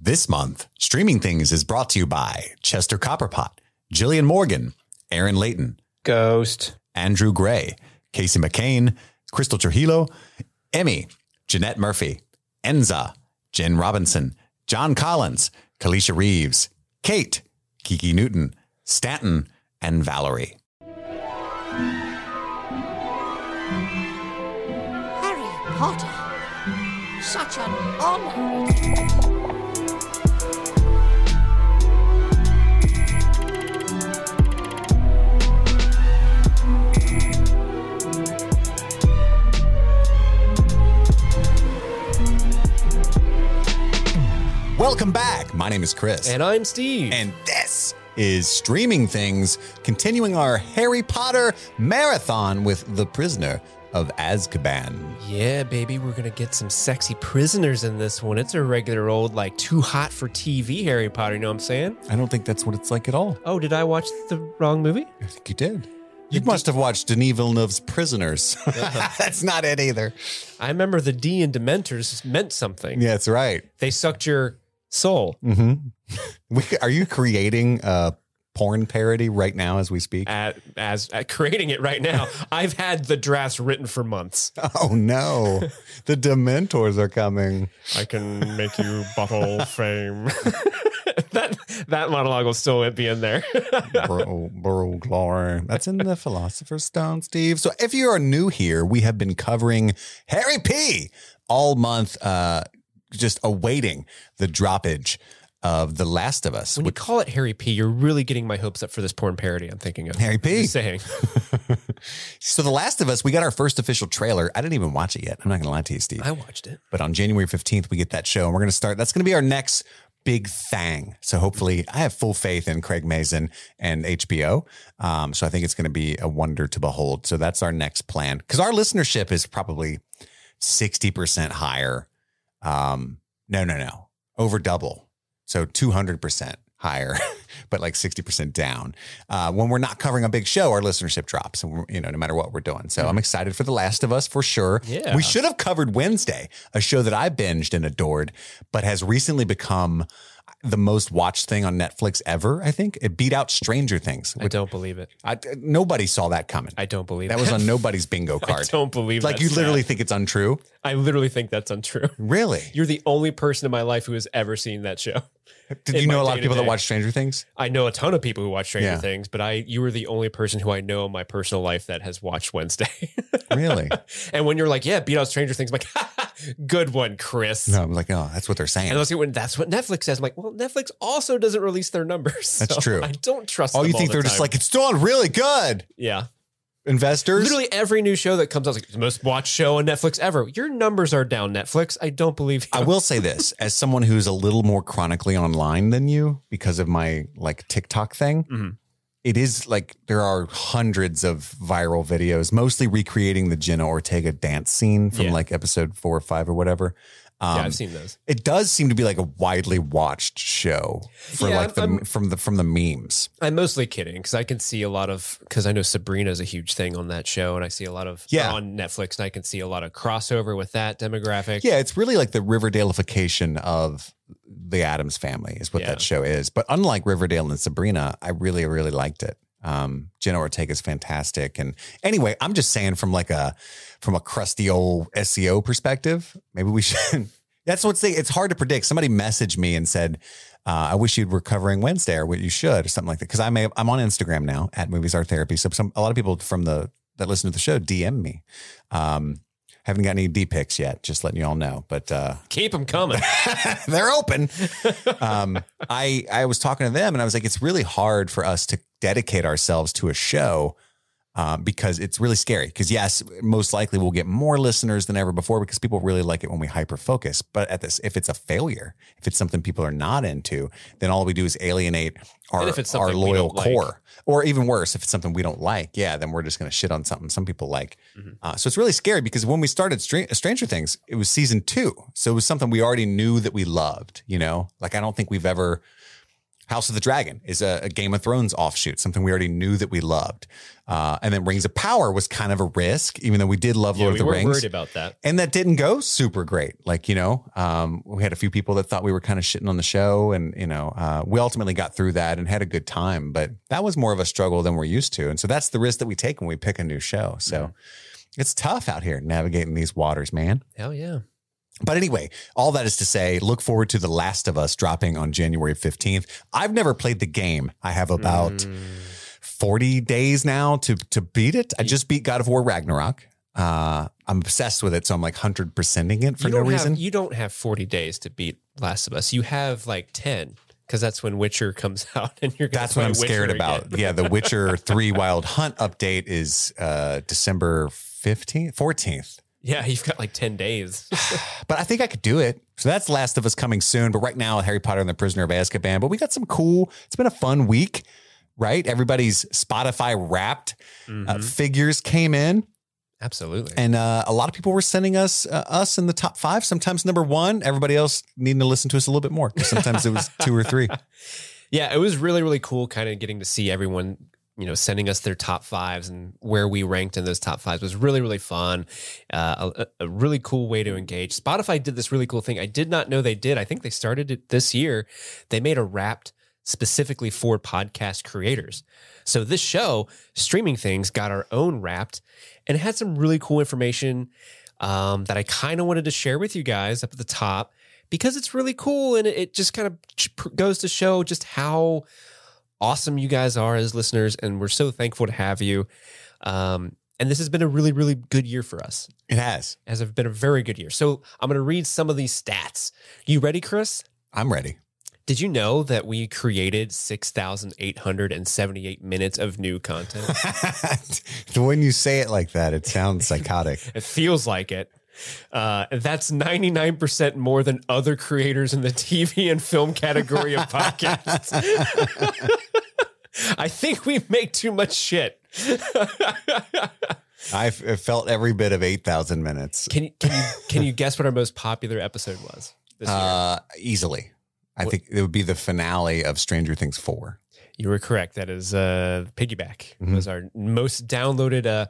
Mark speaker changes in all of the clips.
Speaker 1: This month, Streaming Things is brought to you by Chester Copperpot, Jillian Morgan, Aaron Layton,
Speaker 2: Ghost.
Speaker 1: Andrew Gray, Casey McCain, Crystal Trujillo, Emmy, Jeanette Murphy, Enza, Jen Robinson, John Collins, Kalisha Reeves, Kate, Kiki Newton, Stanton, and Valerie.
Speaker 3: Harry Potter. Such an honor.
Speaker 1: Welcome back. My name is Chris.
Speaker 2: And I'm Steve.
Speaker 1: And this is Streaming Things, continuing our Harry Potter marathon with The Prisoner of Azkaban.
Speaker 2: yeah, baby, we're going to get some sexy prisoners in this one. It's a regular old, like, too hot for TV Harry Potter. You know what I'm saying?
Speaker 1: I don't think that's what it's like at all.
Speaker 2: Oh, did I watch the wrong movie?
Speaker 1: I think you did. You must have watched Denis Villeneuve's Prisoners. that's not it either.
Speaker 2: I remember the D in Dementors meant something.
Speaker 1: Yeah, Mm. that's right.
Speaker 2: They sucked your soul.
Speaker 1: We, are you creating a porn parody right now as we speak?
Speaker 2: At, as at creating it right now, I've had the drafts written for months.
Speaker 1: Oh no, the Dementors are coming.
Speaker 2: I can make you bottle fame. that that monologue will still be in there.
Speaker 1: Bro, bro, glory. That's in the Philosopher's Stone, Steve. So if you are new here, we have been covering Harry P all month, uh, just awaiting the droppage of The Last of Us.
Speaker 2: When you call it Harry P, you're really getting my hopes up for this porn parody I'm thinking of.
Speaker 1: Harry P.
Speaker 2: Just saying.
Speaker 1: So The Last of Us, we got our first official trailer. I didn't even watch it yet. I'm not going to lie to you, Steve.
Speaker 2: I watched it.
Speaker 1: But on January 15th, we get that show and we're going to start. That's going to be our next big thing. So hopefully, I have full faith in Craig Mazin and HBO. Um, so I think it's going to be a wonder to behold. So that's our next plan because our listenership is probably 60% higher. Um, no, no, no, over double. So 200% higher, but like 60% down. Uh, when we're not covering a big show, our listenership drops, and we're, you know, no matter what we're doing. So I'm excited for The Last of Us for sure.
Speaker 2: Yeah.
Speaker 1: We should have covered Wednesday, a show that I binged and adored, but has recently become the most watched thing on Netflix ever, I think. It beat out Stranger Things.
Speaker 2: I don't believe it.
Speaker 1: I, nobody saw that coming.
Speaker 2: I don't believe
Speaker 1: that
Speaker 2: it.
Speaker 1: was on nobody's bingo
Speaker 2: I
Speaker 1: card.
Speaker 2: don't believe
Speaker 1: Like
Speaker 2: that
Speaker 1: you
Speaker 2: stat.
Speaker 1: literally think it's untrue?
Speaker 2: I literally think that's untrue.
Speaker 1: Really?
Speaker 2: You're the only person in my life who has ever seen that show.
Speaker 1: Did
Speaker 2: in
Speaker 1: you know
Speaker 2: my
Speaker 1: a lot of people that
Speaker 2: day-to-day.
Speaker 1: watch Stranger Things?
Speaker 2: I know a ton of people who watch Stranger
Speaker 1: Yeah.
Speaker 2: Things, but I you were the only person who I know in my personal life that has watched Wednesday.
Speaker 1: Really?
Speaker 2: and when you're like, yeah, beat out Stranger Things, I'm like, good one, Chris.
Speaker 1: no, I'm like, oh, that's what they're saying.
Speaker 2: And I was like, when that's what Netflix says. I'm like, well, Netflix also doesn't release their numbers.
Speaker 1: That's
Speaker 2: so
Speaker 1: true.
Speaker 2: I don't trust.
Speaker 1: Oh,
Speaker 2: them
Speaker 1: you think
Speaker 2: all the
Speaker 1: they're just
Speaker 2: time.
Speaker 1: like, it's doing really good,
Speaker 2: yeah.
Speaker 1: investors?
Speaker 2: Literally every new show that comes out is like the most watched show on Netflix ever. Your numbers are down, Netflix. I don't believe you.
Speaker 1: I will say this as someone who's a little more chronically online than you because of my like TikTok thing.
Speaker 2: Mhm.
Speaker 1: it is like there are hundreds of viral videos, mostly recreating the Jenna Ortega dance scene from
Speaker 2: Yeah.
Speaker 1: like episode four or five or whatever. Um,
Speaker 2: yeah, I've seen those.
Speaker 1: it does seem to be like a widely watched show for
Speaker 2: Yeah,
Speaker 1: like the
Speaker 2: I'm-
Speaker 1: from the from the memes.
Speaker 2: I'm mostly kidding because I can see a lot of because I know Sabrina's a huge thing on that show, and I see a lot of
Speaker 1: Yeah.
Speaker 2: on Netflix, and I can see a lot of crossover with that demographic.
Speaker 1: Yeah, it's really like the Riverdaleification of the Adams family is what
Speaker 2: Yeah.
Speaker 1: that show is. But unlike Riverdale and Sabrina, I really, really liked it. Um, Jenna Ortega's fantastic. And anyway, I'm just saying from like a from a crusty old SEO perspective, maybe we should. That's what's the, it's hard to predict. Somebody messaged me and said, uh, "I wish you'd were covering Wednesday or what you should or something like that." Because I may I'm on Instagram now at Movies Are Therapy. So some a lot of people from the that listen to the show DM me. Um, haven't got any D pics yet. Just letting you all know, but uh,
Speaker 2: Keep them coming.
Speaker 1: they're open. Um, I I was talking to them and I was like, it's really hard for us to dedicate ourselves to a show um, because it's really scary. Because yes, most likely we'll get more listeners than ever before because people really like it when we hyper focus. But at this, if it's a failure, if it's something people are not into, then all we do is alienate our
Speaker 2: And if it's something
Speaker 1: our
Speaker 2: we
Speaker 1: loyal
Speaker 2: don't like.
Speaker 1: core, or even worse, if it's something we don't like. Yeah, then we're just going to shit on something some people like.
Speaker 2: Mm-hmm.
Speaker 1: Uh, so it's really scary because when we started Str- Stranger Things, it was season two, so it was something we already knew that we loved. You know, like I don't think we've ever House of the Dragon is a, a Game of Thrones offshoot, something we already knew that we loved. Uh, and then Rings of Power was kind of a risk, even though we did love
Speaker 4: yeah,
Speaker 1: Lord
Speaker 4: we
Speaker 1: of the
Speaker 4: were
Speaker 1: Rings
Speaker 4: worried about that.
Speaker 1: and that didn't go super great. Like you know, um, we had a few people that thought we were kind of shitting on the show, and you know, uh, we ultimately got through that and had a good time. But that was more of a struggle than we're used to, and so that's the risk that we take when we pick a new show. So it's tough out here navigating these waters, man.
Speaker 2: Hell yeah.
Speaker 1: But anyway, all that is to say, look forward to The Last of Us dropping on January fifteenth. I've never played the game. I have about.
Speaker 2: Mm.
Speaker 1: 40 days now to to beat it. I just beat God of War Ragnarok. Uh, I'm obsessed with it, so I'm like hundred percenting it for
Speaker 2: you
Speaker 1: no
Speaker 2: don't
Speaker 1: reason.
Speaker 2: Have, you don't have 40 days to beat Last of Us. You have like 10 because that's when Witcher comes out and you're going to
Speaker 1: That's what I'm scared about. yeah, the Witcher Three Wild Hunt update is uh, December fifteenth, fourteenth.
Speaker 2: Yeah, you've got like 10 days.
Speaker 1: But I think I could do it. So that's Last of Us coming soon. But right now, Harry Potter and the Prisoner of Azkaban. But we got some cool. It's been a fun week, right? Everybody's Spotify Wrapped uh,
Speaker 2: Mhm.
Speaker 1: figures came in.
Speaker 2: Absolutely.
Speaker 1: And uh, a lot of people were sending us uh, us in the top five, sometimes number one. Everybody else needing to listen to us a little bit more. 'cause Sometimes it was two or three.
Speaker 2: yeah, it was really, really cool kind of getting to see everyone, you know, sending us their top fives and where we ranked in those top fives was really, really fun. Uh, a, a really cool way to engage. Spotify did this really cool thing. I did not know they did. I think they started it this year. They made a wrapped specifically for podcast creators. So this show, Streaming Things, got our own wrapped and it had some really cool information um, that I kind of wanted to share with you guys up at the top because it's really cool and it, it just kind of ch- pr- goes to show just how awesome you guys are as listeners and we're so thankful to have you. Um, and this has been a really, really good year for us
Speaker 1: It has.
Speaker 2: as have been a very good year. So I'm going to read some of these stats. You ready, Chris?
Speaker 1: I'm ready.
Speaker 2: Did you know that we created 6,878 minutes of new content?
Speaker 1: when you say it like that, it sounds psychotic.
Speaker 2: It feels like it. Uh, that's 99% more than other creators in the TV and film category of podcasts. I think we make too much shit.
Speaker 1: I f- I felt every bit of eight thousand minutes
Speaker 2: can you can you can you guess what our most popular episode was this year?
Speaker 1: uh, easily. I
Speaker 2: What-
Speaker 1: think it would be the finale of Stranger Things four.
Speaker 2: You were correct. That is uh, Piggyback
Speaker 1: Mhm.
Speaker 2: was our most downloaded uh,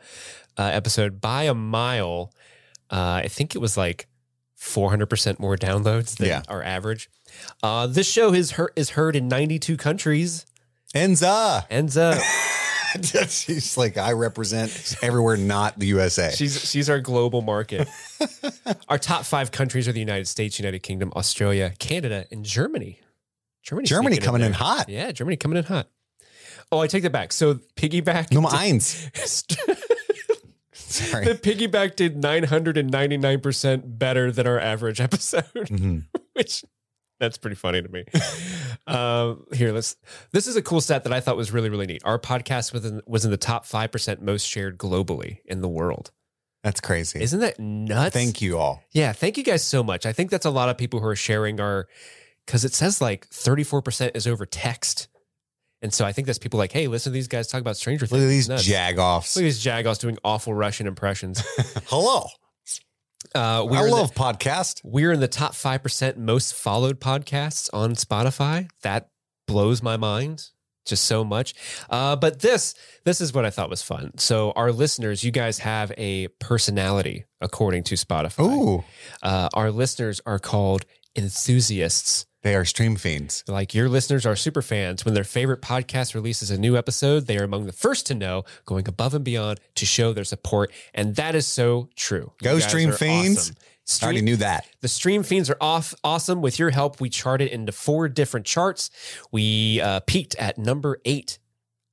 Speaker 2: uh, episode by a mile. Uh, I think it was like 400% more downloads than
Speaker 1: Yeah.
Speaker 2: our average. Uh, this show is, heard is heard in 92 countries.
Speaker 1: Enza,
Speaker 2: Enza,
Speaker 1: she's like I represent everywhere not the USA.
Speaker 2: she's, she's our global market. our top five countries are the United States, United Kingdom, Australia, Canada, and Germany. Germany,
Speaker 1: Germany coming in hot.
Speaker 2: Yeah, Germany coming in hot. Oh, I take that back. So Piggyback.
Speaker 1: Nummer eins. Sorry.
Speaker 2: The piggyback did 999% better than our average episode,
Speaker 1: Mhm.
Speaker 2: which that's pretty funny to me. um, here, let's. This is a cool stat that I thought was really, really neat. Our podcast was in, was in the top 5% most shared globally in the world.
Speaker 1: That's crazy.
Speaker 2: Isn't that nuts?
Speaker 1: Thank you all.
Speaker 2: Yeah, thank you guys so much. I think that's a lot of people who are sharing our because it says like 34% is over text. And so I think that's people like, hey, listen to these guys talk about Stranger Things.
Speaker 1: Look at these
Speaker 2: Nuts.
Speaker 1: jagoffs.
Speaker 2: Look at these jagoffs doing awful Russian impressions.
Speaker 1: Hello.
Speaker 2: Uh,
Speaker 1: I
Speaker 2: in the-
Speaker 1: love podcast.
Speaker 2: We're in the top 5% most followed podcasts on Spotify. That blows my mind just so much. Uh, but this this is what I thought was fun. So our listeners, you guys have a personality according to Spotify.
Speaker 1: Ooh,
Speaker 2: Uh, our listeners are called enthusiasts.
Speaker 1: they are stream fiends.
Speaker 2: Like your listeners are super fans. When their favorite podcast releases a new episode, they are among the first to know, going above and beyond to show their support. And that is so true. You
Speaker 1: Go
Speaker 2: guys
Speaker 1: Stream
Speaker 2: are
Speaker 1: Fiends.
Speaker 2: awesome.
Speaker 1: I already
Speaker 2: Stream,
Speaker 1: knew that.
Speaker 2: the Stream Fiends are off awesome. With your help, we charted into four different charts. We uh, peaked at number eight,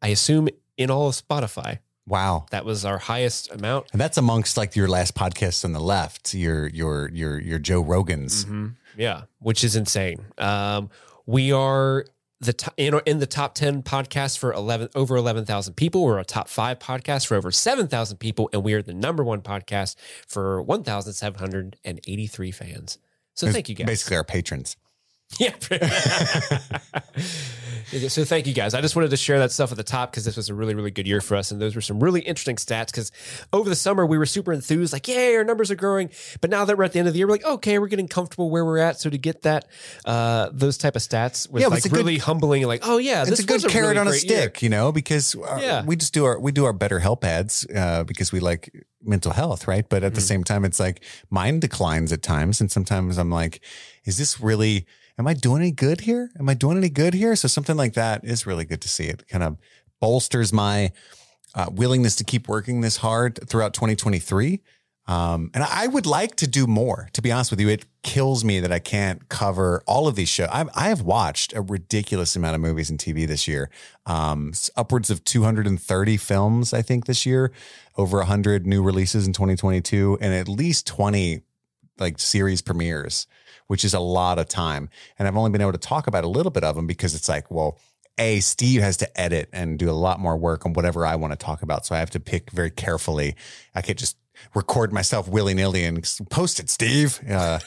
Speaker 2: I assume, in all of Spotify.
Speaker 1: Wow.
Speaker 2: That was our highest amount.
Speaker 1: And that's amongst like your last podcast on the left, your your your your Joe Rogan's.
Speaker 2: Mm-hmm. Yeah, which is insane. Um, we are the to- in, in the top ten podcasts for eleven over eleven thousand people. We're a top five podcast for over seven thousand people, and we are the number one podcast for one thousand seven hundred and eighty three fans. So
Speaker 1: It's
Speaker 2: thank you guys.
Speaker 1: Basically, our patrons.
Speaker 2: Yeah. So thank you guys. I just wanted to share that stuff at the top because this was a really, really good year for us. And those were some really interesting stats because over the summer we were super enthused, like, yay, our numbers are growing. But now that we're at the end of the year, we're like, okay, we're getting comfortable where we're at. So to get that, uh, those type of stats was
Speaker 1: Yeah, it
Speaker 2: like
Speaker 1: was a good-
Speaker 2: really humbling. Like, oh yeah,
Speaker 1: it's a good
Speaker 2: was
Speaker 1: carrot
Speaker 2: really
Speaker 1: on a
Speaker 2: great year.
Speaker 1: stick, you know, because our,
Speaker 2: Yeah.
Speaker 1: we just do our we do our better help ads uh, because we like mental health, right? But at the
Speaker 2: Mhm.
Speaker 1: same time, it's like mine declines at times, and sometimes I'm like, is this really? Am I doing any good here? Am I doing any good here? So something like that is really good to see. It kind of bolsters my uh, willingness to keep working this hard throughout 2023. Um, and I would like to do more, to be honest with you. It kills me that I can't cover all of these shows. I, I have watched a ridiculous amount of movies and TV this year, um, s- upwards of 230 films, I think, this year, over 100 new releases in 2022, and at least 20 like series premieres, which is a lot of time. And I've only been able to talk about a little bit of them because it's like, well, a Steve has to edit and do a lot more work on whatever I want to talk about. So I have to pick very carefully. I can't just record myself willy nilly and s- post it, Steve. Uh,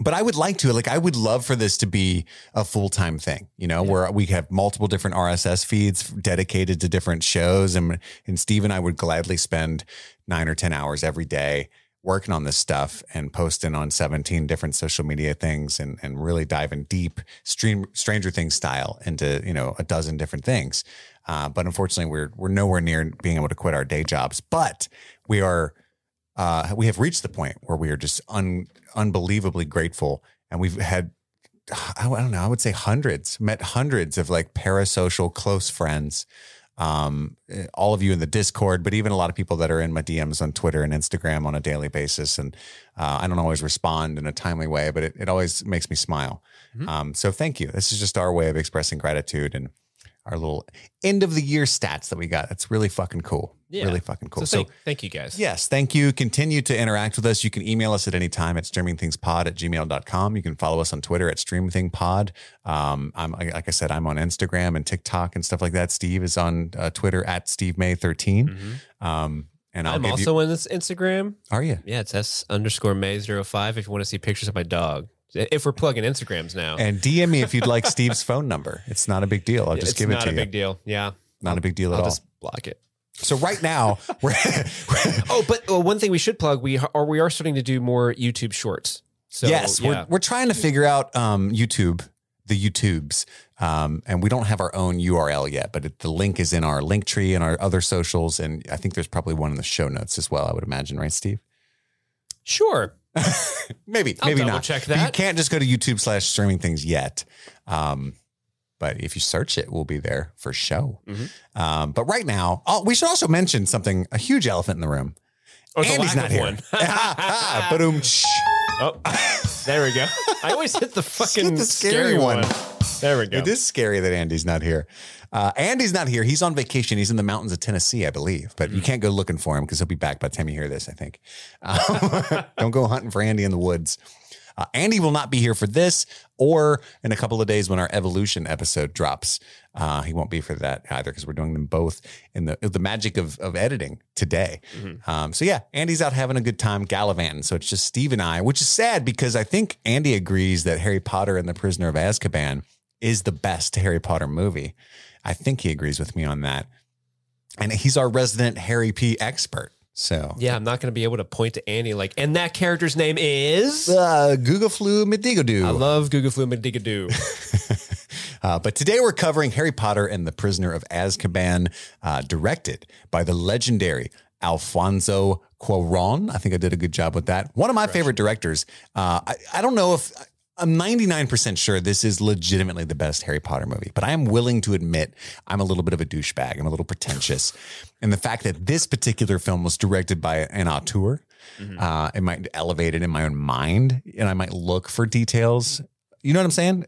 Speaker 1: but I would like to, like, I would love for this to be a full time thing, you know, where we have multiple different RSS feeds dedicated to different shows. And, and Steve and I would gladly spend nine or 10 hours every day working on this stuff and posting on 17 different social media things and, and really diving deep stream stranger things style into you know a dozen different things uh, but unfortunately we're we're nowhere near being able to quit our day jobs but we are uh, we have reached the point where we are just un, unbelievably grateful and we've had I don't know. I would say hundreds, met hundreds of like parasocial close friends. Um, eh, all of you in the Discord, but even a lot of people that are in my DMs on Twitter and Instagram on a daily basis. And uh, I don't always respond in a timely way, but it, it always makes me smile.
Speaker 2: Mhm.
Speaker 1: Um, so thank you. This is just our way of expressing gratitude and our little end of the year stats that we got. That's really fucking cool.
Speaker 2: Yeah.
Speaker 1: Really fucking cool.
Speaker 2: So thank, thank you guys.
Speaker 1: Yes, thank you. Continue to interact with us. You can email us at any time at streamingthingspod at gmail.com. You can follow us on Twitter at streamthingpod. Um, I'm, I- like I said, I'm on Instagram and TikTok and stuff like that. Steve is on uh, Twitter at Steve May 13.
Speaker 2: Mhm.
Speaker 1: Um, and I'll
Speaker 2: I'm
Speaker 1: give
Speaker 2: also
Speaker 1: you,
Speaker 2: on this Instagram.
Speaker 1: are you?
Speaker 2: Yeah, it's S underscore May 05 if you want to see pictures of my dog. If we're plugging Instagrams now.
Speaker 1: And DM me if you'd like Steve's phone number. It's not a big deal. I'll just
Speaker 2: it's
Speaker 1: give it
Speaker 2: not
Speaker 1: to
Speaker 2: a
Speaker 1: you.
Speaker 2: big deal. Yeah.
Speaker 1: not a big deal at
Speaker 2: I'll
Speaker 1: all.
Speaker 2: just block it.
Speaker 1: So right now, we're,
Speaker 2: Oh, but uh, one thing we should plug: we are we are starting to do more YouTube Shorts. So
Speaker 1: yes,
Speaker 2: yeah.
Speaker 1: we're, we're trying to figure out um, YouTube, the YouTubes, um, and we don't have our own URL yet, but it, the link is in our link tree and our other socials, and I think there's probably one in the show notes as well. I would imagine, right, Steve?
Speaker 2: sure.
Speaker 1: Maybe,
Speaker 2: I'll
Speaker 1: maybe
Speaker 2: double
Speaker 1: not.
Speaker 2: check
Speaker 1: But You
Speaker 2: that.
Speaker 1: can't just go to YouTube slash streaming things yet. Um, but if you search it, we'll be there for show.
Speaker 2: Mhm.
Speaker 1: Um, but right now, oh, we should also mention something, a huge elephant in the room.
Speaker 2: Or the
Speaker 1: Andy's
Speaker 2: Oh, lack
Speaker 1: not
Speaker 2: of
Speaker 1: here.
Speaker 2: one.
Speaker 1: but um,
Speaker 2: oh, there we go. I always hit the fucking
Speaker 1: the
Speaker 2: scary,
Speaker 1: scary
Speaker 2: one.
Speaker 1: one.
Speaker 2: There we go.
Speaker 1: It is scary that Andy's not here. Uh, Andy's not here. He's on vacation. He's in the mountains of Tennessee, I believe. But you can't go looking for him because he'll be back by the time you hear this, I think. Um, don't go hunting for Andy in the woods. Uh, Andy will not be here for this or in a couple of days when our evolution episode drops. Uh, he won't be for that either because we're doing them both in the the magic of, of editing today. Um, so yeah, Andy's out having a good time gallivanting. So it's just Steve and I, which is sad because I think Andy agrees that Harry Potter and the Prisoner of Azkaban is the best Harry Potter movie. I think he agrees with me on that. And he's our resident Harry P expert. So
Speaker 2: yeah, I'm not going to be able to point to Andy like, and that character's name is.
Speaker 1: uh, Google Flu
Speaker 2: I
Speaker 1: Medigadoo.
Speaker 2: love Google Flu Digadoo.
Speaker 1: Uh, but today we're covering Harry Potter and the Prisoner of Azkaban, uh, directed by the legendary Alfonso Cuaron. I think I did a good job with that. One of my favorite directors. Uh, I, I don't know if I'm 99% sure this is legitimately the best Harry Potter movie, but I am willing to admit I'm a little bit of a douchebag. I'm a little pretentious. and the fact that this particular film was directed by an auteur, uh, it might elevate it in my own mind and I might look for details. You know what I'm saying?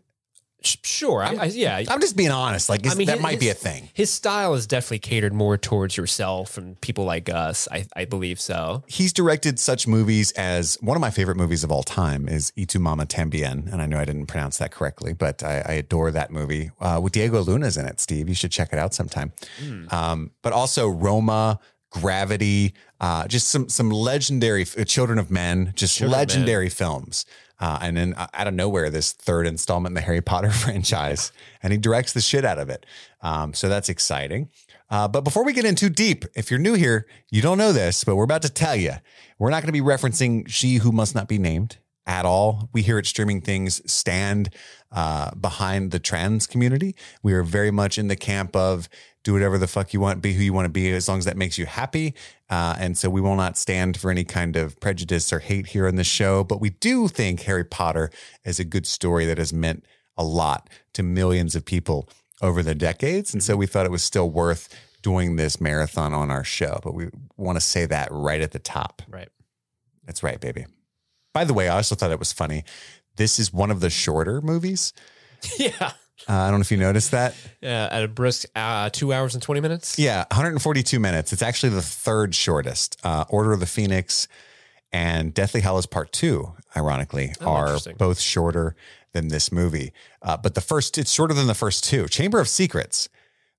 Speaker 2: Sh- sure. I, I, yeah.
Speaker 1: I'm just being honest. Like, is,
Speaker 2: I mean,
Speaker 1: that
Speaker 2: his-
Speaker 1: might be a
Speaker 2: his-
Speaker 1: thing.
Speaker 2: His style is definitely catered more towards yourself and people like us. I, I believe so.
Speaker 1: He's directed such movies as one of my favorite movies of all time is Itu Mama Tambien. And I know I didn't pronounce that correctly, but I, I adore that movie uh, with Diego Luna's in it, Steve. You should check it out sometime.
Speaker 2: Hmm.
Speaker 1: Um, but also Roma, Gravity, uh, just some some legendary uh, Children of Men, just
Speaker 2: Children of Men.
Speaker 1: legendary films. Uh, and then uh, out of nowhere, this third installment in the Harry Potter franchise, and he directs the shit out of it. Um, so that's exciting. Uh, but before we get in too deep, if you're new here, you don't know this, but we're about to tell you. We're not going to be referencing She Who Must Not Be Named at all. We here at Streaming Things stand uh, behind the trans community. We are very much in the camp of do whatever the fuck you want, be who you want to be, as long as that makes you happy. Uh, and so we will not stand for any kind of prejudice or hate here on this show. But we do think Harry Potter is a good story that has meant a lot to millions of people over the decades. And so we thought it was still worth doing this marathon on our show. But we want to say that right at the top.
Speaker 2: Right.
Speaker 1: That's right, baby. By the way, I also thought it was funny. This is one of the shorter movies.
Speaker 2: yeah.
Speaker 1: Uh, I don't know if you noticed that.
Speaker 2: Yeah. At a brisk uh, two hours and 20 minutes.
Speaker 1: Yeah, 142 minutes. It's actually the third shortest. Uh, Order of the Phoenix and Deathly Hallows Part Two, ironically,
Speaker 2: Oh,
Speaker 1: are
Speaker 2: interesting.
Speaker 1: both shorter than this movie. Uh, but the first, it's shorter than the first two. Chamber of Secrets,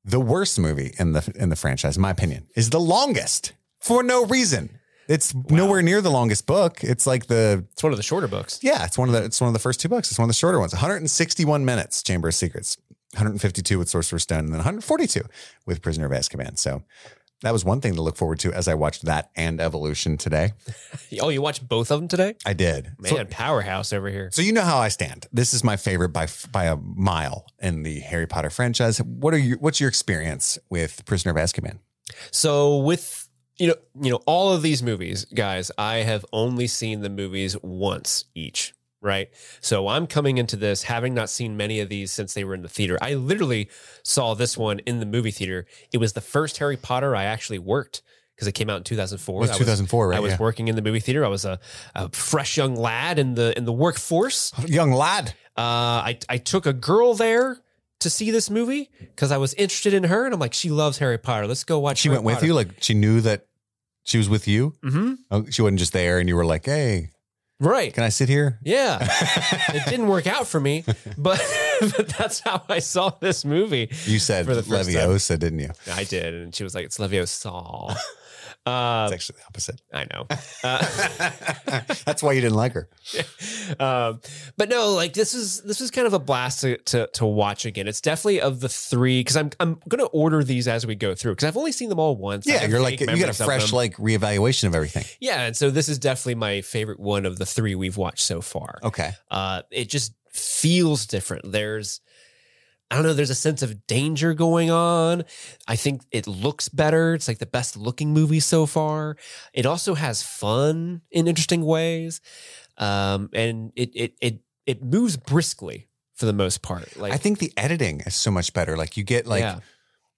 Speaker 1: the worst movie in the in the franchise, in my opinion, is the longest for no reason. It's nowhere near the longest book. It's like the
Speaker 2: It's one of the shorter books.
Speaker 1: yeah, it's one of the it's one of the first two books. It's one of the shorter ones. 161 minutes, Chamber of Secrets. 152 with Sorcerer's Stone, and then 142 with Prisoner of Azkaban. So that was one thing to look forward to as I watched that and Evolution today.
Speaker 2: Oh, you watched both of them today?
Speaker 1: I did.
Speaker 2: Man,
Speaker 1: So,
Speaker 2: powerhouse over here.
Speaker 1: so you know how I stand. This is my favorite by by a mile in the Harry Potter franchise. What are you? What's your experience with Prisoner of Azkaban?
Speaker 2: So with you know, you know, all of these movies, guys, I have only seen the movies once each, right? So I'm coming into this having not seen many of these since they were in the theater. I literally saw this one in the movie theater. It was the first Harry Potter I actually worked because it came out in 2004.
Speaker 1: It
Speaker 2: I
Speaker 1: was
Speaker 2: was-
Speaker 1: 2004, right?
Speaker 2: I was
Speaker 1: Yeah.
Speaker 2: working in the movie theater. I was a, a fresh young lad in the in the workforce.
Speaker 1: young lad.
Speaker 2: Uh, I I took a girl there to see this movie because I was interested in her, and I'm like, she loves Harry Potter. Let's go watch.
Speaker 1: She
Speaker 2: Harry
Speaker 1: went with you, like she knew that she was with you.
Speaker 2: hmm
Speaker 1: Oh, she wasn't just there, and you were like, "Hey,
Speaker 2: Right.
Speaker 1: can I sit here?"
Speaker 2: yeah. it didn't work out for me, but but that's how I saw this movie.
Speaker 1: You said
Speaker 2: For the first
Speaker 1: Leviosa, didn't you?
Speaker 2: I did, and she was like, "It's Leviosa." Uh,
Speaker 1: It's actually the opposite.
Speaker 2: I know. Uh,
Speaker 1: That's why you didn't like her.
Speaker 2: um, but no, like this is this is kind of a blast to to, to watch again. It's definitely of the three because I'm I'm gonna order these as we go through because I've only seen them all once. I
Speaker 1: Yeah,
Speaker 2: have
Speaker 1: you're like
Speaker 2: vague
Speaker 1: you got a
Speaker 2: memories of
Speaker 1: fresh
Speaker 2: them.
Speaker 1: like reevaluation of everything.
Speaker 2: Yeah, and so this is definitely my favorite one of the three we've watched so far.
Speaker 1: Okay,
Speaker 2: Uh, it just feels different. There's, I don't know, there's a sense of danger going on. I think it looks better. It's like the best looking movie so far. It also has fun in interesting ways, um, and it it it it moves briskly for the most part. Like
Speaker 1: I think the editing is so much better. Like you get like
Speaker 2: Yeah.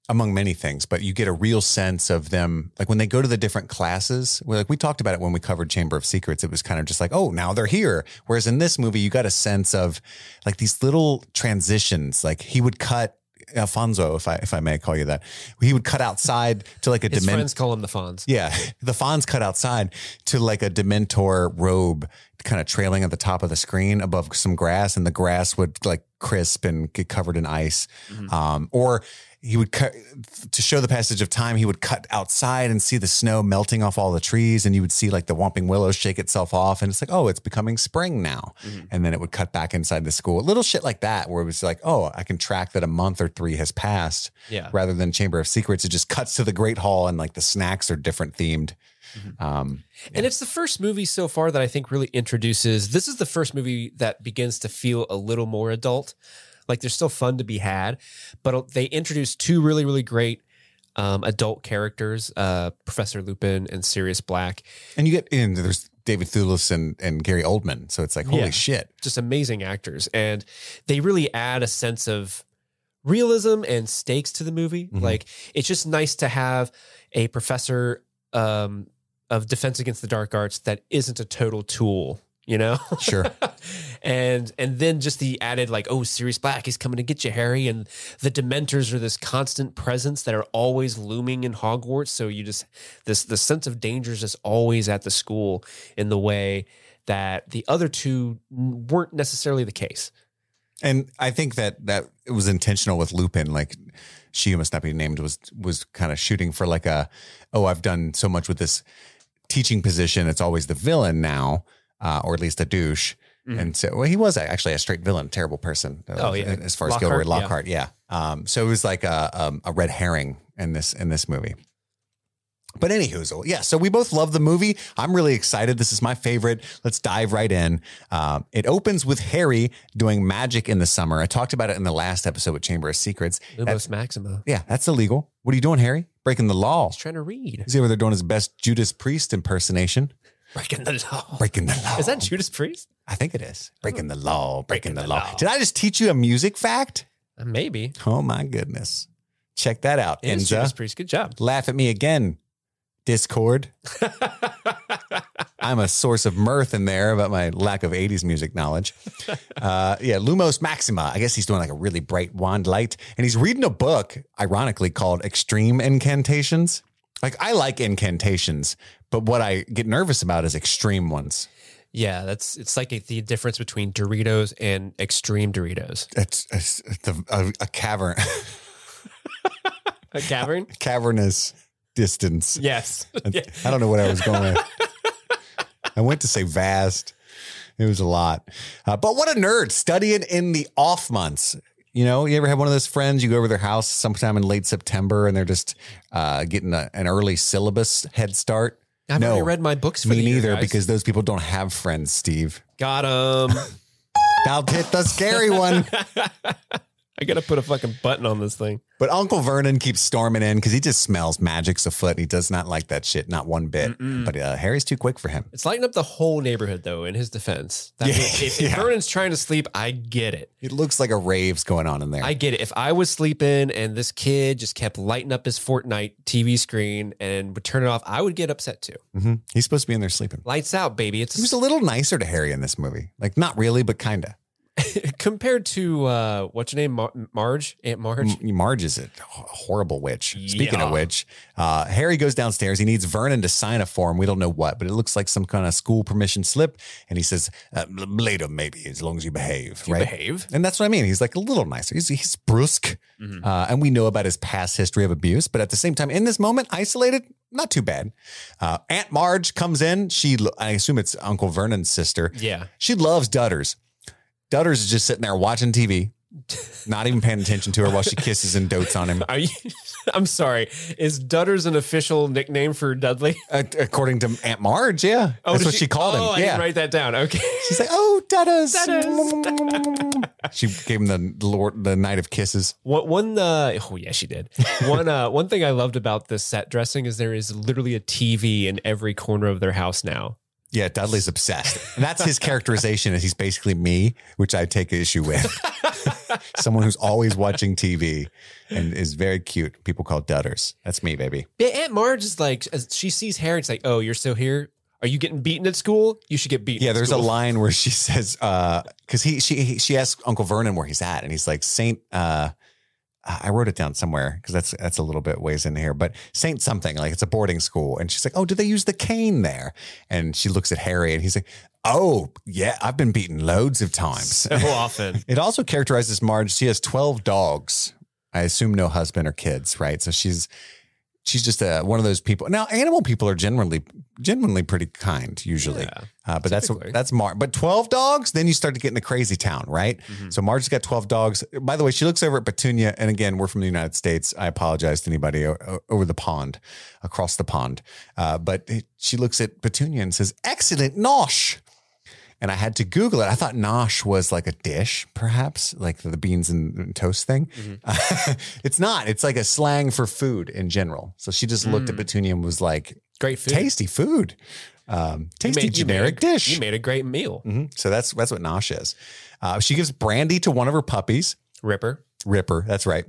Speaker 1: among many things, but you get a real sense of them. Like when they go to the different classes, we like we talked about it when we covered Chamber of Secrets. It was kind of just like, oh, now they're here. Whereas in this movie, you got a sense of like these little transitions. Like he would cut. Alfonso, if I if I may call you that, he would cut outside to like a
Speaker 2: his
Speaker 1: dimension.
Speaker 2: friends call him the Fonz.
Speaker 1: Yeah, the fonts cut outside to like a Dementor robe, kind of trailing at the top of the screen above some grass, and the grass would like crisp and get covered in ice. Um, or he would cut to show the passage of time. He would cut outside and see the snow melting off all the trees, and you would see like the whomping willow shake itself off, and it's like, oh, it's becoming spring now. And then it would cut back inside the school. Little shit like that, where it was like, oh, I can track that a month or three has passed
Speaker 2: Yeah.
Speaker 1: Uh, rather than Chamber of Secrets. It just cuts to the Great Hall and like the snacks are different themed. Um,
Speaker 2: And it's the first movie so far that I think really introduces. This is the first movie that begins to feel a little more adult. Like there's still fun to be had, but they introduce two really, really great um, adult characters, uh, Professor Lupin and Sirius Black.
Speaker 1: and you get in there's David Thewlis and, and Gary Oldman. So it's like, holy
Speaker 2: Yeah.
Speaker 1: shit.
Speaker 2: Just amazing actors. And they really add a sense of realism and stakes to the movie.
Speaker 1: Mhm.
Speaker 2: Like it's just nice to have a professor um, of defense against the dark arts that isn't a total tool, you know?
Speaker 1: Sure.
Speaker 2: and and then just the added like oh Sirius Black he's coming to get you Harry and the Dementors are this constant presence that are always looming in Hogwarts so you just this the sense of danger is just always at the school in the way that the other two weren't necessarily the case
Speaker 1: and I think that that it was intentional with Lupin. Like, she who must not be named was was kind of shooting for like a, oh, I've done so much with this teaching position. It's always the villain now, uh, or at least a douche.
Speaker 2: Mhm.
Speaker 1: And so, well, he was actually a straight villain, terrible person. uh,
Speaker 2: Oh, yeah.
Speaker 1: As far as
Speaker 2: Lockhart,
Speaker 1: Gilroy
Speaker 2: yeah.
Speaker 1: Lockhart, yeah. Um, so it was like a, um, a red herring in this in this movie. But anywho, yeah. So we both love the movie. I'm really excited. This is my favorite. Let's dive right in. Um, it opens with Harry doing magic in the summer. I talked about it in the last episode with Chamber of Secrets. That's-
Speaker 2: Lumos Maximo.
Speaker 1: yeah, that's illegal. What are you doing, Harry? Breaking the law.
Speaker 2: He's trying to read.
Speaker 1: He's over there doing his best Judas Priest impersonation.
Speaker 2: Breaking the law.
Speaker 1: Breaking the law.
Speaker 2: Is that Judas Priest?
Speaker 1: I think it is. Breaking the law, breaking,
Speaker 2: Breaking
Speaker 1: the,
Speaker 2: the
Speaker 1: law.
Speaker 2: law.
Speaker 1: Did I just teach you a music fact?
Speaker 2: Uh, Maybe.
Speaker 1: Oh my goodness. Check that out,
Speaker 2: It is
Speaker 1: Enza.
Speaker 2: Judas Priest. Good job.
Speaker 1: Laugh at me again, Discord. I'm a source of mirth in there about my lack of 80s music knowledge. Uh, yeah, Lumos Maxima. I guess he's doing like a really bright wand light. And he's reading a book, ironically called Extreme Incantations. Like, I like incantations, but what I get nervous about is extreme ones.
Speaker 2: yeah, that's it's like the difference between Doritos and extreme Doritos.
Speaker 1: It's, it's, it's a, a, a cavern,
Speaker 2: A cavern?
Speaker 1: cavernous distance.
Speaker 2: yes. Yeah.
Speaker 1: I don't know what I was going with. I went to say vast. It was a lot. Uh, but what a nerd studying in the off months. You know, you ever have one of those friends, you go over their house sometime in late September and they're just uh, getting a, an early syllabus head start?
Speaker 2: I've
Speaker 1: No.
Speaker 2: already read my books for
Speaker 1: Me
Speaker 2: the year,
Speaker 1: neither,
Speaker 2: guys.
Speaker 1: because those people don't have friends, Steve.
Speaker 2: got 'em.
Speaker 1: Now hit the scary one.
Speaker 2: I gotta put a fucking button on this thing.
Speaker 1: But Uncle Vernon keeps storming in because he just smells magic's afoot and he does not like that shit, not one bit. But uh, Harry's too quick for him.
Speaker 2: It's lighting up the whole neighborhood, though. In his defense, that
Speaker 1: Yeah.
Speaker 2: if, if
Speaker 1: Yeah.
Speaker 2: Vernon's trying to sleep, I get it.
Speaker 1: It looks like a rave's going on in there.
Speaker 2: I get it. If I was sleeping and this kid just kept lighting up his Fortnite TV screen and would turn it off, I would get upset too.
Speaker 1: hmm He's supposed to be in there sleeping.
Speaker 2: Lights out, baby. It's
Speaker 1: He was a little nicer to Harry in this movie. Like, not really, but kind of.
Speaker 2: compared to uh, what's your name, Mar- Marge, Aunt Marge.
Speaker 1: Marge is a h- horrible witch. Speaking
Speaker 2: Yeah.
Speaker 1: of which, uh, Harry goes downstairs. He needs Vernon to sign a form. We don't know what, but it looks like some kind of school permission slip. And he says, uh, l- later, maybe, as long as you behave.
Speaker 2: You
Speaker 1: right?
Speaker 2: behave.
Speaker 1: And that's what I mean. He's like a little nicer. He's, he's brusque.
Speaker 2: Mm-hmm.
Speaker 1: Uh, and we know about his past history of abuse. But at the same time, in this moment, isolated, not too bad. Uh, Aunt Marge comes in. She, l- I assume it's Uncle Vernon's sister.
Speaker 2: Yeah,
Speaker 1: She loves Dutters. Dutters is just sitting there watching TV, not even paying attention to her while she kisses and dotes on him.
Speaker 2: Are you, I'm sorry. Is Dutters an official nickname for Dudley?
Speaker 1: A- According to Aunt Marge, yeah. That's
Speaker 2: did
Speaker 1: what she, called
Speaker 2: oh, I
Speaker 1: him.
Speaker 2: didn't
Speaker 1: Yeah.
Speaker 2: write that down. Okay.
Speaker 1: She's like, oh, Dutters.
Speaker 2: Dutters.
Speaker 1: she gave him the Lord, the night of kisses.
Speaker 2: One, one uh, oh yeah, she did. One, uh, one thing I loved about this set dressing is there is literally a TV in every corner of their house now.
Speaker 1: Yeah, Dudley's obsessed. And that's his characterization is he's basically me, which I take issue with. Someone who's always watching TV and is very cute. People call Dutters. That's me, baby.
Speaker 2: Yeah, Aunt Marge is like, as she sees Harry, it's like, oh, you're still here. Are you getting beaten at school? You should get beaten.
Speaker 1: Yeah,
Speaker 2: at
Speaker 1: there's a
Speaker 2: school."
Speaker 1: line where she says, because he she he, she asks Uncle Vernon where he's at, and he's like Saint. Uh, I wrote it down somewhere because that's that's a little bit ways in here, but Saint something like it's a boarding school, and she's like, oh, do they use the cane there? And she looks at Harry, and he's like, oh yeah, I've been beaten loads of times.
Speaker 2: so often.
Speaker 1: It also characterizes Marge. She has 12 dogs. I assume no husband or kids, right? So she's she's just a, one of those people. Now, animal people are generally genuinely pretty kind usually.
Speaker 2: Yeah,
Speaker 1: uh, but
Speaker 2: typically.
Speaker 1: that's that's Marge. But 12 dogs, then you start to get in a crazy town, right?
Speaker 2: Mhm.
Speaker 1: So Marge's got 12 dogs. By the way, she looks over at Petunia and again, we're from the United States. I apologize to anybody o- o- over the pond, across the pond. Uh, but it- she looks at Petunia and says, "Excellent nosh." and I had to Google it. I thought nosh was like a dish, perhaps, like the beans and toast thing.
Speaker 2: Mm-hmm.
Speaker 1: it's not. It's like a slang for food in general. So she just looked at Petunia and was like,
Speaker 2: Great Mm. food.
Speaker 1: "Tasty food, um,
Speaker 2: You
Speaker 1: tasty
Speaker 2: made- you
Speaker 1: generic
Speaker 2: made a-
Speaker 1: dish."
Speaker 2: You made a great meal,
Speaker 1: Mhm. So that's that's what nosh is. Uh, she gives brandy to one of her puppies,
Speaker 2: Ripper.
Speaker 1: Ripper. That's right.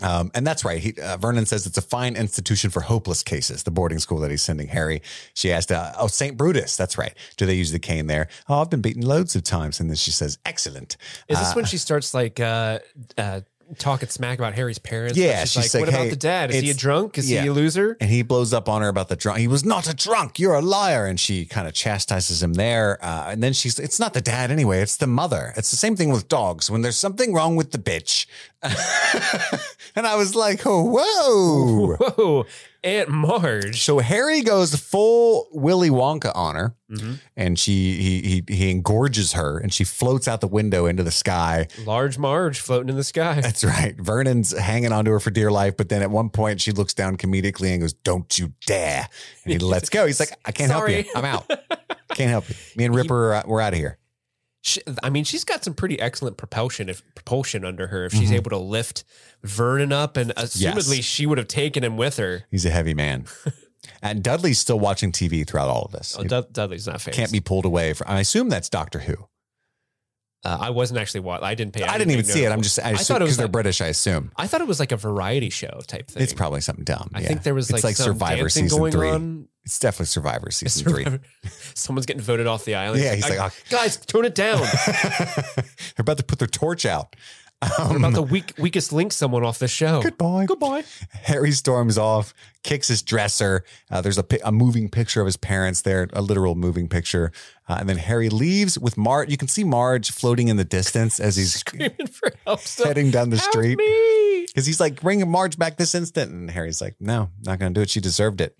Speaker 1: Um, and that's right. He, uh, Vernon says it's a fine institution for hopeless cases, the boarding school that he's sending Harry. She asked, uh, Oh, St. Brutus. That's right. Do they use the cane there? Oh, I've been beaten loads of times. And then she says, Excellent.
Speaker 2: Is this
Speaker 1: Uh,
Speaker 2: when she starts like uh, uh, talking smack about Harry's parents?
Speaker 1: Yeah,
Speaker 2: she's,
Speaker 1: she's
Speaker 2: like,
Speaker 1: like,
Speaker 2: what
Speaker 1: "Hey,
Speaker 2: about the dad? Is he a
Speaker 1: it's-
Speaker 2: drunk? Is
Speaker 1: yeah.
Speaker 2: he a loser?
Speaker 1: And he blows up on her about the drunk. He was not a drunk. You're a liar. And she kind of chastises him there. Uh, and then she's, it's not the dad anyway. It's the mother. It's the same thing with dogs. When there's something wrong with the bitch. and I was like, oh, whoa.
Speaker 2: Whoa, Aunt Marge.
Speaker 1: So Harry goes full Willy Wonka on her,
Speaker 2: Mhm.
Speaker 1: and she he he he engorges her, and she floats out the window into the sky.
Speaker 2: Large Marge floating in the sky.
Speaker 1: That's right. Vernon's hanging onto her for dear life, but then at one point she looks down comedically and goes, "Don't you dare!" And he lets go. He's like, "I can't help
Speaker 2: Sorry.
Speaker 1: you. I'm out. Can't help you. Me and Ripper, are out- we're out of here."
Speaker 2: She, I mean, she's got some pretty excellent propulsion if propulsion under her. If she's
Speaker 1: Mhm.
Speaker 2: able to lift Vernon up, and assumedly she would have taken him with her.
Speaker 1: He's a heavy man, and Dudley's still watching TV throughout all of this.
Speaker 2: Oh, Dud- Dudley's not famous.
Speaker 1: can't be pulled away from. I assume that's Doctor Who.
Speaker 2: Uh, I wasn't actually watching. I didn't pay.
Speaker 1: I, didn't even see it. I'm just. I,
Speaker 2: I
Speaker 1: assume
Speaker 2: thought it
Speaker 1: because
Speaker 2: was
Speaker 1: they're
Speaker 2: like-
Speaker 1: British. I assume
Speaker 2: I thought it was like a variety show type thing.
Speaker 1: it's probably something dumb.
Speaker 2: I
Speaker 1: yeah.
Speaker 2: think there was
Speaker 1: It's
Speaker 2: like,
Speaker 1: like
Speaker 2: some
Speaker 1: Survivor
Speaker 2: dancing
Speaker 1: season
Speaker 2: going
Speaker 1: three.
Speaker 2: on.
Speaker 1: It's definitely Survivor season three.
Speaker 2: Someone's getting voted off the island.
Speaker 1: Yeah, he's
Speaker 2: I-
Speaker 1: like, "Oh."
Speaker 2: guys, turn it down.
Speaker 1: They're about to put their torch out.
Speaker 2: We're
Speaker 1: Um,
Speaker 2: about to weak, weakest link someone off the show.
Speaker 1: goodbye.
Speaker 2: Goodbye.
Speaker 1: Harry storms off, kicks his dresser. Uh, there's a, pi- a moving picture of his parents there, a literal moving picture. Uh, and then Harry leaves with Marge. You can see Marge floating in the distance as he's
Speaker 2: Screaming for help. So,
Speaker 1: heading down the
Speaker 2: "Help
Speaker 1: street.
Speaker 2: me."
Speaker 1: Because he's like, bring Marge back this instant. And Harry's like, no, not going to do it. She deserved it.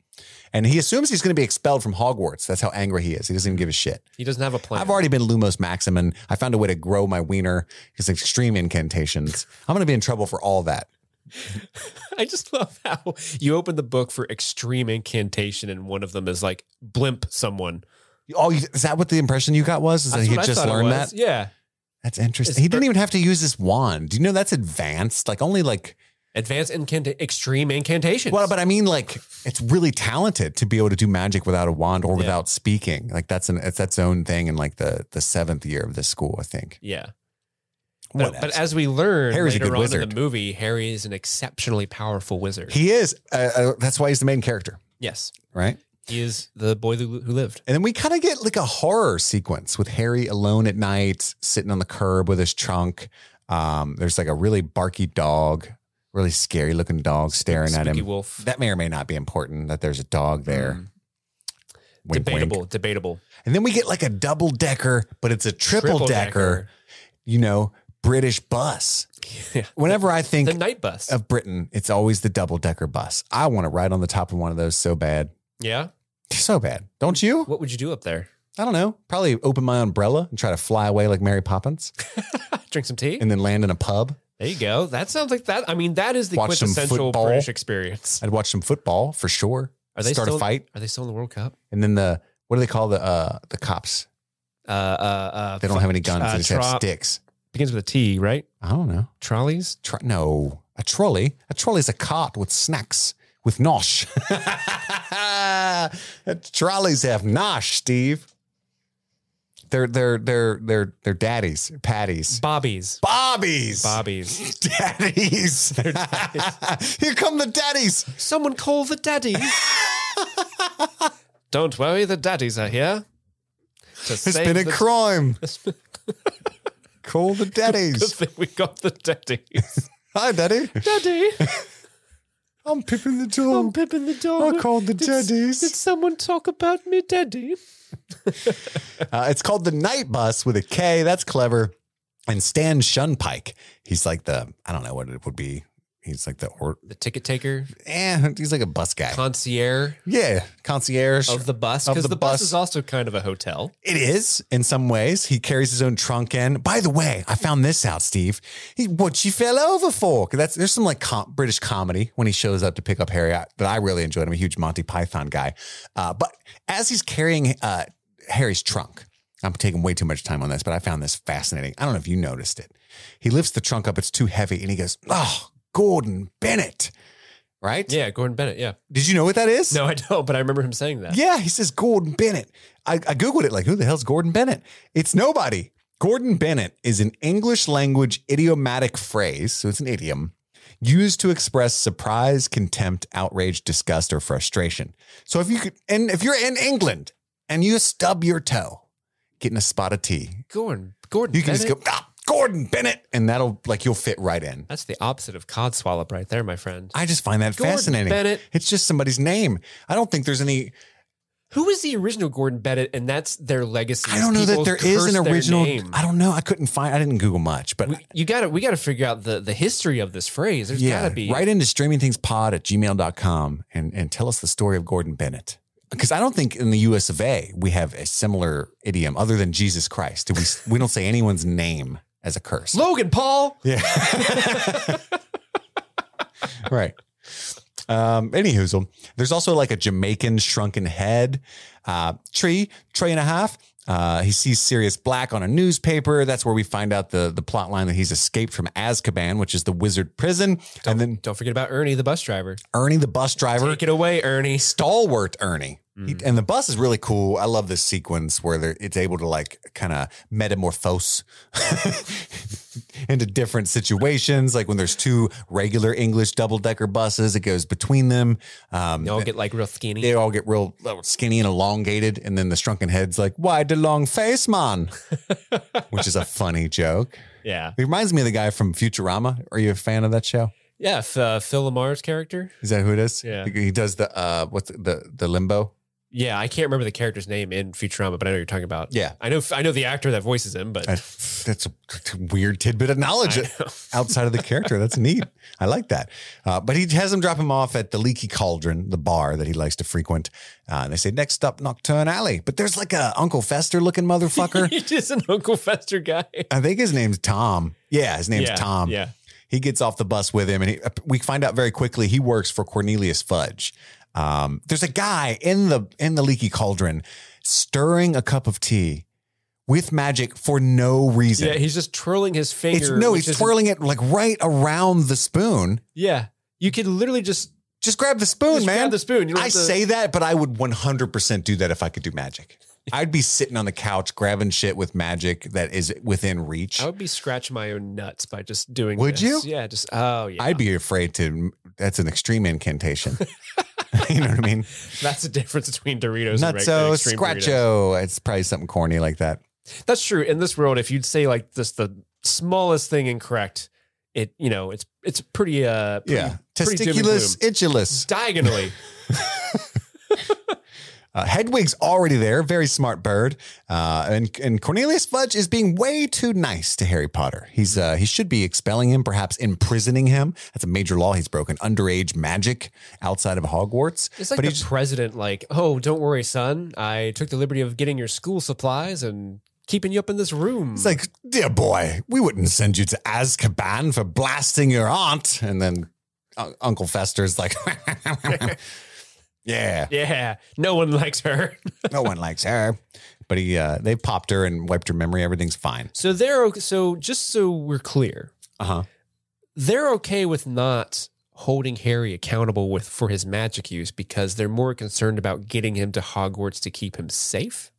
Speaker 1: And he assumes he's going to be expelled from Hogwarts. That's how angry he is. He doesn't even give a shit.
Speaker 2: He doesn't have a plan.
Speaker 1: I've already been Lumos Maximin. I found a way to grow my wiener because of extreme incantations. I'm going to be in trouble for all that.
Speaker 2: I just love how you open the book for extreme incantation, and one of them is like blimp someone.
Speaker 1: Oh, you- is that what the impression you got was? Is that
Speaker 2: That's
Speaker 1: he
Speaker 2: what I
Speaker 1: just
Speaker 2: thought it
Speaker 1: learned
Speaker 2: was.
Speaker 1: that?
Speaker 2: Yeah,
Speaker 1: That's interesting.
Speaker 2: It's
Speaker 1: He didn't
Speaker 2: per-
Speaker 1: even have to use his wand. Do you know that's advanced? Like only like
Speaker 2: advanced incant, extreme incantations.
Speaker 1: well, but I mean like it's really talented to be able to do magic without a wand or without speaking. Like that's an it's its own thing in like the the seventh year of this school, I think.
Speaker 2: yeah.
Speaker 1: What
Speaker 2: But, but as we learn
Speaker 1: Harry's a
Speaker 2: later
Speaker 1: good
Speaker 2: on in
Speaker 1: wizard.
Speaker 2: the movie, Harry is an exceptionally powerful wizard.
Speaker 1: he is. Uh, uh, that's why he's the main character,
Speaker 2: yes,
Speaker 1: right?
Speaker 2: he is the boy who, who lived.
Speaker 1: And then we kind of get like a horror sequence with Harry alone at night, sitting on the curb with his trunk. Um, there's like a really barky dog, really scary looking dog staring at
Speaker 2: Spooky
Speaker 1: him.
Speaker 2: Wolf.
Speaker 1: That may or may not be important that there's a dog there.
Speaker 2: Mm.
Speaker 1: Wink, wink.
Speaker 2: debatable, debatable.
Speaker 1: And then we get like a double decker, but it's a triple, decker,
Speaker 2: Triple-decker.
Speaker 1: you know, British bus.
Speaker 2: Yeah.
Speaker 1: Whenever I think
Speaker 2: The night bus.
Speaker 1: of Britain, it's always the double decker bus. I want to ride on the top of one of those so bad.
Speaker 2: yeah.
Speaker 1: So bad. Don't you?
Speaker 2: What would you do up there?
Speaker 1: I don't know. Probably open my umbrella and try to fly away like Mary Poppins
Speaker 2: Drink some tea.
Speaker 1: and then land in a pub.
Speaker 2: There you go. That sounds like that. I mean, that is the
Speaker 1: Watch some
Speaker 2: quintessential
Speaker 1: football.
Speaker 2: British experience.
Speaker 1: I'd watch some football for sure.
Speaker 2: Are they
Speaker 1: Start
Speaker 2: still
Speaker 1: a fight.
Speaker 2: Are they still in the World Cup?
Speaker 1: And then the, what do they call the uh, the cops?
Speaker 2: Uh, uh, uh,
Speaker 1: They don't have any guns.
Speaker 2: uh,
Speaker 1: they just
Speaker 2: trop-
Speaker 1: have sticks.
Speaker 2: begins with a T, right?
Speaker 1: I don't know.
Speaker 2: Trolleys.
Speaker 1: Tro- no, a trolley. A trolley is a cart with snacks, with nosh. Trolleys have nosh, Steve. They're they're they're they're they're daddies, patties,
Speaker 2: Bobbies.
Speaker 1: bobbies,
Speaker 2: Bobbies.
Speaker 1: daddies. Here come the daddies.
Speaker 2: Someone call the daddies. Don't worry, the daddies are here. To
Speaker 1: It's
Speaker 2: save
Speaker 1: been a
Speaker 2: the-
Speaker 1: crime. Call the
Speaker 2: Good
Speaker 1: daddies.
Speaker 2: thing we got the daddies.
Speaker 1: Hi, daddy.
Speaker 2: Daddy,
Speaker 1: I'm pipping the
Speaker 2: I'm
Speaker 1: dog.
Speaker 2: pipping the dog.
Speaker 1: I called the
Speaker 2: Did- Did
Speaker 1: daddies.
Speaker 2: someone talk about me, daddy?
Speaker 1: Uh, it's called the night bus with a K. That's clever. And Stan Shunpike, he's like the I don't know what it would be. He's like the or
Speaker 2: The ticket taker,
Speaker 1: eh, he's like a bus guy.
Speaker 2: concierge
Speaker 1: yeah, concierge.
Speaker 2: of the bus,
Speaker 1: Of
Speaker 2: because
Speaker 1: the
Speaker 2: the, bus.
Speaker 1: bus.
Speaker 2: is also kind of a hotel.
Speaker 1: It is in some ways. He carries his own trunk in. By the way, I found this out, Steve. He, what she fell over for? 'Cause That's there's some like com- British comedy when he shows up to pick up Harry I, that I really enjoyed. I'm a huge Monty Python guy. Uh, but as he's carrying uh, Harry's trunk, I'm taking way too much time on this, but I found this fascinating. I don't know if you noticed it. He lifts the trunk up; it's too heavy, and he goes, "Oh, Gordon Bennett." Right?
Speaker 2: Yeah, Gordon Bennett. Yeah.
Speaker 1: Did you know what that is?
Speaker 2: No, I don't, but I remember him saying that.
Speaker 1: Yeah, he says Gordon Bennett. I, I Googled it, like, who the hell's Gordon Bennett? It's nobody. Gordon Bennett is an English language idiomatic phrase, so it's an idiom, used to express surprise, contempt, outrage, disgust, or frustration. So if you could, and if you're in England and you stub your toe getting a spot of tea,
Speaker 2: Gordon. Gordon.
Speaker 1: you can
Speaker 2: Bennett?
Speaker 1: just go, ah, Gordon Bennett, and that'll, like, you'll fit right in.
Speaker 2: That's the opposite of codswallop right there, my friend.
Speaker 1: I just find that
Speaker 2: Gordon
Speaker 1: fascinating.
Speaker 2: Bennett.
Speaker 1: It's just somebody's name. I don't think there's any
Speaker 2: Who was the original Gordon Bennett? And that's their legacy.
Speaker 1: I don't know
Speaker 2: People
Speaker 1: that there is
Speaker 2: curse
Speaker 1: an
Speaker 2: their
Speaker 1: original.
Speaker 2: name.
Speaker 1: I don't know. I couldn't find. I didn't Google much, but
Speaker 2: We- you got to we got to figure out the the history of this phrase. There's
Speaker 1: yeah,
Speaker 2: got to be
Speaker 1: right into streamingthingspod at gmail.com and, and tell us the story of Gordon Bennett. Because I don't think in the US of A we have a similar idiom other than Jesus Christ. Do we, we don't say anyone's name as a curse.
Speaker 2: Logan Paul.
Speaker 1: Yeah. right. Um, anywho, there's also like a Jamaican shrunken head, uh, tree, tray and a half. Uh, he sees Sirius Black on a newspaper. That's where we find out the the plot line that he's escaped from Azkaban, which is the wizard prison. and then
Speaker 2: Don't forget about Ernie the bus driver.
Speaker 1: Ernie the bus driver,
Speaker 2: Take it away, Ernie.
Speaker 1: stalwart Ernie. He-
Speaker 2: Mm-hmm.
Speaker 1: and the bus is really cool. I love this sequence where they're, it's able to like kind of metamorphose into different situations. Like when there's two regular English double decker buses, it goes between them. Um,
Speaker 2: They all get like real skinny.
Speaker 1: they all get real skinny and elongated. And then the shrunken head's like, why the long face, man? Which is a funny joke.
Speaker 2: Yeah,
Speaker 1: It reminds me of the guy from Futurama. Are you a fan of that show?
Speaker 2: yeah. F- uh, Phil Lamar's character.
Speaker 1: Is that who it is?
Speaker 2: Yeah.
Speaker 1: He does the uh what's it- the the limbo?
Speaker 2: Yeah, I can't remember the character's name in Futurama, but I know you're talking about.
Speaker 1: Yeah.
Speaker 2: I know I know the actor that voices him, but
Speaker 1: That's that's a weird tidbit of knowledge
Speaker 2: I know.
Speaker 1: outside of the character. That's neat. I like that. Uh, but he has him drop him off at the Leaky Cauldron, the bar that he likes to frequent. Uh, and they say next up Nocturne Alley. But there's like a Uncle Fester looking motherfucker.
Speaker 2: he's just an Uncle Fester guy.
Speaker 1: I think his name's Tom. Yeah, his name's
Speaker 2: yeah,
Speaker 1: Tom.
Speaker 2: Yeah,
Speaker 1: he gets off the bus with him, and he, uh, we find out very quickly he works for Cornelius Fudge. Um, there's a guy in the in the leaky cauldron stirring a cup of tea with magic for no reason.
Speaker 2: yeah. He's just twirling his finger.
Speaker 1: it's no,
Speaker 2: which
Speaker 1: he's
Speaker 2: is-
Speaker 1: twirling it like right around the spoon.
Speaker 2: Yeah, you could literally just,
Speaker 1: Just grab the spoon,
Speaker 2: just
Speaker 1: man.
Speaker 2: grab the spoon. You don't
Speaker 1: I
Speaker 2: have to-
Speaker 1: say that, but I would 100% do that if I could do magic. I'd be sitting on the couch grabbing shit with magic that is within reach.
Speaker 2: I would be scratching my own nuts by just doing.
Speaker 1: Would
Speaker 2: this.
Speaker 1: you?
Speaker 2: Yeah, just oh yeah.
Speaker 1: I'd be afraid to. That's an extreme incantation. you know what I mean?
Speaker 2: That's the difference between Doritos and reg-
Speaker 1: Nutso,
Speaker 2: and extreme Doritos.
Speaker 1: Scratcho. It's probably something corny like that.
Speaker 2: That's true. In this world, if you'd say like this, the smallest thing incorrect, it you know it's it's pretty uh pretty
Speaker 1: Yeah.
Speaker 2: pretty doom and
Speaker 1: Testiculus,
Speaker 2: gloom.
Speaker 1: itulus.
Speaker 2: diagonally.
Speaker 1: Uh, Hedwig's already there. Very smart bird. Uh, and, and Cornelius Fudge is being way too nice to Harry Potter. He's uh, He should be expelling him, perhaps imprisoning him. That's a major law he's broken. Underage magic outside of Hogwarts.
Speaker 2: It's like
Speaker 1: but
Speaker 2: the
Speaker 1: he's
Speaker 2: president, like, oh, don't worry, son. I took the liberty of getting your school supplies and keeping you up in this room.
Speaker 1: it's like, dear boy, we wouldn't send you to Azkaban for blasting your aunt. And then uh, Uncle Fester's like, yeah.
Speaker 2: yeah, no one likes her.
Speaker 1: no one likes her. But he, uh, they popped her and wiped her memory. Everything's fine.
Speaker 2: so they're okay. So just so we're clear,
Speaker 1: Uh huh.
Speaker 2: they're okay with not holding Harry accountable with for his magic use because they're more concerned about getting him to Hogwarts to keep him safe.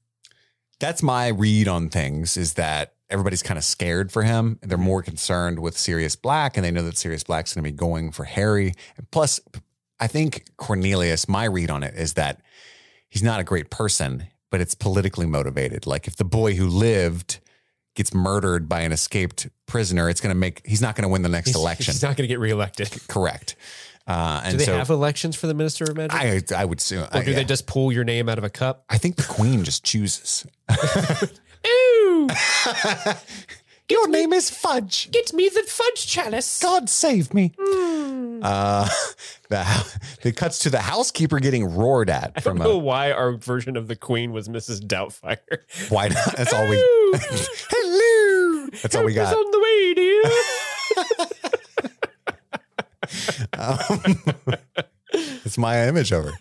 Speaker 1: That's my read on things is that everybody's kind of scared for him. They're more concerned with Sirius Black, and they know that Sirius Black's going to be going for Harry. And plus, I think Cornelius, my read on it is that he's not a great person, but it's politically motivated. Like if the boy who lived gets murdered by an escaped prisoner, it's going to make, he's not going to win the next
Speaker 2: He's-
Speaker 1: election.
Speaker 2: He's not going to get reelected.
Speaker 1: Correct. Uh,
Speaker 2: Do
Speaker 1: and
Speaker 2: they
Speaker 1: so
Speaker 2: have elections for the Minister of Magic?
Speaker 1: I, I would assume.
Speaker 2: or do
Speaker 1: yeah.
Speaker 2: they just pull your name out of a cup?
Speaker 1: I think the queen just chooses.
Speaker 2: Ooh,
Speaker 1: Your name is Fudge.
Speaker 2: get me the fudge chalice.
Speaker 1: God save me. Uh, the hou- it cuts to the housekeeper getting roared at
Speaker 2: I
Speaker 1: from
Speaker 2: don't know
Speaker 1: a
Speaker 2: why our version of the Queen was Mrs. Doubtfire.
Speaker 1: why not? That's all we.
Speaker 2: Hello,
Speaker 1: Hello. That's all we
Speaker 2: help is
Speaker 1: got.
Speaker 2: on the way, dear.
Speaker 1: It's my image of her.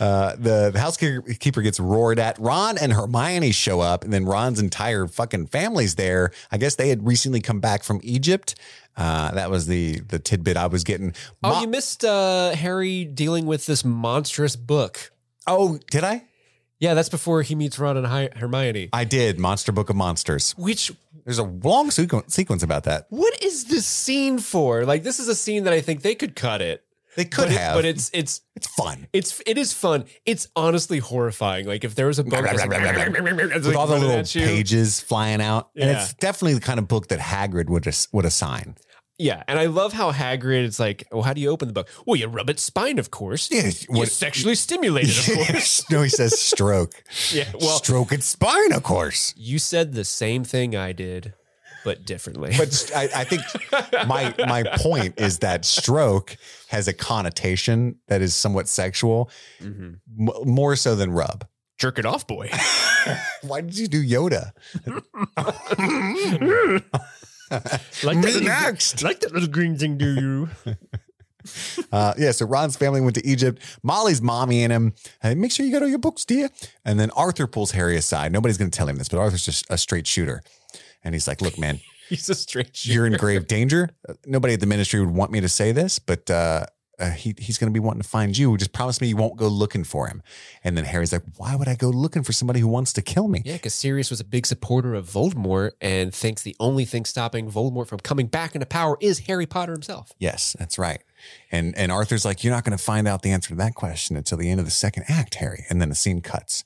Speaker 1: Uh, the, the housekeeper gets roared at. Ron and Hermione show up, and then Ron's entire fucking family's there. I guess they had recently come back from Egypt. Uh, that was the the tidbit I was getting.
Speaker 2: oh,
Speaker 1: Ma-
Speaker 2: you missed uh, Harry dealing with this monstrous book.
Speaker 1: oh, did I?
Speaker 2: Yeah, that's before he meets Ron and Hi- Hermione.
Speaker 1: I did. Monster Book of Monsters.
Speaker 2: Which,
Speaker 1: There's a long sequ- sequence about that.
Speaker 2: what is this scene for? Like, this is a scene that I think they could cut it.
Speaker 1: They could
Speaker 2: but it-
Speaker 1: have,
Speaker 2: but it's it's
Speaker 1: it's fun.
Speaker 2: it's it is fun. It's honestly horrifying. Like if there was a book that's that's
Speaker 1: With all the
Speaker 2: running
Speaker 1: little
Speaker 2: at you.
Speaker 1: pages flying out, and
Speaker 2: Yeah.
Speaker 1: it's definitely the kind of book that Hagrid would ass- would assign.
Speaker 2: Yeah, and I love how Hagrid is like, well, how do you open the book? Well, you rub its spine, of course.
Speaker 1: Yeah,
Speaker 2: You
Speaker 1: what-
Speaker 2: sexually stimulated, of course.
Speaker 1: no, he says stroke.
Speaker 2: yeah, well,
Speaker 1: stroke its spine, of course.
Speaker 2: you said the same thing I did, but differently.
Speaker 1: But I, I think my my point is that stroke has a connotation that is somewhat sexual,
Speaker 2: Mhm.
Speaker 1: m- more so than rub.
Speaker 2: jerk it off, boy.
Speaker 1: Why did you do Yoda?
Speaker 2: Like
Speaker 1: Me next.
Speaker 2: like that little green thing, do you?
Speaker 1: Uh, yeah, so Ron's family went to Egypt. Molly's mommy and him. Hey, make sure you got all your books, dear. And then Arthur pulls Harry aside. Nobody's going to tell him this, but Arthur's just a straight shooter. And he's like, look, man,
Speaker 2: He's a straight shooter.
Speaker 1: you're in grave danger. Uh, Nobody at the ministry would want me to say this, but uh, uh, he, he's going to be wanting to find you. Just promise me you won't go looking for him. And then Harry's like, why would I go looking for somebody who wants to kill me?
Speaker 2: Yeah, because Sirius was a big supporter of Voldemort and thinks the only thing stopping Voldemort from coming back into power is Harry Potter himself.
Speaker 1: Yes, that's right. And and Arthur's like, you're not going to find out the answer to that question until the end of the second act, Harry. And then the scene cuts.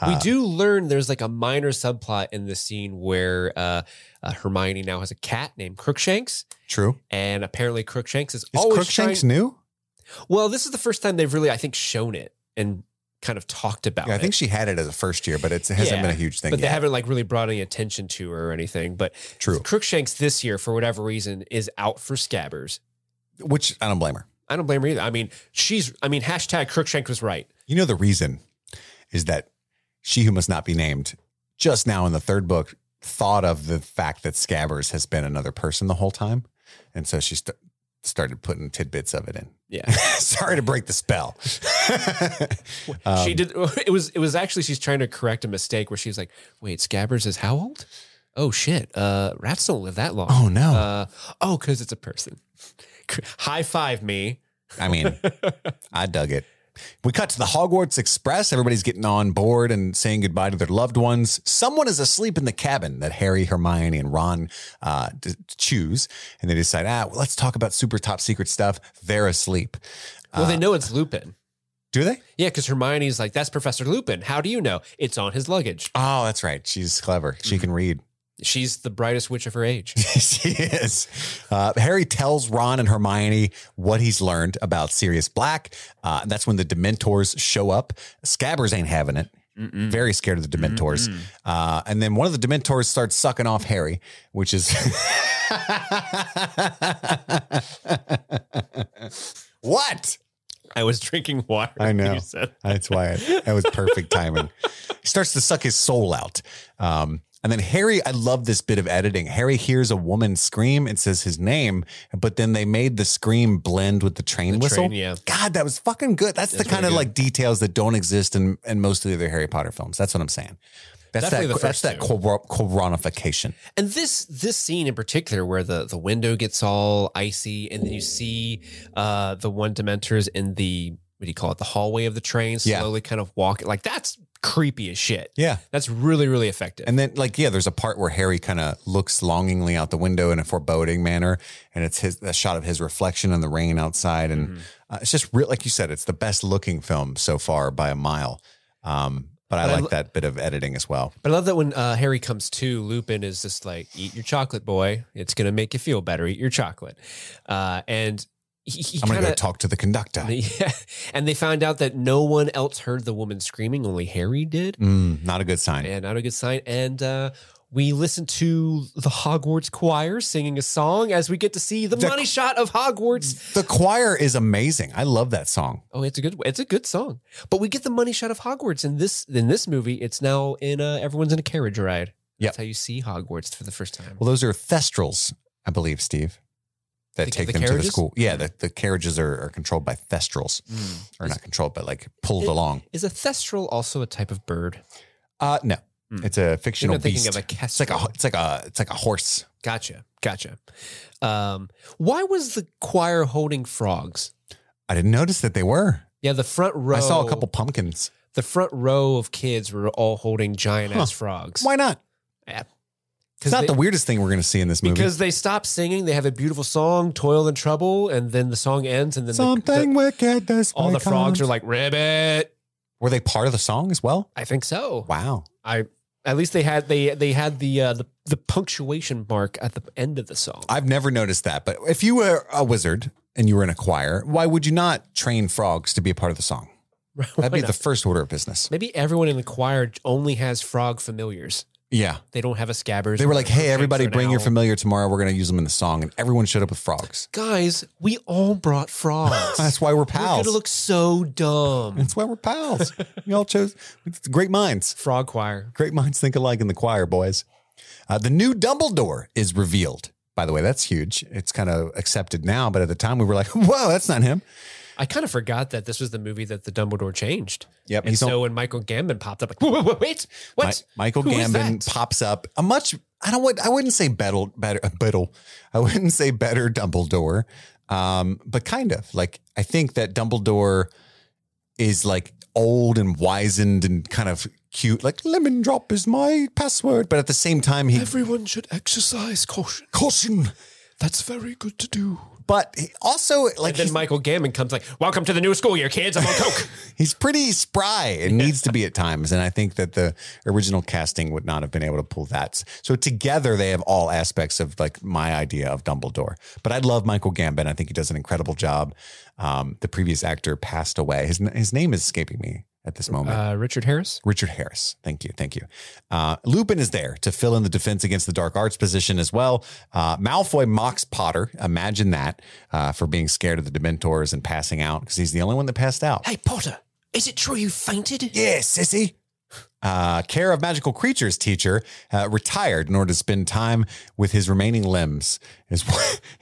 Speaker 1: Ah.
Speaker 2: we do learn there's like a minor subplot in the scene where uh, uh, Hermione now has a cat named Crookshanks,
Speaker 1: True.
Speaker 2: and apparently Crookshanks is,
Speaker 1: Is
Speaker 2: always
Speaker 1: Crookshanks
Speaker 2: trying-
Speaker 1: new?
Speaker 2: well, this is the first time they've really, I think, shown it and kind of talked about
Speaker 1: Yeah, I
Speaker 2: it.
Speaker 1: think she had it as a first year, but it's, it hasn't
Speaker 2: Yeah,
Speaker 1: been a huge thing
Speaker 2: but they
Speaker 1: yet.
Speaker 2: haven't like really brought any attention to her or anything. But
Speaker 1: True.
Speaker 2: Crookshanks this year, for whatever reason, is out for scabbers.
Speaker 1: Which I don't blame her.
Speaker 2: I don't blame her either. I mean, she's. I mean, hashtag Crookshanks was right.
Speaker 1: You know, the reason is that she who must not be named just now in the third book thought of the fact that Scabbers has been another person the whole time. And so she st- started putting tidbits of it in.
Speaker 2: Yeah,
Speaker 1: Sorry to break the spell.
Speaker 2: she did. It was. It was actually. She's trying to correct a mistake where she's like, "Wait, Scabbers is how old? Oh shit! Uh, rats don't live that long.
Speaker 1: Oh, no.
Speaker 2: Uh, oh, because it's a person. High five me.
Speaker 1: I mean, I dug it. We cut to the Hogwarts Express. Everybody's getting on board and saying goodbye to their loved ones. Someone is asleep in the cabin that Harry, Hermione, and Ron uh, d- choose. And they decide, ah, well, let's talk about super top secret stuff. They're asleep.
Speaker 2: Well, they know it's Lupin.
Speaker 1: Do they?
Speaker 2: Yeah, because Hermione's like, "That's Professor Lupin. How do you know? It's on his luggage.
Speaker 1: Oh, that's right. She's clever. She can read.
Speaker 2: She's the brightest witch of her age."
Speaker 1: she is. Uh, Harry tells Ron and Hermione what he's learned about Sirius Black. Uh, that's when the Dementors show up. Scabbers ain't having it. Very scared of the Dementors. Uh, and then one of the Dementors starts sucking off Harry, which is. what?
Speaker 2: I was drinking water.
Speaker 1: I know.
Speaker 2: You said.
Speaker 1: That's why I, that was perfect timing. He starts to suck his soul out. Um, and then Harry, I love this bit of editing. Harry hears a woman scream and says his name, but then they made the scream blend with the train
Speaker 2: The
Speaker 1: whistle.
Speaker 2: train, yeah.
Speaker 1: God, that was fucking good. That's, the
Speaker 2: That's
Speaker 1: kind of
Speaker 2: really
Speaker 1: like details that don't exist in, in most of the other Harry Potter films. That's what I'm saying. That's
Speaker 2: Definitely
Speaker 1: that.
Speaker 2: the
Speaker 1: That's
Speaker 2: first
Speaker 1: that
Speaker 2: two.
Speaker 1: cor- coronification.
Speaker 2: And this this scene in particular, where the the window gets all icy, and then you see uh the one Dementor's in the what do you call it, the hallway of the train,
Speaker 1: Yeah.
Speaker 2: slowly kind of walking. Like that's creepy as shit.
Speaker 1: Yeah.
Speaker 2: That's really really effective.
Speaker 1: And then, like, yeah, there's a part where Harry kind of looks longingly out the window in a foreboding manner, and it's his a shot of his reflection in the rain outside, and
Speaker 2: Mm-hmm.
Speaker 1: uh, it's just real. Like you said, it's the best looking film so far by a mile. Um, but I
Speaker 2: But I
Speaker 1: like
Speaker 2: lo-
Speaker 1: that bit of editing as well.
Speaker 2: but I love that when uh, Harry comes to, Lupin is just like, "Eat your chocolate, boy. It's gonna make you feel better. Eat your chocolate." Uh, and he, he
Speaker 1: I'm gonna
Speaker 2: kinda-
Speaker 1: go talk to the conductor.
Speaker 2: Yeah. And they found out that no one else heard the woman screaming, only Harry did.
Speaker 1: Mm, not a good sign.
Speaker 2: and not a good sign. And uh, we listen to the Hogwarts choir singing a song as we get to see the, Mm.
Speaker 1: The-
Speaker 2: money shot of Hogwarts.
Speaker 1: The choir is amazing. I love that song.
Speaker 2: Oh, it's a good it's a good song. But we get the money shot of Hogwarts in this in this movie. It's now in uh, everyone's in a carriage ride.
Speaker 1: Yep.
Speaker 2: That's how you see Hogwarts for the first time.
Speaker 1: Well, those are thestrals, I believe, Steve, that
Speaker 2: The-
Speaker 1: take
Speaker 2: the
Speaker 1: them to the
Speaker 2: carriages?
Speaker 1: school. Yeah, the, the carriages are, are controlled by thestrals,
Speaker 2: Mm.
Speaker 1: or not controlled, but like pulled
Speaker 2: It-
Speaker 1: along.
Speaker 2: Is a thestral also a type of bird?
Speaker 1: Uh, no,
Speaker 2: Hmm.
Speaker 1: it's a
Speaker 2: Maybe
Speaker 1: fictional
Speaker 2: I'm thinking
Speaker 1: beast.
Speaker 2: of a kestrel.
Speaker 1: It's like a it's like a it's like a horse.
Speaker 2: gotcha, gotcha. Um, why was the choir holding frogs?
Speaker 1: I didn't notice that they were.
Speaker 2: Yeah, the front row.
Speaker 1: I saw a couple pumpkins.
Speaker 2: The front row of kids were all holding giant ass frogs.
Speaker 1: Why not?
Speaker 2: Yeah.
Speaker 1: It's not
Speaker 2: they,
Speaker 1: the weirdest thing we're going to see in this movie.
Speaker 2: because they stop singing. They have a beautiful song, "Toil and Trouble," and then the song ends, and then the-
Speaker 1: Something
Speaker 2: the-
Speaker 1: wicked. This
Speaker 2: all the
Speaker 1: may come.
Speaker 2: frogs are like ribbit.
Speaker 1: Were they part of the song as well?
Speaker 2: I think so.
Speaker 1: Wow.
Speaker 2: I At least they had they they had the uh, the the punctuation mark at the end of the song.
Speaker 1: I've never noticed that, but if you were a wizard and you were in a choir, why would you not train frogs to be a part of the song? That'd be the first order of business.
Speaker 2: Maybe everyone in the choir only has frog familiars.
Speaker 1: Yeah.
Speaker 2: They don't have a scabbers.
Speaker 1: They were
Speaker 2: or
Speaker 1: like,
Speaker 2: a picture
Speaker 1: hey, everybody,
Speaker 2: of an
Speaker 1: bring your
Speaker 2: owl."
Speaker 1: familiar tomorrow. We're going to use them in the song. And everyone showed up with frogs.
Speaker 2: Guys, we all brought frogs.
Speaker 1: That's why we're
Speaker 2: We're gonna
Speaker 1: pals.
Speaker 2: look so dumb.
Speaker 1: That's why we're pals. we all chose it's great minds.
Speaker 2: Frog choir.
Speaker 1: Great minds think alike in the choir, boys. Uh, the new Dumbledore is revealed. By the way, that's huge. It's kind of accepted now, but at the time we were like, whoa, that's not him.
Speaker 2: I kind of forgot that this was the movie that the Dumbledore changed.
Speaker 1: Yep,
Speaker 2: And
Speaker 1: he's
Speaker 2: so
Speaker 1: on-
Speaker 2: when Michael Gambon popped up, like, whoa, whoa, whoa, wait,
Speaker 1: Mi-
Speaker 2: what?
Speaker 1: Michael
Speaker 2: Who is
Speaker 1: Gambon
Speaker 2: that?
Speaker 1: pops up a much I don't want I wouldn't say better better better I wouldn't say better Dumbledore, um, but kind of like I think that Dumbledore is like old and wizened and kind of cute. Like lemon drop is my password, but at the same time he
Speaker 2: Everyone should exercise caution.
Speaker 1: caution.
Speaker 2: That's very good to do.
Speaker 1: But he also like
Speaker 2: And then
Speaker 1: he's-
Speaker 2: Michael Gammon comes like, "Welcome to the new school year, kids. I'm on coke."
Speaker 1: He's pretty spry and needs to be at times. And I think that the original casting would not have been able to pull that. So together they have all aspects of like my idea of Dumbledore. But I love Michael Gambon. I think he does an incredible job. Um, the previous actor passed away. His his name is escaping me at this moment.
Speaker 2: uh, Richard Harris.
Speaker 1: Richard Harris. Thank you. Thank you. Uh, Lupin is there to fill in the defense against the dark arts position as well. Uh, Malfoy mocks Potter. Imagine that uh, for being scared of the Dementors and passing out because he's the only one that passed out.
Speaker 2: Hey Potter, is it true you fainted?
Speaker 1: Yeah, sissy. Uh, Care of Magical Creatures teacher uh, retired in order to spend time with his remaining limbs, is,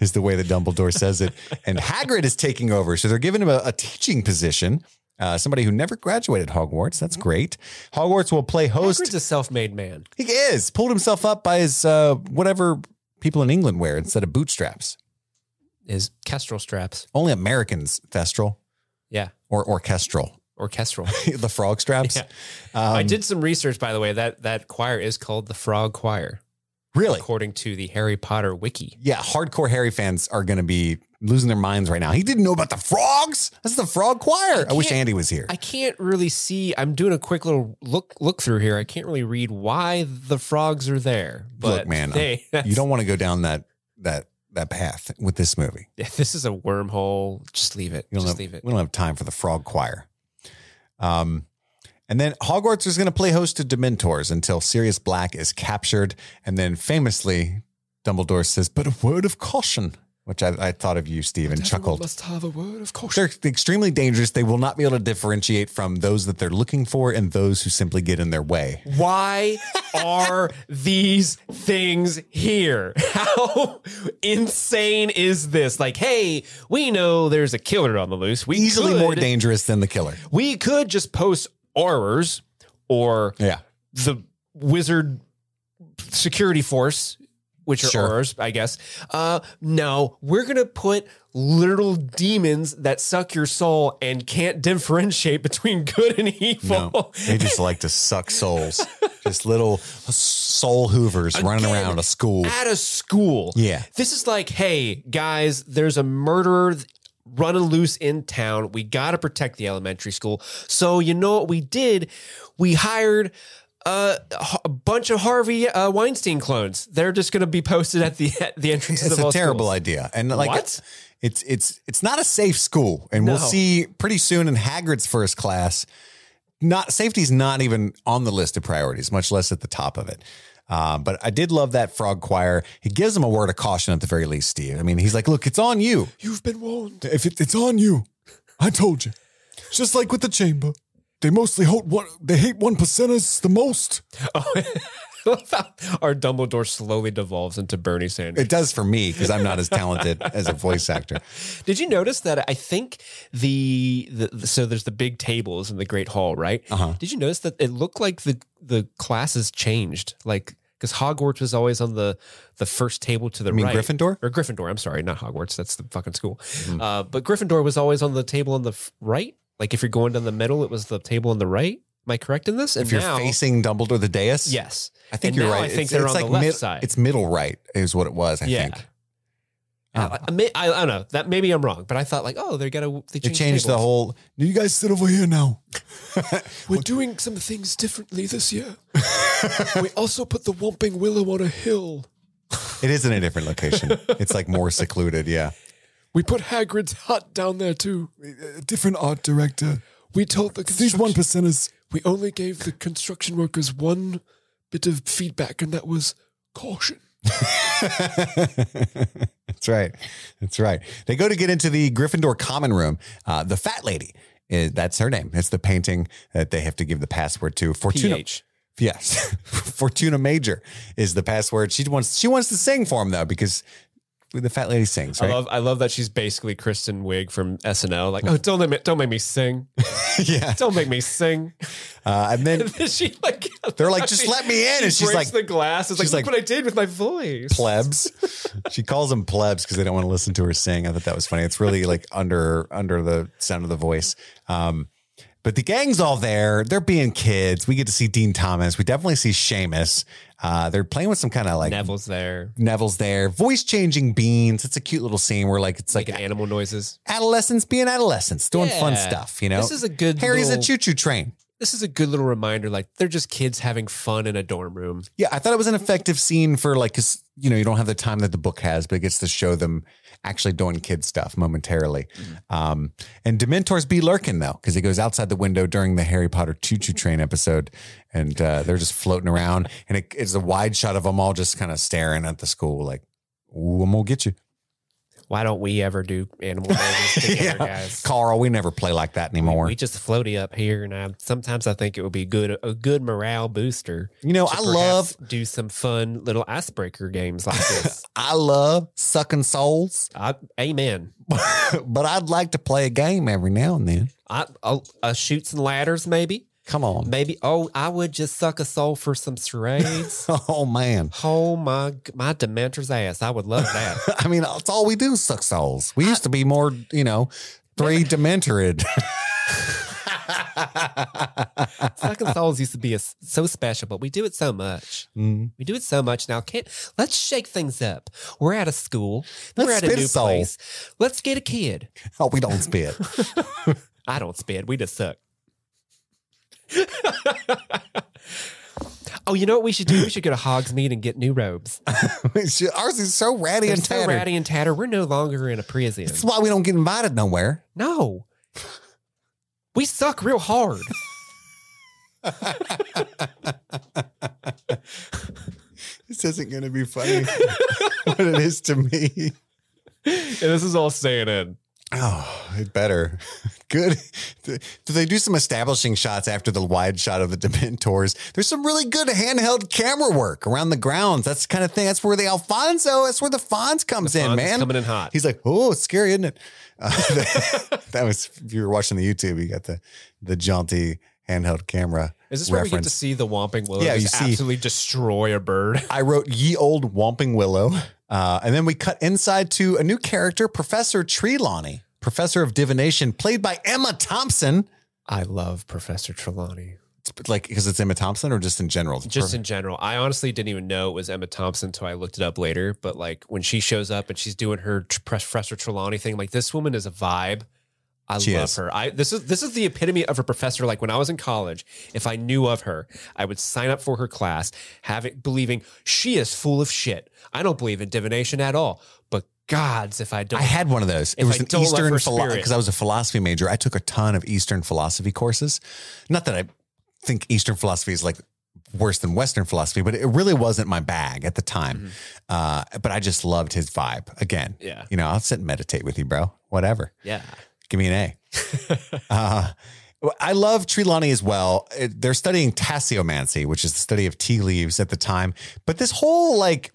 Speaker 1: is the way that Dumbledore says it. And Hagrid is taking over. So they're giving him a, a teaching position, uh, somebody who never graduated Hogwarts. That's great. Hogwarts will play host.
Speaker 2: Hagrid's a self-made man.
Speaker 1: He is. Pulled himself up by his uh, whatever people in England wear instead of bootstraps.
Speaker 2: Is kestrel straps?
Speaker 1: Only Americans, Thestral
Speaker 2: Yeah,
Speaker 1: or orchestral.
Speaker 2: orchestral.
Speaker 1: the frog straps.
Speaker 2: Yeah.
Speaker 1: Um,
Speaker 2: I did some research, by the way. That that choir is called the Frog Choir,
Speaker 1: Really?
Speaker 2: according to the Harry Potter wiki.
Speaker 1: yeah, hardcore Harry fans are going to be losing their minds right now. He didn't know about the frogs. That's the frog choir. I, wish
Speaker 2: can't-
Speaker 1: Andy was here.
Speaker 2: I can't really see. I'm doing a quick little look look through here. I can't really read why the frogs are there. But
Speaker 1: Look, man,
Speaker 2: they,
Speaker 1: you don't want to go down that that that path with this movie.
Speaker 2: This is a wormhole. Just leave it.
Speaker 1: You don't have-
Speaker 2: Just leave it.
Speaker 1: We don't have time for the frog choir. Um, and then Hogwarts is going to play host to Dementors until Sirius Black is captured, and then famously, Dumbledore says, "But a word of caution," which I, I thought of you, Steve, and chuckled.
Speaker 2: Must have a word of caution.
Speaker 1: They're extremely dangerous. They will not be able to differentiate from those that they're looking for and those who simply get in their way.
Speaker 2: Why are these things here? How insane is this? Like, hey, we know there's a killer on the loose. We
Speaker 1: Easily more
Speaker 2: could-
Speaker 1: dangerous than the killer.
Speaker 2: We could just post horrors or
Speaker 1: Yeah.
Speaker 2: the wizard security force, which are
Speaker 1: Sure.
Speaker 2: horrors, I guess. Uh, no, we're gonna put little demons that suck your soul and can't differentiate between good and evil.
Speaker 1: No, they just like to suck souls. Just little soul hoovers running
Speaker 2: Again,
Speaker 1: around a school.
Speaker 2: at a school.
Speaker 1: Yeah.
Speaker 2: This is like, hey, guys, there's a murderer th- running loose in town. We got to protect the elementary school. So, you know what we did? We hired uh, a h- a bunch of Harvey uh, Weinstein clones. They're just going to be posted at the at the entrances
Speaker 1: It's
Speaker 2: of all
Speaker 1: a terrible
Speaker 2: schools.
Speaker 1: idea. And like
Speaker 2: What?
Speaker 1: it's it's it's not a safe school. And we'll
Speaker 2: No.
Speaker 1: see pretty soon in Hagrid's first class. Not safety's not even on the list of priorities, much less at the top of it. Um, but I did love that frog choir. He gives him a word of caution at the very least, Steve. I mean, he's like, "Look, it's on you.
Speaker 2: You've been warned.
Speaker 1: If it, it's on you, I told you. It's just like with the chamber, they mostly hate one. They hate one percenters the most.
Speaker 2: Our Dumbledore slowly devolves into Bernie Sanders.
Speaker 1: It does for me because I'm not as talented as a voice actor.
Speaker 2: Did you notice that I think the, the, the- so there's the big tables in the Great Hall, right?
Speaker 1: Uh-huh.
Speaker 2: Did you notice that it looked like the the classes changed, like because Hogwarts was always on the the first table to the
Speaker 1: I mean,
Speaker 2: right.
Speaker 1: Gryffindor. Mm-hmm.
Speaker 2: or Gryffindor. I'm sorry, not Hogwarts. That's the fucking school. Uh, but Gryffindor was always on the table on the f- right. Like if you're going down the middle, it was the table on the right. Am I correct in this? And
Speaker 1: If you're
Speaker 2: now-
Speaker 1: facing Dumbledore the dais,
Speaker 2: yes,
Speaker 1: I think
Speaker 2: And
Speaker 1: you're
Speaker 2: now
Speaker 1: right.
Speaker 2: I think they're on the left
Speaker 1: mid-
Speaker 2: side.
Speaker 1: It's middle right is what it was. I
Speaker 2: Yeah.
Speaker 1: think Oh.
Speaker 2: I, I, may- I, I don't know. That maybe I'm wrong, but I thought like, oh, they're gonna they
Speaker 1: they
Speaker 2: changed,
Speaker 1: changed the
Speaker 2: tables.
Speaker 1: whole. You guys sit over here now.
Speaker 2: We're doing some things differently this year. we also put the Whomping Willow on a hill.
Speaker 1: It is in a different location. It's like more secluded. Yeah.
Speaker 2: We put Hagrid's hut down there too.
Speaker 4: A different art director.
Speaker 2: We told the
Speaker 4: These one
Speaker 2: construction.
Speaker 4: percenters.
Speaker 2: We only gave the construction workers one bit of feedback, and that was caution.
Speaker 1: That's right. That's right. They go to get into the Gryffindor common room. Uh, the fat lady. Is, that's her name. It's the painting that they have to give the password to. Fortuna.
Speaker 2: PH.
Speaker 1: Yes. Fortuna Major is the password. She wants she wants to sing for him though, because the fat lady sings,
Speaker 2: I
Speaker 1: right?
Speaker 2: love, I love that she's basically Kristen Wiig from SNL. Like, oh, don't let me, don't make me sing,
Speaker 1: yeah.
Speaker 2: don't make me sing.
Speaker 1: Uh, and then
Speaker 2: And then she like,
Speaker 1: They're like, "Just let me in," and she's like-
Speaker 2: breaks the glass. It's like,
Speaker 1: she's
Speaker 2: look
Speaker 1: like,
Speaker 2: what I did with my voice.
Speaker 1: plebs. she calls them plebs because they don't want to listen to her sing. I thought that was funny. It's really like under under the sound of the voice. Um, but the gang's all there. They're being kids. We get to see Dean Thomas. We definitely see Seamus. Uh, they're playing with some kind of like
Speaker 2: Neville's there,
Speaker 1: Neville's there. Voice changing beans. It's a cute little scene where like it's like,
Speaker 2: making animal noises.
Speaker 1: adolescents being adolescents, doing fun
Speaker 2: Yeah.
Speaker 1: stuff. You know,
Speaker 2: This is a good
Speaker 1: Harry's
Speaker 2: little-
Speaker 1: a choo choo train.
Speaker 2: This is a good little reminder. Like, they're just kids having fun in a dorm room.
Speaker 1: Yeah, I thought it was an effective scene for like, cause you know, you don't have the time that the book has, but it gets to show them actually doing kid stuff momentarily.
Speaker 2: Mm-hmm.
Speaker 1: Um, and Dementors be lurking though, because he goes outside the window during the Harry Potter Choo Choo Train episode, and uh, they're just floating around, and it, it's a wide shot of them all just kind of staring at the school, like, "Ooh, I'm gonna get you,
Speaker 2: Why don't we ever do animal noises together,
Speaker 1: Yeah.
Speaker 2: guys?
Speaker 1: Carl." We never play like that
Speaker 2: We-
Speaker 1: anymore.
Speaker 2: We just floaty up here, and I, sometimes I think it would be good a good morale booster.
Speaker 1: you know,
Speaker 2: to
Speaker 1: I
Speaker 2: perhaps
Speaker 1: love,
Speaker 2: do some fun little icebreaker games like this.
Speaker 1: I love sucking souls,
Speaker 2: I, amen.
Speaker 1: but I'd like to play a game every now and then.
Speaker 2: I, oh, uh, shoots and ladders, maybe.
Speaker 1: Come on.
Speaker 2: Maybe. Oh, I would just suck a soul for some charades.
Speaker 1: Oh man.
Speaker 2: oh my, g- my Dementor's ass! I would love that.
Speaker 1: I mean, it's all we do is suck souls. We used to be more, you know, three dementored.
Speaker 2: Sucking souls used to be a s so special, but we do it so much.
Speaker 1: Mm.
Speaker 2: We do it so much now. Can't let's shake things up. We're out of school. We're
Speaker 1: Let's
Speaker 2: at a
Speaker 1: spit
Speaker 2: new
Speaker 1: soul.
Speaker 2: place. Let's get a kid.
Speaker 1: Oh, we don't spit.
Speaker 2: I don't spit. We just suck. oh, you know what we should do? We should go to Hogsmeade and get new robes.
Speaker 1: Shit, Ours is so ratty
Speaker 2: They're
Speaker 1: and
Speaker 2: so
Speaker 1: tattered.
Speaker 2: ratty and tattered. We're no longer in a prison.
Speaker 1: That's why we don't get invited nowhere.
Speaker 2: No. We suck real hard.
Speaker 1: This isn't going to be funny. what it is to me.
Speaker 2: this is all staying in.
Speaker 1: Oh, it better. Good. Do they do some establishing shots after the wide shot of the Dementors? There's some really good handheld camera work around the grounds. That's the kind of thing. That's where the Alfonso, that's where the Fonz comes in,
Speaker 2: Fonz is
Speaker 1: man.
Speaker 2: coming in hot.
Speaker 1: He's like, oh, it's scary, isn't it? Uh, that, was, if you were watching the YouTube, you got the, the jaunty handheld camera.
Speaker 2: Is this where
Speaker 1: reference.
Speaker 2: we get to see the Whomping Willow
Speaker 1: Yeah,
Speaker 2: just
Speaker 1: you see-
Speaker 2: absolutely destroy a bird?
Speaker 1: I wrote Ye Old Whomping Willow. Uh, and then we cut inside to a new character, Professor Trelawney, Professor of Divination, played by Emma Thompson.
Speaker 2: I love Professor Trelawney.
Speaker 1: It's like, because it's Emma Thompson or just in general?
Speaker 2: Just in general, I honestly didn't even know it was Emma Thompson until I looked it up later. But like when she shows up and she's doing her tr- Professor Trelawney thing, like this woman is a vibe. I
Speaker 1: She
Speaker 2: love
Speaker 1: is.
Speaker 2: her. I this is this is the epitome of a professor. Like when I was in college, if I knew of her, I would sign up for her class, having believing she is full of shit. I don't believe in divination at all. But gods, if I don't,
Speaker 1: I had one of those. It
Speaker 2: If
Speaker 1: was
Speaker 2: I
Speaker 1: an
Speaker 2: don't love
Speaker 1: Eastern
Speaker 2: her
Speaker 1: philosophy
Speaker 2: spirit.
Speaker 1: because I was a philosophy major. I took a ton of Eastern philosophy courses. Not that I think Eastern philosophy is like worse than Western philosophy, but it really wasn't my bag at the time. Uh, but I just loved his vibe. Again,
Speaker 2: Mm-hmm. Yeah.
Speaker 1: you know, I'll sit and meditate with you, bro. Whatever.
Speaker 2: yeah.
Speaker 1: Give me an A. Uh, well, I love Trelawney as well. It- They're studying tassiomancy, which is the study of tea leaves at the time. But this whole like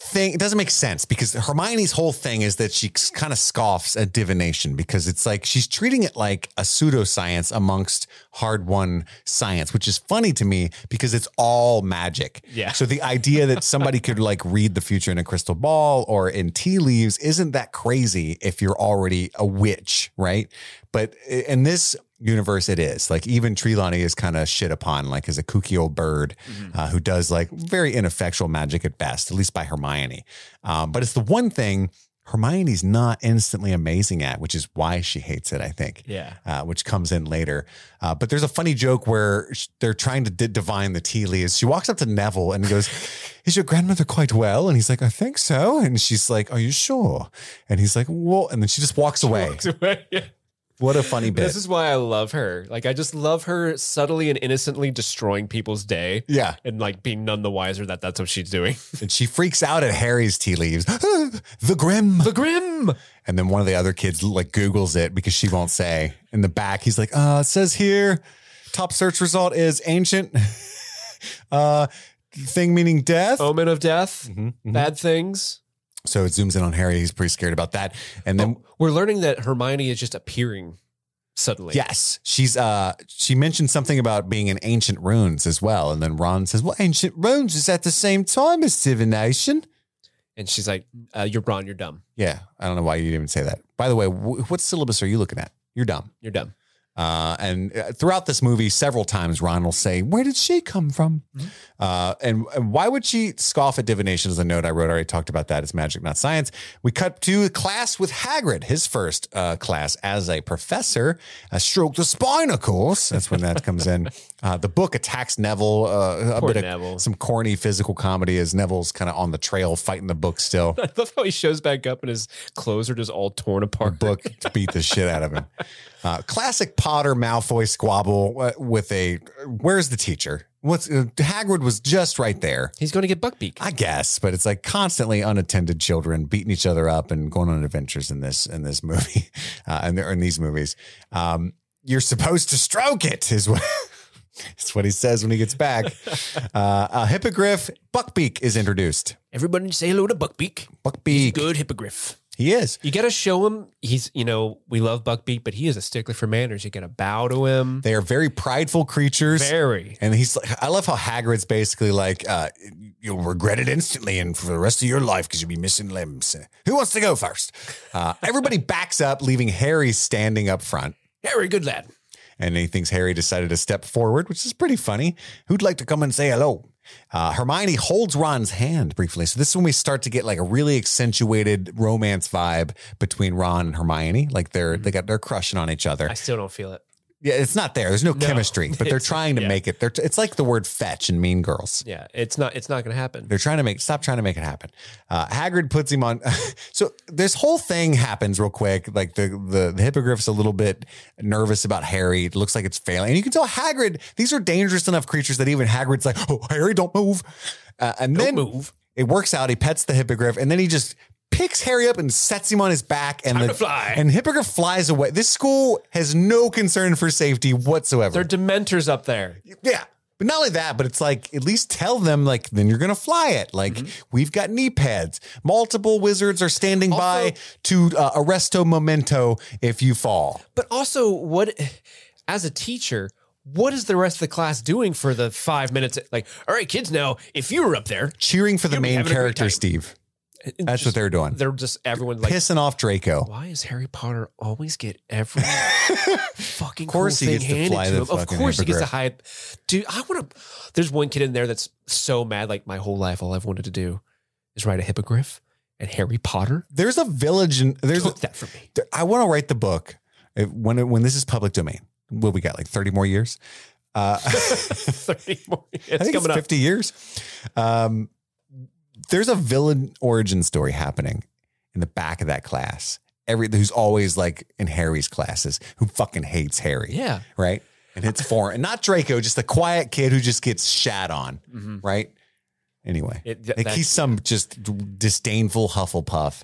Speaker 1: thing it doesn't make sense because Hermione's whole thing is that she kind of scoffs at divination because it's like she's treating it like a pseudoscience amongst hard won science, which is funny to me because it's all magic.
Speaker 2: Yeah.
Speaker 1: So the idea that somebody could like read the future in a crystal ball or in tea leaves isn't that crazy if you're already a witch, right? But i- in this universe, it is like even Trelawney is kind of shit upon, like as a kooky old bird uh, who does like very ineffectual magic at best, at least by Hermione. Um, but it's the one thing Hermione's not instantly amazing at, which is why she hates it, I think
Speaker 2: Yeah.
Speaker 1: uh, which comes in later. Uh, but there's a funny joke where sh- they're trying to d- divine the tea leaves. She walks up to Neville and goes, Is your grandmother quite well? And he's like, I think so. And she's like, Are you sure? And he's like, Well, and then she just walks away. What a funny bit.
Speaker 2: This is why I love her. Like I just love her subtly and innocently destroying people's day
Speaker 1: yeah.
Speaker 2: and like being none the wiser that that's what she's doing.
Speaker 1: And she freaks out at Harry's tea leaves. the grim.
Speaker 2: The Grim.
Speaker 1: And then one of the other kids like Googles it because she won't say. In the back, he's like, uh, it says here, top search result is ancient. uh thing meaning death. Mm-hmm,
Speaker 2: Omen of death. Bad things.
Speaker 1: So it zooms in on Harry. He's pretty scared about that. And then
Speaker 2: Oh, We're learning that Hermione is just appearing suddenly.
Speaker 1: yes, she's uh she mentioned something about being in ancient runes as well. And then Ron says, "Well, ancient runes is at the same time as divination."
Speaker 2: And she's like, uh, you're Bron, you're dumb.
Speaker 1: Yeah, I don't know why you didn't even say that. By the way, wh- what syllabus are you looking at? You're dumb.
Speaker 2: You're dumb.
Speaker 1: Uh, and uh, throughout this movie, several times Ron will say, "Where did she come from?"
Speaker 2: Mm-hmm.
Speaker 1: Uh, and, and why would she scoff at divination? Is a note I wrote. I already talked about that. It's magic, not science. We cut to a class with Hagrid, his first uh, class as a professor. A stroke the spine, of course. That's when that comes in. Uh, the book attacks Neville. Uh, a
Speaker 2: Poor
Speaker 1: bit
Speaker 2: Neville.
Speaker 1: of some corny physical comedy as Neville's kind of on the trail fighting the book still.
Speaker 2: I love how he shows back up and his clothes are just all torn apart.
Speaker 1: book to beat the shit out of him. Uh, classic Potter Malfoy squabble uh, with a "Where's the teacher?" What's uh, Hagrid was just right there,
Speaker 2: He's going to get Buckbeak.
Speaker 1: I guess, but it's like constantly unattended children beating each other up and going on adventures in this in this movie, uh, and in these movies. Um, you're supposed to stroke it, is what. That's what he says when he gets back. Uh, a hippogriff, Buckbeak, is introduced.
Speaker 2: Everybody say hello to Buckbeak.
Speaker 1: Buckbeak,
Speaker 2: Good hippogriff.
Speaker 1: he is.
Speaker 2: You got to show him he's, you know, we love Buckbeak, but he is a stickler for manners. You got to bow to him.
Speaker 1: They are very prideful creatures.
Speaker 2: Very.
Speaker 1: And he's like, I love how Hagrid's basically like, uh, you'll regret it instantly and for the rest of your life because you'll be missing limbs. Who wants to go first? Uh, everybody backs up, leaving Harry standing up front.
Speaker 2: Harry, good lad.
Speaker 1: And he thinks Harry decided to step forward, which is pretty funny. Who'd like to come and say hello? Uh, Hermione holds Ron's hand briefly. So this is when we start to get like a really accentuated romance vibe between Ron and Hermione. Like they're they got they're crushing on each other
Speaker 2: Mm-hmm. I still don't feel it.
Speaker 1: yeah, it's not there. There's no, chemistry, but they're
Speaker 2: It's-
Speaker 1: trying to
Speaker 2: yeah.
Speaker 1: make it. They're it's like the word fetch in Mean Girls.
Speaker 2: Yeah, it's not. It's not going to happen.
Speaker 1: They're trying to make stop trying to make it happen. Uh, Hagrid puts him on. so this whole thing happens real quick. Like the the, the hippogriff's a little bit nervous about Harry. It looks like it's failing, and you can tell Hagrid. These are dangerous enough creatures that even Hagrid's like, "Oh, Harry, don't move." Uh, and then
Speaker 2: move.
Speaker 1: it works out. He pets the hippogriff, and then he just picks Harry up and sets him on his back. And
Speaker 2: Time
Speaker 1: the
Speaker 2: to fly.
Speaker 1: and hippogriff flies away. This school has no concern for safety whatsoever.
Speaker 2: They're dementors up there.
Speaker 1: Yeah. But not only that, but it's like at least tell them like then you're gonna fly it. Like
Speaker 2: Mm-hmm.
Speaker 1: we've got knee pads. Multiple wizards are standing by to uh, arresto memento if you fall.
Speaker 2: But also, what as a teacher, what is the rest of the class doing for the five minutes? Like, all right, kids, now if you were up there,
Speaker 1: Cheering for the
Speaker 2: You'll be
Speaker 1: main
Speaker 2: having a great
Speaker 1: character,
Speaker 2: time.
Speaker 1: Steve. That's what they're doing.
Speaker 2: they're just everyone like,
Speaker 1: Pissing off Draco.
Speaker 2: why is Harry Potter always get every fucking
Speaker 1: Of course
Speaker 2: cool
Speaker 1: he
Speaker 2: thing
Speaker 1: gets to
Speaker 2: handed
Speaker 1: fly
Speaker 2: to
Speaker 1: the
Speaker 2: him? Of
Speaker 1: fucking
Speaker 2: course he gets to
Speaker 1: hippogriff.
Speaker 2: hype. Dude, I want to. There's one kid in there that's so mad. Like my whole life, all I've wanted to do is write a hippogriff and Harry Potter.
Speaker 1: There's a village and there's a,
Speaker 2: Took that from me.
Speaker 1: there- I want to write the book if, when it- when this is public domain. What we got like 30 more years. Uh,
Speaker 2: Thirty more. It's
Speaker 1: I think
Speaker 2: coming
Speaker 1: it's
Speaker 2: up.
Speaker 1: 50 years. Um, there's a villain origin story happening in the back of that class. Every who's always like in Harry's classes, who fucking hates Harry,
Speaker 2: Yeah.
Speaker 1: right? And it's foreign, and not Draco, just a quiet kid who just gets shat on, right? Anyway,
Speaker 2: It- th-
Speaker 1: like
Speaker 2: that-
Speaker 1: he's some just disdainful Hufflepuff,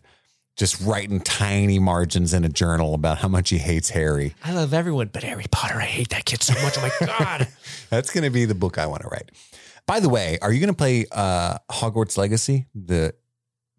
Speaker 1: just writing tiny margins in a journal about how much he hates Harry.
Speaker 2: I love everyone, but Harry Potter, I hate that kid so much. Oh my god.
Speaker 1: That's going to be the book I want to write. By the way, are you going to play uh, Hogwarts Legacy, the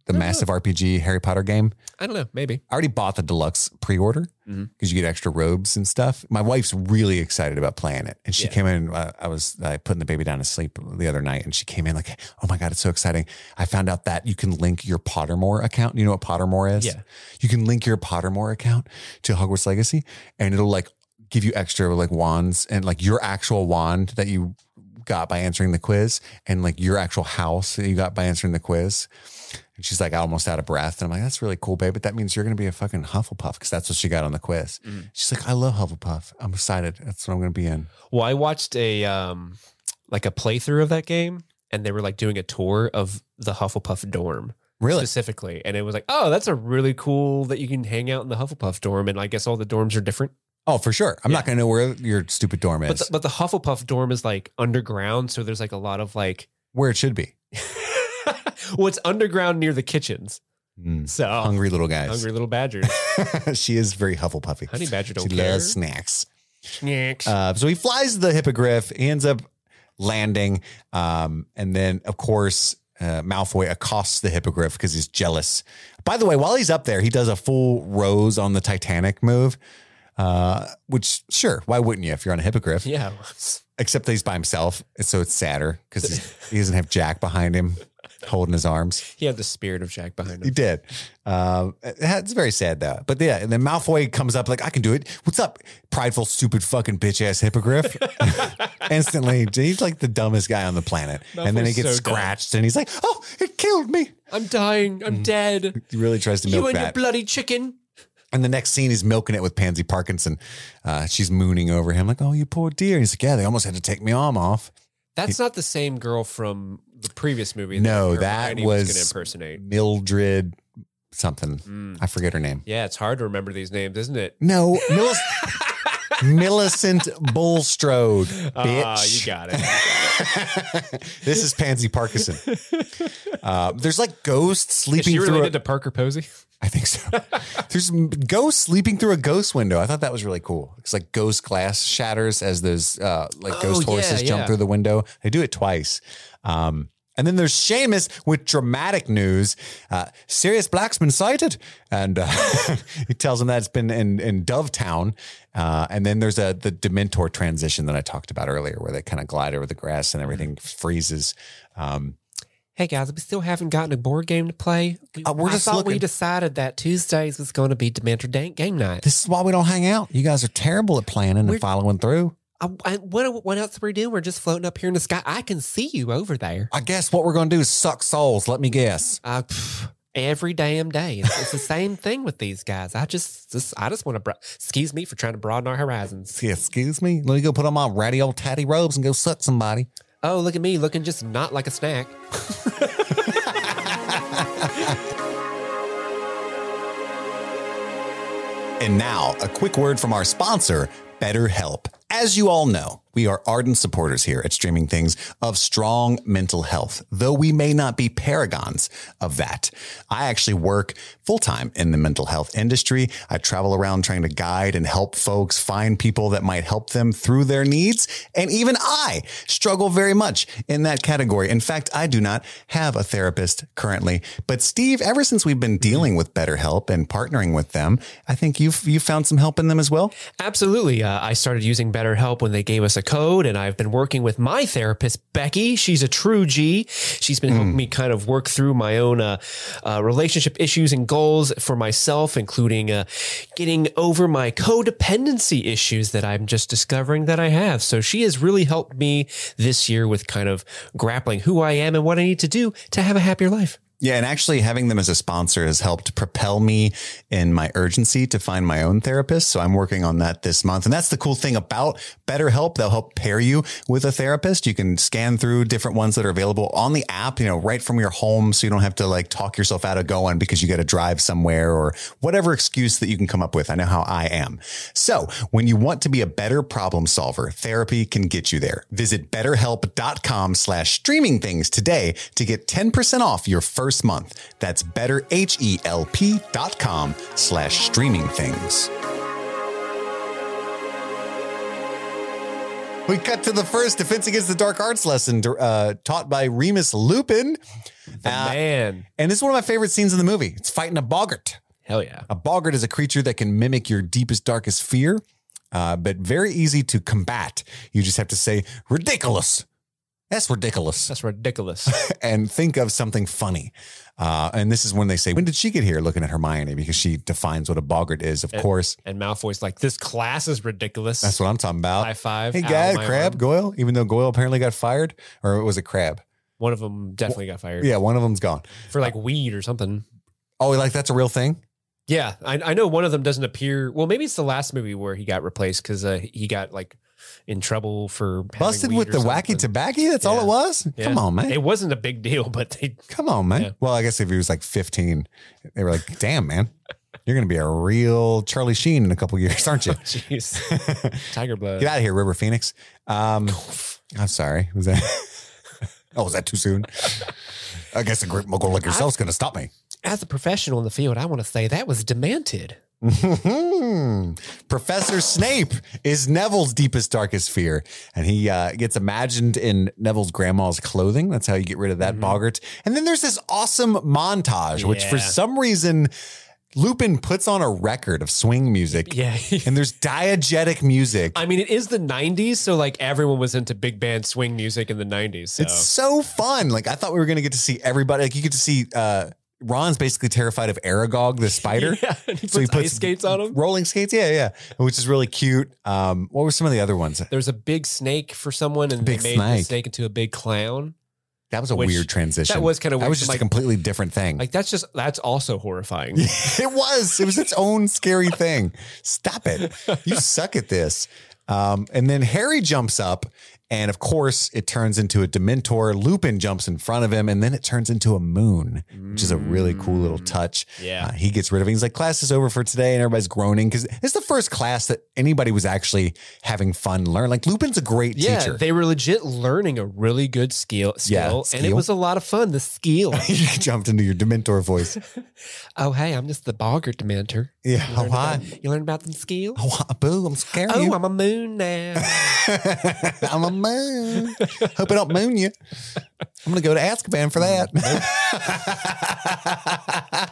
Speaker 1: the massive RPG Harry Potter game?
Speaker 2: I don't know. Maybe.
Speaker 1: I already bought the deluxe pre order because
Speaker 2: Mhm.
Speaker 1: you get extra robes and stuff. My wife's really excited about playing it, and she
Speaker 2: Yeah.
Speaker 1: came in. Uh, I was uh, putting the baby down to sleep the other night, and she came in like, "Oh my god, it's so exciting! I found out that you can link your Pottermore account. You know what Pottermore is?
Speaker 2: Yeah.
Speaker 1: You can link your Pottermore account to Hogwarts Legacy, and it'll like give you extra like wands and like your actual wand that you got by answering the quiz and like your actual house that you got by answering the quiz. And she's like almost out of breath. And I'm like, that's really cool, babe. But that means you're going to be a fucking Hufflepuff because that's what she got on the quiz.
Speaker 2: Mm-hmm.
Speaker 1: She's like, I love Hufflepuff. I'm excited. That's what I'm going to be in.
Speaker 2: Well, I watched a um like a playthrough of that game and they were like doing a tour of the Hufflepuff dorm
Speaker 1: Really?
Speaker 2: specifically. And it was like, oh, that's a really cool that you can hang out in the Hufflepuff dorm. And I guess all the dorms are different.
Speaker 1: Oh, for sure. I'm not going to know where your stupid dorm is,
Speaker 2: But the, but the Hufflepuff dorm is like underground, so there's like a lot of like
Speaker 1: where it should be.
Speaker 2: well, it's underground near the kitchens. So
Speaker 1: Hungry little guys.
Speaker 2: hungry little badgers.
Speaker 1: she is very Hufflepuffy.
Speaker 2: Honey badger
Speaker 1: She
Speaker 2: don't care.
Speaker 1: loves snacks.
Speaker 2: Snacks.
Speaker 1: Uh, so he flies the hippogriff, he ends up landing, um, and then of course uh, Malfoy accosts the hippogriff because he's jealous. By the way, while he's up there, he does a full rose on the Titanic move. Uh, which sure, why wouldn't you if you're on a hippogriff?
Speaker 2: yeah.
Speaker 1: Except that he's by himself, and so it's sadder because he doesn't have Jack behind him holding his arms.
Speaker 2: He had the spirit of Jack behind
Speaker 1: He
Speaker 2: him.
Speaker 1: did. Um, it- it's very sad though. But yeah, and then Malfoy comes up like, I can do it. What's up, prideful, stupid, fucking bitch ass hippogriff? Instantly, he's like the dumbest guy on the planet. and then he
Speaker 2: Malfoy's
Speaker 1: gets
Speaker 2: so dumb.
Speaker 1: scratched, and he's like, "Oh, it killed me."
Speaker 2: I'm dying. I'm dead.
Speaker 1: He really tries Mm. to
Speaker 2: You
Speaker 1: milk
Speaker 2: and your
Speaker 1: that.
Speaker 2: bloody chicken.
Speaker 1: and the next scene, he's milking it with Pansy Parkinson. Uh, she's mooning over him like, "Oh, you poor dear." And he's like, "Yeah, they almost had to take me arm off."
Speaker 2: That's not the same girl from the previous movie.
Speaker 1: No,
Speaker 2: her
Speaker 1: that
Speaker 2: granny
Speaker 1: was-
Speaker 2: gonna impersonate.
Speaker 1: Mildred, something.
Speaker 2: Mm.
Speaker 1: I forget her name.
Speaker 2: Yeah, it's hard to remember these names, isn't it?
Speaker 1: No, Millis- Millicent Bulstrode, bitch.
Speaker 2: Ah, you got it.
Speaker 1: this is Pansy Parkinson. Uh, there's like ghosts
Speaker 2: Is
Speaker 1: sleeping
Speaker 2: she
Speaker 1: through. A,
Speaker 2: related to Parker Posey?
Speaker 1: I think so. There's ghosts sleeping through a ghost window. I thought that was really cool. It's like ghost glass shatters as those uh, like ghost
Speaker 2: Oh, yeah,
Speaker 1: horses jump
Speaker 2: yeah.
Speaker 1: through the window. They do it twice. Um, and then there's Seamus with dramatic news. Uh, Sirius Black's been sighted, and uh, he tells him that it's been in in Dovetown. Uh, and then there's a the Dementor transition that I talked about earlier, where they kind of glide over the grass and everything
Speaker 2: Mm-hmm.
Speaker 1: freezes. Um,
Speaker 2: Hey guys, we still haven't gotten a board game to play. We,
Speaker 1: Uh, we're
Speaker 2: I
Speaker 1: just
Speaker 2: thought we
Speaker 1: looking.
Speaker 2: decided that Tuesdays was going to be Dementor Dan- game night.
Speaker 1: This is why we don't hang out. You guys are terrible at planning
Speaker 2: We're-
Speaker 1: and following through.
Speaker 2: I, I, what, what else are we doing? We're just floating up here in the sky. I can see you over there.
Speaker 1: I guess what we're going to do is suck souls. Let me guess.
Speaker 2: Uh, pff, every damn day, it's, it's the same thing with these guys. I just, just I just want to. Bro- excuse me for trying to broaden our horizons.
Speaker 1: Yeah, Excuse me. Let me go put on my ratty old tatty robes and go suck somebody.
Speaker 2: Oh, look at me looking just not like a snack.
Speaker 1: And now, a quick word from our sponsor, BetterHelp. As you all know, we are ardent supporters here at Streaming Things of strong mental health, though we may not be paragons of that. I actually work full time in the mental health industry. I travel around trying to guide and help folks find people that might help them through their needs. And even I struggle very much in that category. In fact, I do not have a therapist currently. But Steve, ever since we've been dealing with BetterHelp and partnering with them, I think you've you found some help in them as well.
Speaker 2: Absolutely. Uh, I started using BetterHelp when they gave us a code, and I've been working with my therapist, Becky. She's a true G. She's been
Speaker 1: Mm.
Speaker 2: helping me kind of work through my own uh, uh, relationship issues and goals for myself, including uh, getting over my codependency issues that I'm just discovering that I have. So she has really helped me this year with kind of grappling who I am and what I need to do to have a happier life.
Speaker 1: Yeah, and actually having them as a sponsor has helped propel me in my urgency to find my own therapist. So I'm working on that this month. And that's the cool thing about BetterHelp. They'll help pair you with a therapist. You can scan through different ones that are available on the app, you know, right from your home. So you don't have to like talk yourself out of going because you got to drive somewhere or whatever excuse that you can come up with. I know how I am. So when you want to be a better problem solver, therapy can get you there. Visit betterhelp.com slash streaming things today to get 10% off your first month. That's betterhelp.com slash streaming things. We cut to the first Defense Against the Dark Arts lesson uh, taught by Remus Lupin. Uh,
Speaker 2: Man.
Speaker 1: and this is one of my favorite scenes in the movie. It's fighting a boggart.
Speaker 2: Hell yeah.
Speaker 1: A boggart is a creature that can mimic your deepest, darkest fear, uh, but very easy to combat. You just have to say ridiculous That's ridiculous.
Speaker 2: That's ridiculous.
Speaker 1: and think of something funny. Uh, and this is when they say, when did she get here? Looking at Hermione because she defines what a boggart is, of
Speaker 2: Yeah.
Speaker 1: course.
Speaker 2: and Malfoy's like, this class is ridiculous.
Speaker 1: That's what I'm talking about.
Speaker 2: High five.
Speaker 1: hey,
Speaker 2: Ow,
Speaker 1: guy,
Speaker 2: my
Speaker 1: Crab,
Speaker 2: arm.
Speaker 1: Goyle, even though Goyle apparently got fired, or was it Crab?
Speaker 2: One of them definitely got fired
Speaker 1: Yeah, one of them's gone.
Speaker 2: for like weed or something.
Speaker 1: Oh, like that's a real thing?
Speaker 2: Yeah, I, I know one of them doesn't appear. Well, maybe it's the last movie where he got replaced because uh, he got like in trouble for having
Speaker 1: Busted
Speaker 2: weed
Speaker 1: with
Speaker 2: or
Speaker 1: the wacky
Speaker 2: something.
Speaker 1: tobacco? That's all
Speaker 2: Yeah.
Speaker 1: it was?
Speaker 2: Yeah.
Speaker 1: Come on, man.
Speaker 2: It wasn't a big deal, but they
Speaker 1: Come on, man.
Speaker 2: Yeah.
Speaker 1: Well, I guess if he was like 15, they were like, damn, man, you're going to be a real Charlie Sheen in a couple years, aren't you?
Speaker 2: jeez
Speaker 1: Get
Speaker 2: tiger blood.
Speaker 1: out of here, River Phoenix. Um, I'm sorry. Was that? oh, was that too soon? I guess a great muggle like yourself's going to stop me.
Speaker 2: As a professional in the field, I want to say that was demented.
Speaker 1: Mm-hmm. Professor Snape is Neville's deepest, darkest fear. And he uh, gets imagined in Neville's grandma's clothing. That's how you get rid of that
Speaker 2: Mm-hmm.
Speaker 1: boggart. And then there's this awesome montage, which for
Speaker 2: Yeah.
Speaker 1: some reason, Lupin puts on a record of swing music.
Speaker 2: Yeah.
Speaker 1: And there's diegetic music.
Speaker 2: I mean, it is the 90s, so like everyone was into big band swing music in the 90s. So.
Speaker 1: It's so fun. Like I thought we were going to get to see everybody. Like you get to see uh, Ron's basically terrified of Aragog the spider.
Speaker 2: Yeah, and he puts,
Speaker 1: So he
Speaker 2: ice
Speaker 1: puts-
Speaker 2: skates on him.
Speaker 1: Rolling skates, yeah, yeah, which is really cute. Um, what were some of the other ones?
Speaker 2: There's a big snake for someone, and
Speaker 1: Big
Speaker 2: they made the
Speaker 1: snake.
Speaker 2: snake into a big clown.
Speaker 1: That was a
Speaker 2: Which-
Speaker 1: weird transition.
Speaker 2: That was kind of
Speaker 1: that
Speaker 2: weird.
Speaker 1: was just
Speaker 2: like,
Speaker 1: a completely different thing.
Speaker 2: like that's just that's also horrifying.
Speaker 1: it was. It was its own scary thing. Stop it. You suck at this. Um, and then Harry jumps up, and of course, it turns into a Dementor. Lupin jumps in front of him, and then it turns into a moon, which is a really cool little touch.
Speaker 2: Mm. Yeah.
Speaker 1: Uh, he gets rid of it. He's like, class is over for today, and everybody's groaning because it's the first class that anybody was actually having fun learn. Like, Lupin's a great
Speaker 2: Yeah,
Speaker 1: teacher.
Speaker 2: they were legit learning a really good skill, skill,
Speaker 1: Yeah,
Speaker 2: and it
Speaker 1: skill.
Speaker 2: was a lot of fun. The skill.
Speaker 1: you jumped into your Dementor voice.
Speaker 2: oh, hey, I'm just the bogger dementor.
Speaker 1: Yeah.
Speaker 2: You
Speaker 1: Oh,
Speaker 2: learn,
Speaker 1: hi.
Speaker 2: about, you learn about them skill.
Speaker 1: Oh, hi, boo, I'm scared.
Speaker 2: Oh,
Speaker 1: you.
Speaker 2: I'm a moon now.
Speaker 1: I'm a moon. Hope I don't moon you. I'm gonna go to Azkaban for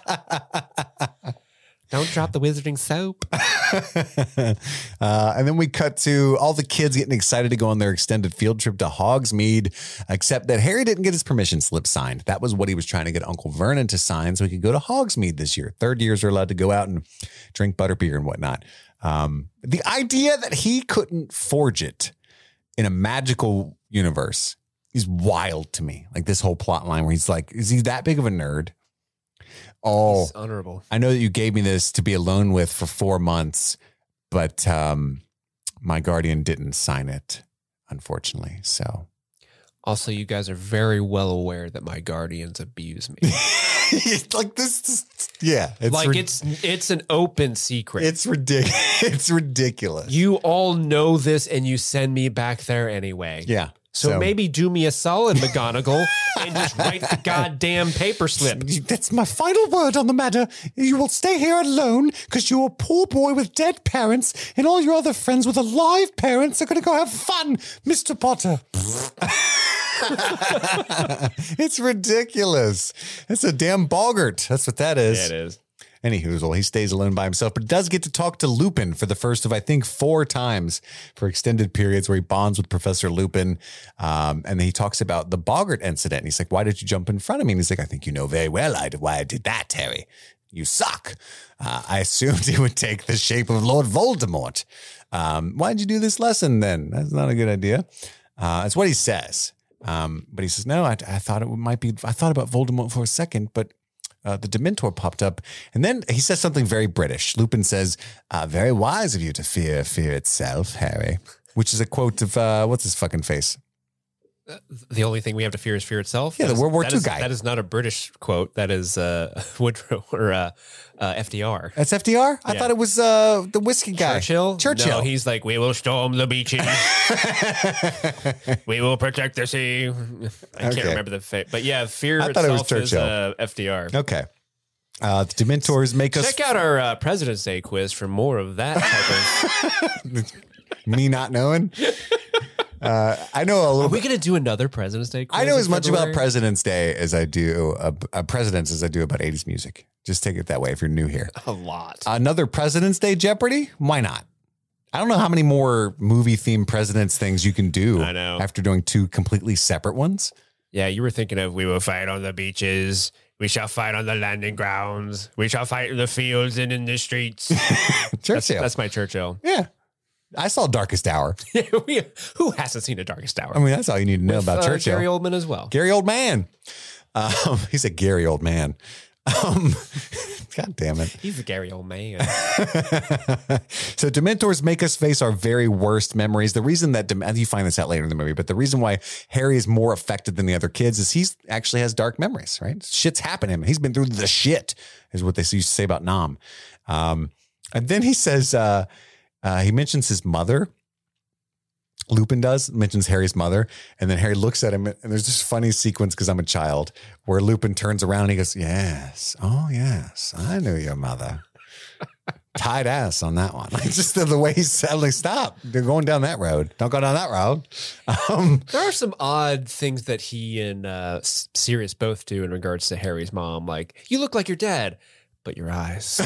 Speaker 1: that.
Speaker 2: Don't drop the wizarding soap.
Speaker 1: uh, and then we cut to all the kids getting excited to go on their extended field trip to Hogsmeade, except that Harry didn't get his permission slip signed. That was what he was trying to get Uncle Vernon to sign so he could go to Hogsmeade this year. Third years are allowed to go out and drink butterbeer and whatnot. Um, the idea that he couldn't forge it in a magical universe is wild to me. Like this whole plot line where he's like, is he that big of a nerd? Oh,
Speaker 2: It's honorable.
Speaker 1: I know that you gave me this to be alone with for four months, but um, my guardian didn't sign it, unfortunately. So
Speaker 2: Also, you guys are very well aware that my guardians abuse me.
Speaker 1: it's like this, is- yeah, it's
Speaker 2: like
Speaker 1: rid-
Speaker 2: it's it's an open secret.
Speaker 1: it's ridiculous. it's ridiculous.
Speaker 2: you all know this, and you send me back there anyway.
Speaker 1: yeah.
Speaker 2: So, maybe do me a solid, McGonagall, and just write the goddamn paper slip.
Speaker 1: That's my final word on the matter. You will stay here alone because you're a poor boy with dead parents, and all your other friends with alive parents are going to go have fun, Mr. Potter. it's ridiculous. It's a damn boggart. That's what that is.
Speaker 2: is.
Speaker 1: Any hoozle, he stays alone by himself, but does get to talk to Lupin for the first of, I think, four times for extended periods where he bonds with Professor Lupin. Um, and he talks about the Boggart incident. And he's like, Why did you jump in front of me? And he's like, I think you know very well I, why I did that, Harry. You suck. Uh, I assumed he would take the shape of Lord Voldemort. Um, why'd you do this lesson then? That's not a good idea. Uh, that's what he says. Um, but he says, No, I, I thought it might be, I thought about Voldemort for a second, but uh, the Dementor popped up, and then he says something very British. Lupin says, uh, "Very wise of you to fear fear itself, Harry," which is a quote of uh, what's his fucking face?
Speaker 2: The only thing we have to fear is fear itself.
Speaker 1: Yeah, the
Speaker 2: That is-
Speaker 1: World War
Speaker 2: that
Speaker 1: II
Speaker 2: is-
Speaker 1: guy.
Speaker 2: That is not a British quote. That is uh, Woodrow or uh, uh, FDR.
Speaker 1: That's FDR. I
Speaker 2: Yeah.
Speaker 1: thought it was uh, the whiskey guy,
Speaker 2: Churchill.
Speaker 1: Churchill.
Speaker 2: No, he's like, we will storm the beaches. we will protect the sea. I can't
Speaker 1: Okay.
Speaker 2: remember the fa- but yeah, fear
Speaker 1: I thought it was
Speaker 2: itself is
Speaker 1: Churchill.
Speaker 2: uh, FDR.
Speaker 1: okay. Uh, the Dementors make us
Speaker 2: Check out our uh, President's Day quiz for more of that type of.
Speaker 1: me not knowing. Uh, I know a little
Speaker 2: Are
Speaker 1: bit.
Speaker 2: we gonna do another President's Day quiz?
Speaker 1: I know
Speaker 2: in
Speaker 1: as much about
Speaker 2: February?
Speaker 1: President's Day as I do uh, uh, presidents as I do about '80s music. Just take it that way if you're new here.
Speaker 2: a lot.
Speaker 1: Another President's Day Jeopardy? Why not? I don't know how many more movie themed presidents things you can do
Speaker 2: I know.
Speaker 1: after doing two completely separate ones.
Speaker 2: Yeah, you were thinking of we will fight on the beaches. We shall fight on the landing grounds. We shall fight in the fields and in the streets. that's,
Speaker 1: Churchill.
Speaker 2: that's my Churchill.
Speaker 1: yeah. I saw Darkest Hour.
Speaker 2: We- Who hasn't seen a Darkest Hour?
Speaker 1: I mean, that's all you need to know about
Speaker 2: Uh,
Speaker 1: Churchill.
Speaker 2: Gary Oldman as well.
Speaker 1: Gary old man. Um, he's a Gary old man. Um, God damn it.
Speaker 2: He's a Gary Oldman.
Speaker 1: so Dementors make us face our very worst memories. The reason that Dem- you find this out later in the movie, but the reason why Harry is more affected than the other kids is he's actually has dark memories. Right? Shit's happened to him. He's been through the shit, is what they used to say about Nam. Um, and then he says uh, uh, he mentions his mother. Lupin does mentions Harry's mother, and then Harry looks at him, and there's this funny sequence because I'm a child where Lupin turns around and he goes, "Yes, oh yes, I knew your mother." tight ass on that one. Like just the, the way he's suddenly stop. They're going down that road. Don't go down that road. Um,
Speaker 2: there are some odd things that he and uh, S- Sirius both do in regards to Harry's mom. Like, you look like your dad, but your eyes.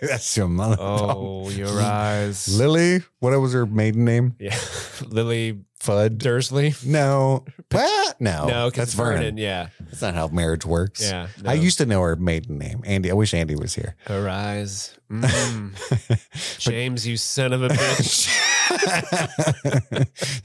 Speaker 1: that's your mother.
Speaker 2: Oh, your eyes.
Speaker 1: Lily. What was her maiden name?
Speaker 2: yeah. Lily Oh,
Speaker 1: Fudd.
Speaker 2: Dursley.
Speaker 1: No. What? No.
Speaker 2: No, 'cause
Speaker 1: that's
Speaker 2: it's
Speaker 1: Vernon.
Speaker 2: Yeah.
Speaker 1: That's not how marriage works.
Speaker 2: Yeah.
Speaker 1: I
Speaker 2: no.
Speaker 1: used to know her maiden name, Andy. I wish Andy was here.
Speaker 2: Her eyes. Mm. James, you son of a bitch.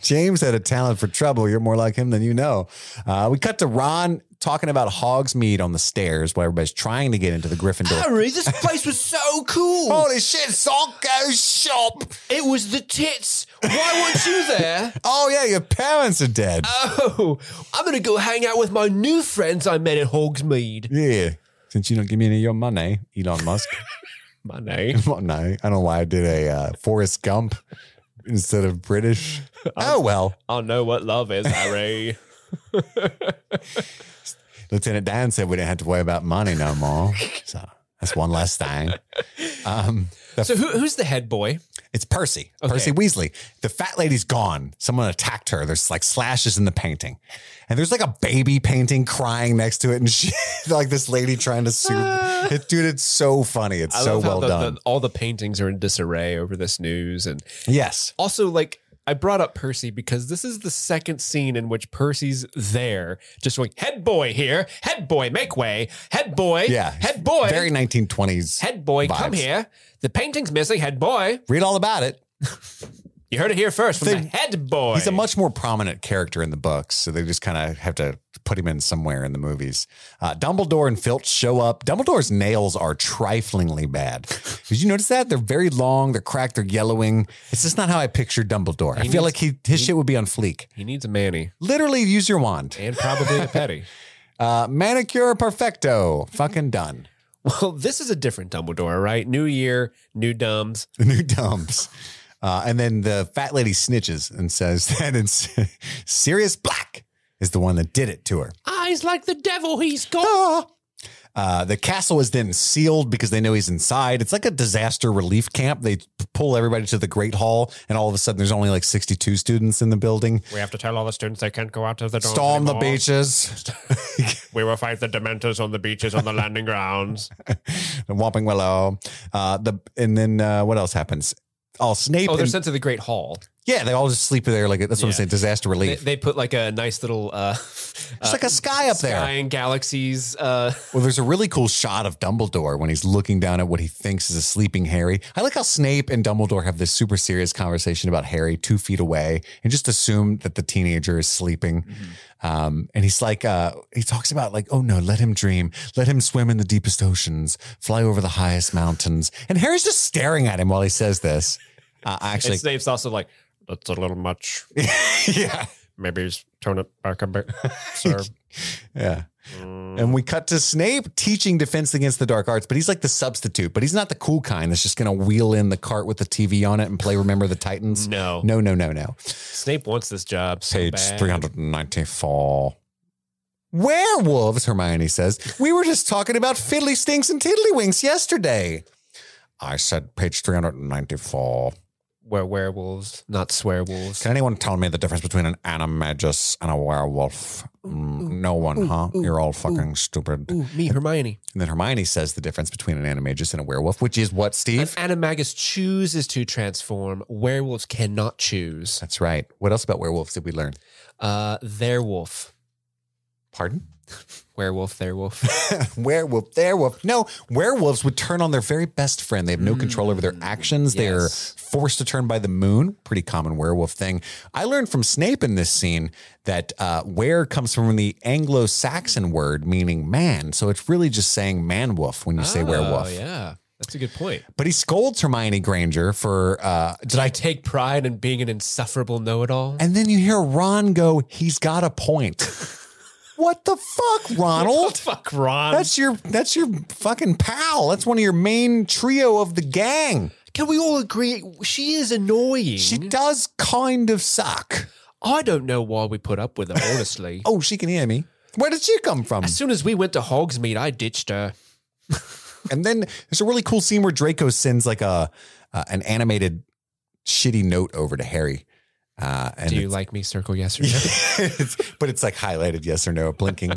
Speaker 1: James had a talent for trouble. You're more like him than you know. Uh, we cut to Ron talking about Hogsmeade on the stairs while everybody's trying to get into the Gryffindor.
Speaker 2: Harry, this place was so cool.
Speaker 1: Holy shit, Zonko Shop.
Speaker 2: It was the tits. Why weren't you there?
Speaker 1: Oh, yeah, your parents are dead.
Speaker 2: Oh, I'm gonna go hang out with my new friends I met at Hogsmeade.
Speaker 1: yeah. Since you don't give me any of your money, Elon Musk.
Speaker 2: My name.
Speaker 1: well, no, I don't know why I did a uh, Forrest Gump instead of British. oh, well.
Speaker 2: I know what love is, Harry.
Speaker 1: Lieutenant Dan said we didn't have to worry about money no more. so that's one less thing. Um, the-
Speaker 2: so who, who's the head boy?
Speaker 1: It's Percy.
Speaker 2: Okay.
Speaker 1: Percy Weasley. The fat lady's gone. Someone attacked her. There's like slashes in the painting. And there's like a baby painting crying next to it and she like this lady trying to soothe. it, dude, it's so funny. It's so
Speaker 2: love how
Speaker 1: well
Speaker 2: the-
Speaker 1: done.
Speaker 2: the- all the paintings are in disarray over this news, and
Speaker 1: yes.
Speaker 2: also like. I brought up Percy because this is the second scene in which Percy's there, just going, head boy here, head boy, make way, head boy,
Speaker 1: Yeah.
Speaker 2: head boy,
Speaker 1: Very 1920s.
Speaker 2: head boy, come
Speaker 1: vibes.
Speaker 2: here. The painting's missing, head boy.
Speaker 1: Read all about it.
Speaker 2: You heard it here first from
Speaker 1: They-
Speaker 2: the head boy.
Speaker 1: He's a much more prominent character in the books, so they just kind of have to put him in somewhere in the movies. Uh, Dumbledore and Filch show up. Dumbledore's nails are triflingly bad. Did you notice that? They're very long, they're cracked, they're yellowing. It's just not how I picture Dumbledore. I
Speaker 2: He
Speaker 1: feel
Speaker 2: needs-
Speaker 1: like he his shit would be on fleek.
Speaker 2: He needs a manny
Speaker 1: Literally, use your wand.
Speaker 2: and probably a petty.
Speaker 1: Uh, manicure perfecto. Fucking done.
Speaker 2: Well, this is a different Dumbledore, right? New year, new dumbs.
Speaker 1: the new dumps. Uh, and then the fat lady snitches and says that it's Sirius Black is the one that did it to her.
Speaker 2: Eyes like the devil he's got.
Speaker 1: Ah. Uh, the castle is then sealed because they know he's inside. It's like a disaster relief camp. They pull everybody to the Great Hall, and all of a sudden, there's only like 62 students in the building.
Speaker 2: We have to tell all the students they can't go out to the dorm
Speaker 1: Storm the
Speaker 2: anymore.
Speaker 1: beaches.
Speaker 2: We will fight the Dementors on the beaches on the landing grounds.
Speaker 1: Whopping Willow. Uh, the and then uh, what else happens? Oh, Snape.
Speaker 2: Oh, they're
Speaker 1: and-
Speaker 2: sent to the Great Hall.
Speaker 1: yeah, they all just sleep there. Like that's what I'm
Speaker 2: Yeah.
Speaker 1: saying. Disaster
Speaker 2: They,
Speaker 1: relief.
Speaker 2: they put like a nice little. Uh,
Speaker 1: it's like a sky up there.
Speaker 2: Sky and galaxies. Uh,
Speaker 1: Well, there's a really cool shot of Dumbledore when he's looking down at what he thinks is a sleeping Harry. I like how Snape and Dumbledore have this super serious conversation about Harry two feet away and just assume that the teenager is sleeping. Um, and he's like, uh, he talks about like, oh no, let him dream, let him swim in the deepest oceans, fly over the highest mountains. And Harry's just staring at him while he says this. Uh,
Speaker 2: and
Speaker 1: actually,
Speaker 2: Snape's also like, that's a little much.
Speaker 1: yeah,
Speaker 2: Maybe just turn it back a bit, sir.
Speaker 1: yeah.
Speaker 2: Mm.
Speaker 1: And we cut to Snape teaching defense against the dark arts, but he's like the substitute, but he's not the cool kind that's just going to wheel in the cart with the TV on it and play Remember the Titans.
Speaker 2: No.
Speaker 1: No, no, no, no.
Speaker 2: Snape wants this job. so
Speaker 1: Page
Speaker 2: bad.
Speaker 1: 394. Werewolves, Hermione says. We were just talking about fiddly stinks and tiddlywinks yesterday. I said page 394.
Speaker 2: were werewolves, not swearwolves.
Speaker 1: Can anyone tell me the difference between an animagus and a werewolf? Mm, no one, huh? You're all fucking stupid.
Speaker 2: Ooh, me, Hermione.
Speaker 1: And then Hermione says the difference between an animagus and a werewolf, which is what,
Speaker 2: An
Speaker 1: Steve?
Speaker 2: animagus chooses to transform. Werewolves cannot choose.
Speaker 1: That's right. What else about werewolves did we learn?
Speaker 2: Uh, their wolf.
Speaker 1: Pardon?
Speaker 2: Werewolf, their wolf.
Speaker 1: werewolf, werewolf. No, werewolves would turn on their very best friend. They have no control over their actions. They are
Speaker 2: Mm. yes.
Speaker 1: forced to turn by the moon. Pretty common werewolf thing. I learned from Snape in this scene that uh, were comes from the Anglo Saxon word meaning man. So it's really just saying man wolf when you say werewolf.
Speaker 2: Oh, yeah. That's a good point.
Speaker 1: But he scolds Hermione Granger for, uh, did
Speaker 2: I
Speaker 1: I?
Speaker 2: take pride in being an insufferable know it all.
Speaker 1: And then you hear Ron go, he's got a point. what the fuck, Ronald?
Speaker 2: Fuck Ron.
Speaker 1: That's your that's your fucking pal. That's one of your main trio of the gang.
Speaker 2: Can we all agree? She is annoying.
Speaker 1: She does kind of suck.
Speaker 2: I don't know why we put up with her, honestly.
Speaker 1: Oh, she can hear me. Where did she come from?
Speaker 2: As soon as we went to Hogsmeade, I ditched her.
Speaker 1: And then there's a really cool scene where Draco sends like a uh, an animated shitty note over to Harry. Uh, and
Speaker 2: Do you like me? Circle yes or no.
Speaker 1: it's, but it's like highlighted yes or no, blinking.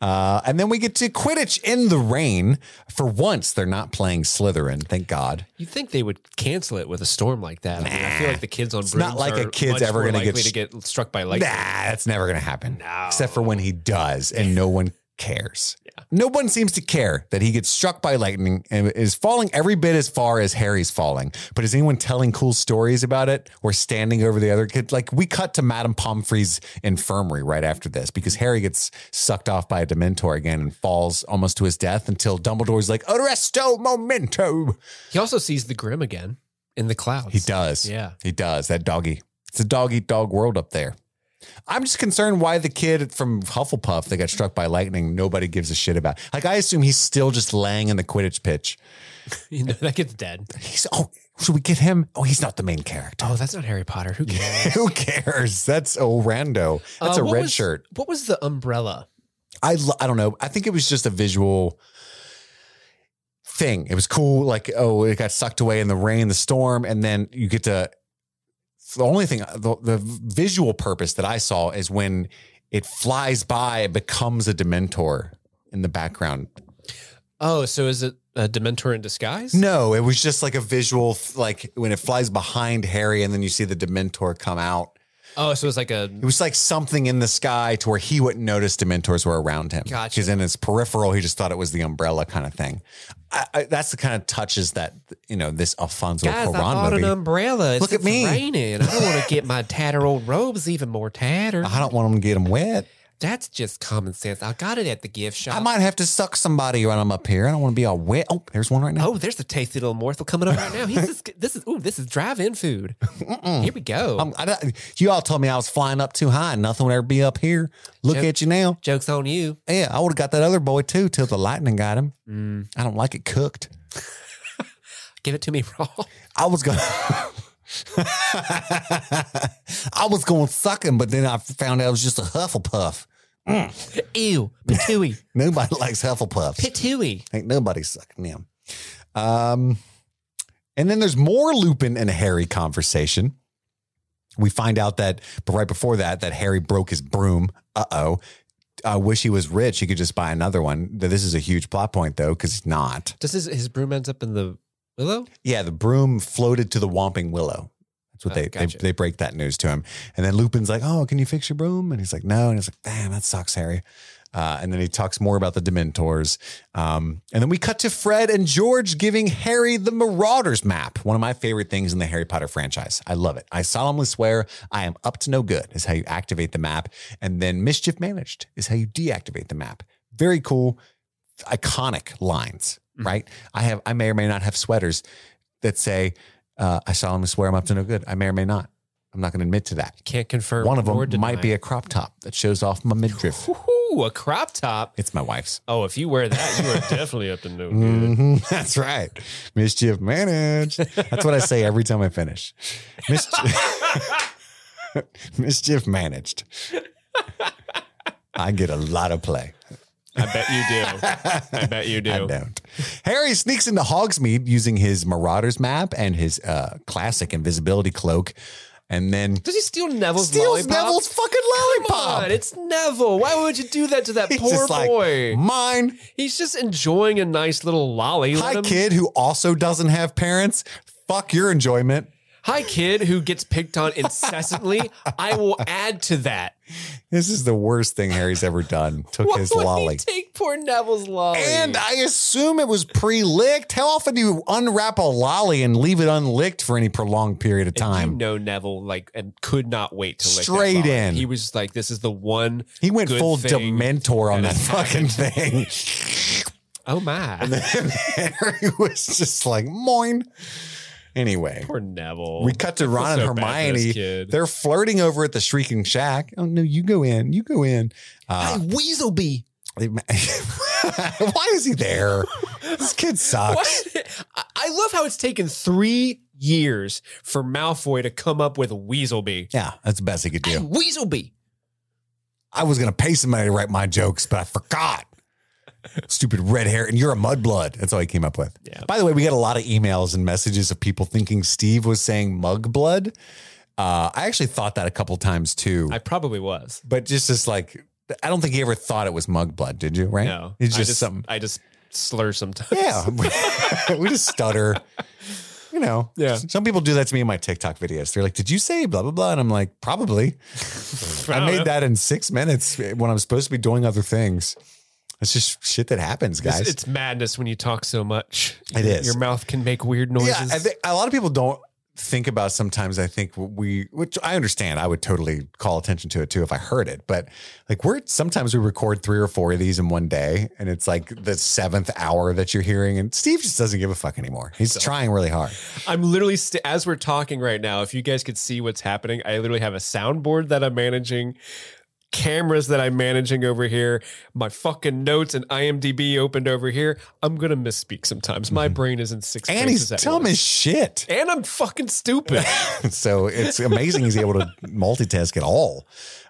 Speaker 1: Uh, and then we get to Quidditch in the rain. For once, they're not playing Slytherin. Thank God.
Speaker 2: You think they would cancel it with a storm like that? I, mean, I feel like the kids on
Speaker 1: It's not
Speaker 2: brooms
Speaker 1: like a
Speaker 2: are
Speaker 1: kid's
Speaker 2: much
Speaker 1: ever
Speaker 2: more
Speaker 1: gonna get
Speaker 2: likely
Speaker 1: sh-
Speaker 2: to get struck by lightning.
Speaker 1: nah, that's never going to happen. Except for when he does, and no one cares. No one seems to care that he gets struck by lightning and is falling every bit as far as Harry's falling. But is anyone telling cool stories about it or standing over the other kid? Like we cut to Madame Pomfrey's infirmary right after this because Harry gets sucked off by a Dementor again and falls almost to his death until Dumbledore's like, Arresto momento.
Speaker 2: He also sees the Grim again in the clouds.
Speaker 1: He does.
Speaker 2: Yeah.
Speaker 1: He does. That doggy. It's a dog eat dog world up there. I'm just concerned why the kid from Hufflepuff that got struck by lightning, nobody gives a shit about. Like, I assume he's still just laying in the Quidditch pitch.
Speaker 2: You know, that kid's dead.
Speaker 1: He's, oh, should we get him? Oh, he's not the main character.
Speaker 2: Oh, that's not Harry Potter. Who cares?
Speaker 1: Who cares? That's oh rando. That's
Speaker 2: Uh,
Speaker 1: a
Speaker 2: what
Speaker 1: red
Speaker 2: was-
Speaker 1: shirt.
Speaker 2: What was the umbrella?
Speaker 1: I, lo- I don't know. I think it was just a visual thing. It was cool. Like, oh, it got sucked away in the rain, the storm, and then you get to the only thing, the, the visual purpose that I saw is when it flies by, it becomes a Dementor in the background.
Speaker 2: Oh, so is it a Dementor in disguise?
Speaker 1: No, it was just like a visual, like when it flies behind Harry and then you see the Dementor come out.
Speaker 2: Oh, so it's like a
Speaker 1: It was like something in the sky to where he wouldn't notice Dementors were around him.
Speaker 2: Gotcha.
Speaker 1: Because in his peripheral, he just thought it was the umbrella kind of thing. I, I, that's the kind of touches that you know this Alfonso
Speaker 2: Guys,
Speaker 1: Cuarón
Speaker 2: I bought
Speaker 1: movie.
Speaker 2: an umbrella. It's,
Speaker 1: Look at
Speaker 2: it's
Speaker 1: me.
Speaker 2: raining. I don't want to get my tattered old robes even more tattered.
Speaker 1: I don't want him to get him wet.
Speaker 2: That's just common sense. I got it at the gift shop.
Speaker 1: I might have to suck somebody when I'm up here. I don't want to be all wet. Oh, there's one right now.
Speaker 2: Oh, there's a tasty little morsel coming up right now. He's just, this is ooh, this is drive-in food. Here we go.
Speaker 1: I'm- I don't- you all told me I was flying up too high. Nothing would ever be up here. Look
Speaker 2: Joke.
Speaker 1: at you now.
Speaker 2: Jokes on you.
Speaker 1: Yeah, I would have got that other boy too till the lightning got him.
Speaker 2: Mm.
Speaker 1: I don't like it cooked.
Speaker 2: Give it to me raw.
Speaker 1: I was gonna I was going sucking, but then I found out it was just a Hufflepuff.
Speaker 2: Ew, patooey,
Speaker 1: Nobody likes Hufflepuffs.
Speaker 2: patooey.
Speaker 1: Ain't nobody sucking them. Um, and then there's more Lupin and Harry conversation. We find out that, but right before that, that Harry broke his broom. Uh oh. I wish he was rich. He could just buy another one. This is a huge plot point, though, because he's not.
Speaker 2: Does his, his broom ends up in the willow?
Speaker 1: Yeah, the broom floated to the Whomping Willow. That's what
Speaker 2: Oh,
Speaker 1: they,
Speaker 2: gotcha.
Speaker 1: they they break that news to him. And then Lupin's like, "Oh, can you fix your broom?" And he's like, "No." And he's like, "Damn, that sucks, Harry." Uh, and then he talks more about the Dementors. Um, and then we cut to Fred and George giving Harry the Marauders map, one of my favorite things in the Harry Potter franchise. I love it. I solemnly swear I am up to no good, is how you activate the map. And then Mischief Managed is how you deactivate the map. Very cool, iconic lines,
Speaker 2: Mm-hmm.
Speaker 1: right? I have, I may or may not have sweaters that say, uh, I solemnly swear I'm up to no good. I may or may not. I'm not going to admit to that.
Speaker 2: Can't confirm.
Speaker 1: One of
Speaker 2: nor
Speaker 1: them
Speaker 2: deny.
Speaker 1: might be a crop top that shows off my midriff.
Speaker 2: Ooh, a crop top.
Speaker 1: It's my wife's.
Speaker 2: Oh, if you wear that, you are definitely up to no good.
Speaker 1: Mhm. That's right. Mischief managed. That's what I say every time I finish. Mischief, Mischief managed. I get a lot of play.
Speaker 2: I bet you do. I bet you do.
Speaker 1: I don't. Harry sneaks into Hogsmeade using his Marauder's map and his uh, classic invisibility cloak, and then
Speaker 2: Does he steal Neville's
Speaker 1: steals
Speaker 2: lollipop?
Speaker 1: Neville's fucking
Speaker 2: Come
Speaker 1: lollipop.
Speaker 2: on, it's Neville. Why would you do that to that
Speaker 1: He's
Speaker 2: poor
Speaker 1: just like, "Mm."
Speaker 2: boy?
Speaker 1: mine.
Speaker 2: He's just enjoying a nice little lolly. Let
Speaker 1: Hi,
Speaker 2: him-
Speaker 1: kid who also doesn't have parents. Fuck your enjoyment.
Speaker 2: Hi, kid who gets picked on incessantly. I will add to that.
Speaker 1: This is the worst thing Harry's ever done. Took
Speaker 2: Why
Speaker 1: his
Speaker 2: would he
Speaker 1: lolly.
Speaker 2: take poor Neville's lolly?
Speaker 1: And I assume it was pre-licked. How often do you unwrap a lolly and leave it unlicked for any prolonged period of
Speaker 2: And
Speaker 1: time?
Speaker 2: You know Neville like and could not wait to lick that
Speaker 1: Straight
Speaker 2: lolly.
Speaker 1: in.
Speaker 2: He was just like, "This is the one."
Speaker 1: he went
Speaker 2: good
Speaker 1: full
Speaker 2: thing
Speaker 1: Dementor on
Speaker 2: that
Speaker 1: that
Speaker 2: has
Speaker 1: fucking thing.
Speaker 2: Oh my,
Speaker 1: and Harry was just like, moin. Anyway,
Speaker 2: poor Neville.
Speaker 1: we cut to Ron and
Speaker 2: so bad for this
Speaker 1: Hermione.
Speaker 2: kid.
Speaker 1: They're flirting over at the Shrieking Shack. Oh, no, you go in. You go in. Uh,
Speaker 2: Weaselby.
Speaker 1: Why is he there? This kid sucks.
Speaker 2: What? I- I love how it's taken three years for Malfoy to come up with Weaselby.
Speaker 1: Yeah, that's the best he could do.
Speaker 2: Hey, Weaselby.
Speaker 1: I was gonna pay somebody to write my jokes, but I forgot. Stupid red hair, and you're a mudblood. That's all he came up with.
Speaker 2: Yeah.
Speaker 1: By the way, we got a lot of emails and messages of people thinking Steve was saying mugblood. Uh, I actually thought that a couple times too,
Speaker 2: I probably was.
Speaker 1: but just as like, I don't think he ever thought it was mugblood, did you? Right?
Speaker 2: No,
Speaker 1: it's
Speaker 2: I
Speaker 1: just something.
Speaker 2: I just slur sometimes.
Speaker 1: Yeah, we just stutter. You know,
Speaker 2: Yeah.
Speaker 1: Some people do that to me in my TikTok videos. They're like, "Did you say blah blah blah?" And I'm like, "Probably." I,
Speaker 2: don't
Speaker 1: made
Speaker 2: know.
Speaker 1: that in six minutes when I'm supposed to be doing other things. It's just shit that happens,
Speaker 2: It's,
Speaker 1: guys.
Speaker 2: it's madness when you talk so much.
Speaker 1: It is.
Speaker 2: Your mouth can make weird noises.
Speaker 1: yeah, I think a lot of people don't think about. Sometimes I think we, which I understand, I would totally call attention to it too if I heard it. But like we're sometimes we record three or four of these in one day, and it's like the seventh hour that you're hearing, and Steve just doesn't give a fuck anymore. He's trying really hard.
Speaker 2: I'm literally st- as we're talking right now. If you guys could see what's happening, I literally have a soundboard that I'm managing, cameras that I'm managing over here, my fucking notes and IMDb opened over here. I'm gonna misspeak sometimes. My brain is in six.
Speaker 1: Mm-hmm. and
Speaker 2: places
Speaker 1: he's
Speaker 2: at
Speaker 1: dumb
Speaker 2: once.
Speaker 1: as shit.
Speaker 2: and I'm fucking stupid.
Speaker 1: so it's amazing he's able to multitask at all.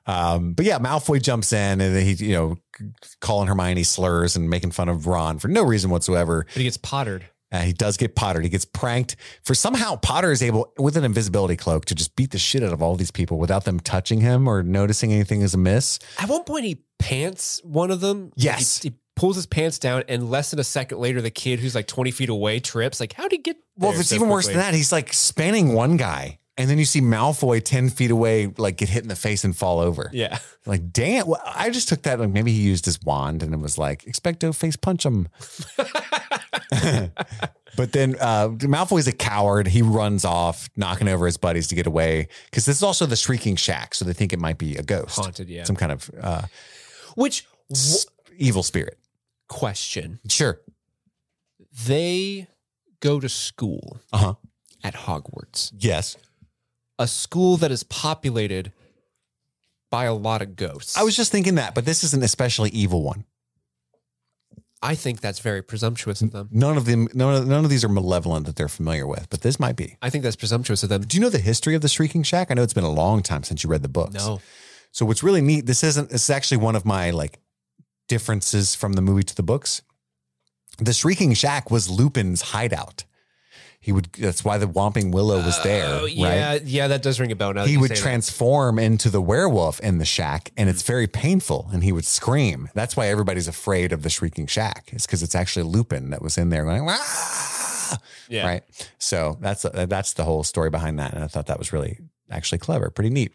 Speaker 1: Um, but yeah, Malfoy jumps in and he, you know, c- calling Hermione slurs and making fun of Ron for no reason whatsoever.
Speaker 2: but he gets pottered.
Speaker 1: Uh, he does get pottered. He gets pranked for somehow Potter is able with an invisibility cloak to just beat the shit out of all these people without them touching him or noticing anything is amiss.
Speaker 2: At one point, he pants one of them.
Speaker 1: Yes.
Speaker 2: He, he pulls his pants down, and less than a second later, the kid who's like 20 feet away trips. Like, how'd he get
Speaker 1: Well,
Speaker 2: there
Speaker 1: if it's
Speaker 2: so
Speaker 1: even worse
Speaker 2: quickly?
Speaker 1: than that, he's like spanning one guy. And then you see Malfoy 10 feet away, like get hit in the face and fall over.
Speaker 2: Yeah.
Speaker 1: Like, damn, well, I just took that. Like, maybe he used his wand and it was like, expecto face punch him. but then uh, Malfoy's a coward. He runs off, knocking over his buddies to get away. Because this is also the Shrieking Shack. So they think it might be a ghost,
Speaker 2: Haunted, yeah.
Speaker 1: some kind of uh,
Speaker 2: Which wh-
Speaker 1: s- evil spirit.
Speaker 2: question?
Speaker 1: Sure.
Speaker 2: They go to school
Speaker 1: Uh huh.
Speaker 2: at Hogwarts,
Speaker 1: Yes.
Speaker 2: a school that is populated by a lot of ghosts.
Speaker 1: I was just thinking that, but this is an especially evil one.
Speaker 2: I think that's very presumptuous of them.
Speaker 1: None of them, none of, none of these are malevolent that they're familiar with, but this might be.
Speaker 2: I think that's presumptuous of them.
Speaker 1: Do you know the history of the Shrieking Shack? I know it's been a long time since you read the books.
Speaker 2: No.
Speaker 1: So what's really neat, this isn't this is actually one of my like differences from the movie to the books. The Shrieking Shack was Lupin's hideout. He would that's why the Whomping Willow was there.
Speaker 2: Oh,
Speaker 1: right?
Speaker 2: yeah, yeah, that does ring a bell. Now that
Speaker 1: he
Speaker 2: you
Speaker 1: would
Speaker 2: say that.
Speaker 1: transform into the werewolf in the shack and it's very painful and he would scream that's why everybody's afraid of the shrieking shack it's because it's actually lupin that was in there going "Wah!"
Speaker 2: Yeah.
Speaker 1: right so that's uh, that's the whole story behind that and i thought that was really actually clever pretty neat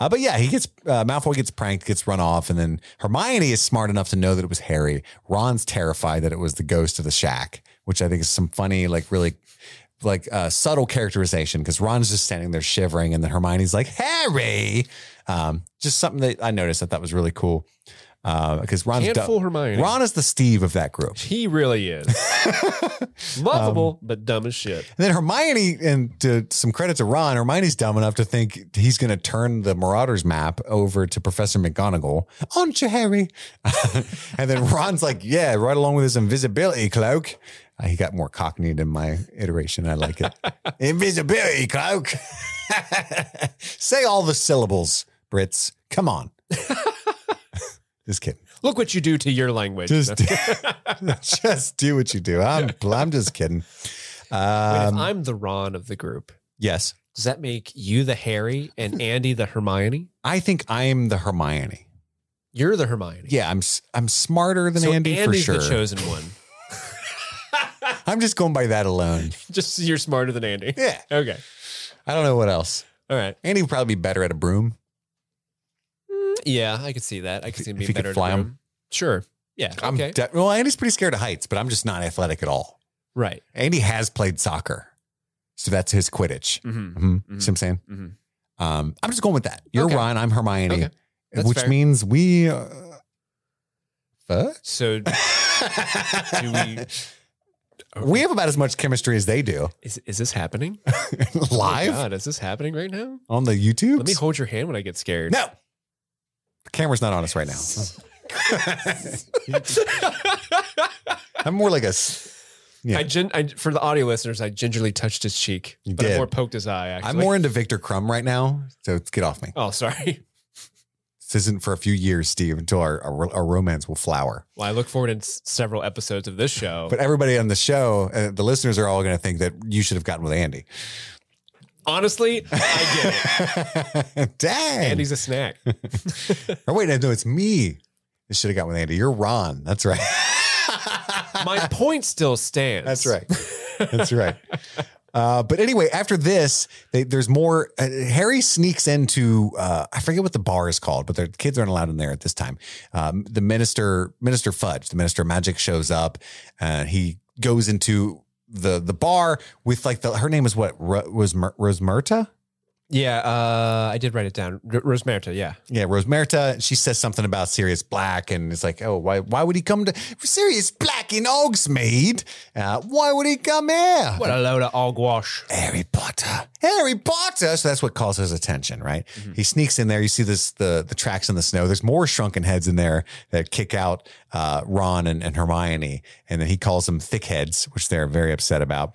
Speaker 1: uh, but yeah, he gets uh, Malfoy gets pranked, gets run off, and then Hermione is smart enough to know that it was Harry. Ron's terrified that it was the ghost of the shack, which I think is some funny, like really, like uh, subtle characterization because Ron's just standing there shivering, and then Hermione's like Harry. Um, just something that I noticed that that was really cool because Ron's
Speaker 2: Can't
Speaker 1: dumb-
Speaker 2: fool Hermione.
Speaker 1: Ron is the Steve of that group.
Speaker 2: He really is. Lovable,
Speaker 1: Um,
Speaker 2: but dumb as shit.
Speaker 1: And then Hermione, and to some credit to Ron, Hermione's dumb enough to think he's going to turn the Marauders map over to Professor McGonagall. Aren't you, Harry? and then Ron's like, yeah, right along with his invisibility cloak. Uh, he got more cockney than my iteration. I like it. invisibility cloak. Say all the syllables, Brits. Come on. Just kidding.
Speaker 2: Look what you do to your language.
Speaker 1: Just, just do what you do. I'm, I'm just kidding.
Speaker 2: Wait, if
Speaker 1: Um,
Speaker 2: I'm the Ron of the group,
Speaker 1: yes,
Speaker 2: does that make you the Harry and Andy the Hermione?
Speaker 1: I think I'm the Hermione.
Speaker 2: You're the Hermione.
Speaker 1: Yeah, I'm s- I'm smarter than
Speaker 2: so
Speaker 1: Andy for
Speaker 2: Andy's
Speaker 1: sure.
Speaker 2: the chosen one.
Speaker 1: I'm just going by that alone.
Speaker 2: Just you're smarter than Andy.
Speaker 1: Yeah,
Speaker 2: Okay.
Speaker 1: I don't know what else.
Speaker 2: All right.
Speaker 1: Andy would probably be better at a broom.
Speaker 2: Yeah, I could see that. I could see him
Speaker 1: If
Speaker 2: being
Speaker 1: he could
Speaker 2: better. at
Speaker 1: fly
Speaker 2: a
Speaker 1: 'em.
Speaker 2: broom. Sure. Yeah.
Speaker 1: I'm
Speaker 2: okay.
Speaker 1: de- well, Andy's pretty scared of heights, but I'm just not athletic at all.
Speaker 2: right.
Speaker 1: Andy has played soccer, so that's his Quidditch.
Speaker 2: hmm
Speaker 1: Mhm. See what I'm saying?
Speaker 2: Mhm.
Speaker 1: Um, I'm just going with that. You're
Speaker 2: Okay.
Speaker 1: Ron, I'm Hermione,
Speaker 2: Okay. That's
Speaker 1: which
Speaker 2: fair.
Speaker 1: means we. Uh, fuck?
Speaker 2: So do we?
Speaker 1: we have about as much chemistry as they do
Speaker 2: Is, is this happening? Oh my
Speaker 1: live
Speaker 2: God, is this happening right now?
Speaker 1: on the YouTube.
Speaker 2: Let me hold your hand when I get scared.
Speaker 1: no, the camera's not on us right now. I'm more like a. s- Yeah.
Speaker 2: I, gin- I for the audio listeners, I gingerly touched his cheek,
Speaker 1: You
Speaker 2: but I
Speaker 1: did.
Speaker 2: more poked his eye. Actually.
Speaker 1: I'm more into Victor Crumb right now, so get off me.
Speaker 2: Oh, sorry.
Speaker 1: This isn't for a few years, Steve, until our, our, our romance will flower.
Speaker 2: Well, I look forward to s- several episodes of this show.
Speaker 1: But everybody on the show, uh, the listeners are all going to think that you should have gotten with Andy.
Speaker 2: honestly, I get it.
Speaker 1: Dang.
Speaker 2: Andy's a snack.
Speaker 1: or wait, no, it's me. You should have gotten with Andy. You're Ron. That's right.
Speaker 2: My point still stands.
Speaker 1: That's right. That's right. Uh, but anyway, after this, they, there's more. Uh, Harry sneaks into uh, I forget what the bar is called, but the kids aren't allowed in there at this time. Um, the minister, Minister Fudge, the Minister of Magic, shows up. Uh, he goes into the the bar with like the her name is what Ro- was Mer- Rosmerta.
Speaker 2: Yeah, uh, I did write it down. R- Rosmerta, yeah.
Speaker 1: Yeah, Rosmerta. She says something about Sirius Black, and it's like, oh, why why would he come to Sirius Black in Hogsmeade? Uh, why would he come here?
Speaker 2: What a load of hogwash.
Speaker 1: Harry Potter. Harry Potter. So that's what calls his attention, right? He sneaks in there. You see this the the tracks in the snow. There's more shrunken heads in there that kick out uh, Ron and, and Hermione, and then he calls them thick heads, which they're very upset about.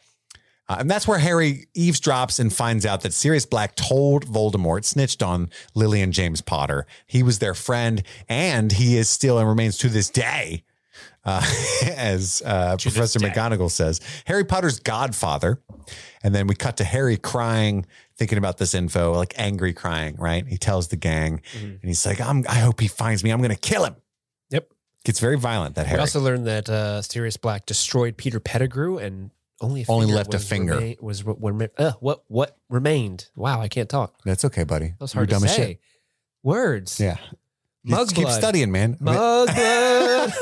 Speaker 1: Uh, and that's where Harry eavesdrops and finds out that Sirius Black told Voldemort, snitched on Lily and James Potter. He was their friend, and he is still and remains to this day, uh, as uh, Professor McGonagall says, Harry Potter's godfather. And then we cut to Harry crying, thinking about this info, like angry crying, right? He tells the gang,
Speaker 2: Mm-hmm.
Speaker 1: and he's like, I'm, I hope he finds me. I'm going to kill him.
Speaker 2: Yep.
Speaker 1: Gets very violent, that Harry.
Speaker 2: We also learned that uh, Sirius Black destroyed Peter Pettigrew and only a
Speaker 1: Only
Speaker 2: finger
Speaker 1: left a
Speaker 2: was
Speaker 1: finger.
Speaker 2: rema- was what, what, uh, what what remained. Wow, I can't talk.
Speaker 1: That's okay, buddy.
Speaker 2: That was
Speaker 1: You were
Speaker 2: hard
Speaker 1: dumb
Speaker 2: to
Speaker 1: as
Speaker 2: say.
Speaker 1: shit.
Speaker 2: Words.
Speaker 1: Yeah. You
Speaker 2: Mug
Speaker 1: just keep
Speaker 2: blood.
Speaker 1: studying, man. I mean,
Speaker 2: Mug blood.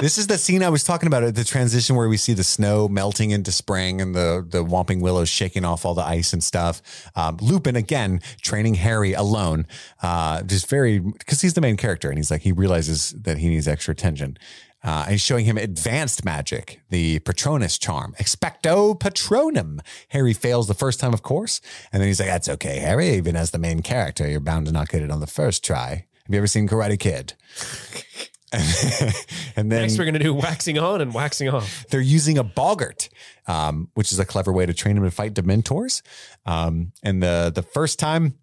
Speaker 1: this is the scene I was talking about at the transition where we see the snow melting into spring and the the whomping willows shaking off all the ice and stuff. Um, Lupin again training Harry alone, uh, just very because he's the main character and he's like he realizes that he needs extra attention. Uh, and he's showing him advanced magic, the Patronus charm, Expecto Patronum. Harry fails the first time, of course. And then he's like, That's okay, Harry. Even as the main character, you're bound to not get it on the first try. Have you ever seen Karate Kid? and then
Speaker 2: Next, we're going to do waxing on and waxing off.
Speaker 1: they're using a boggart, um, which is a clever way to train him to fight Dementors. Um, and the the first time,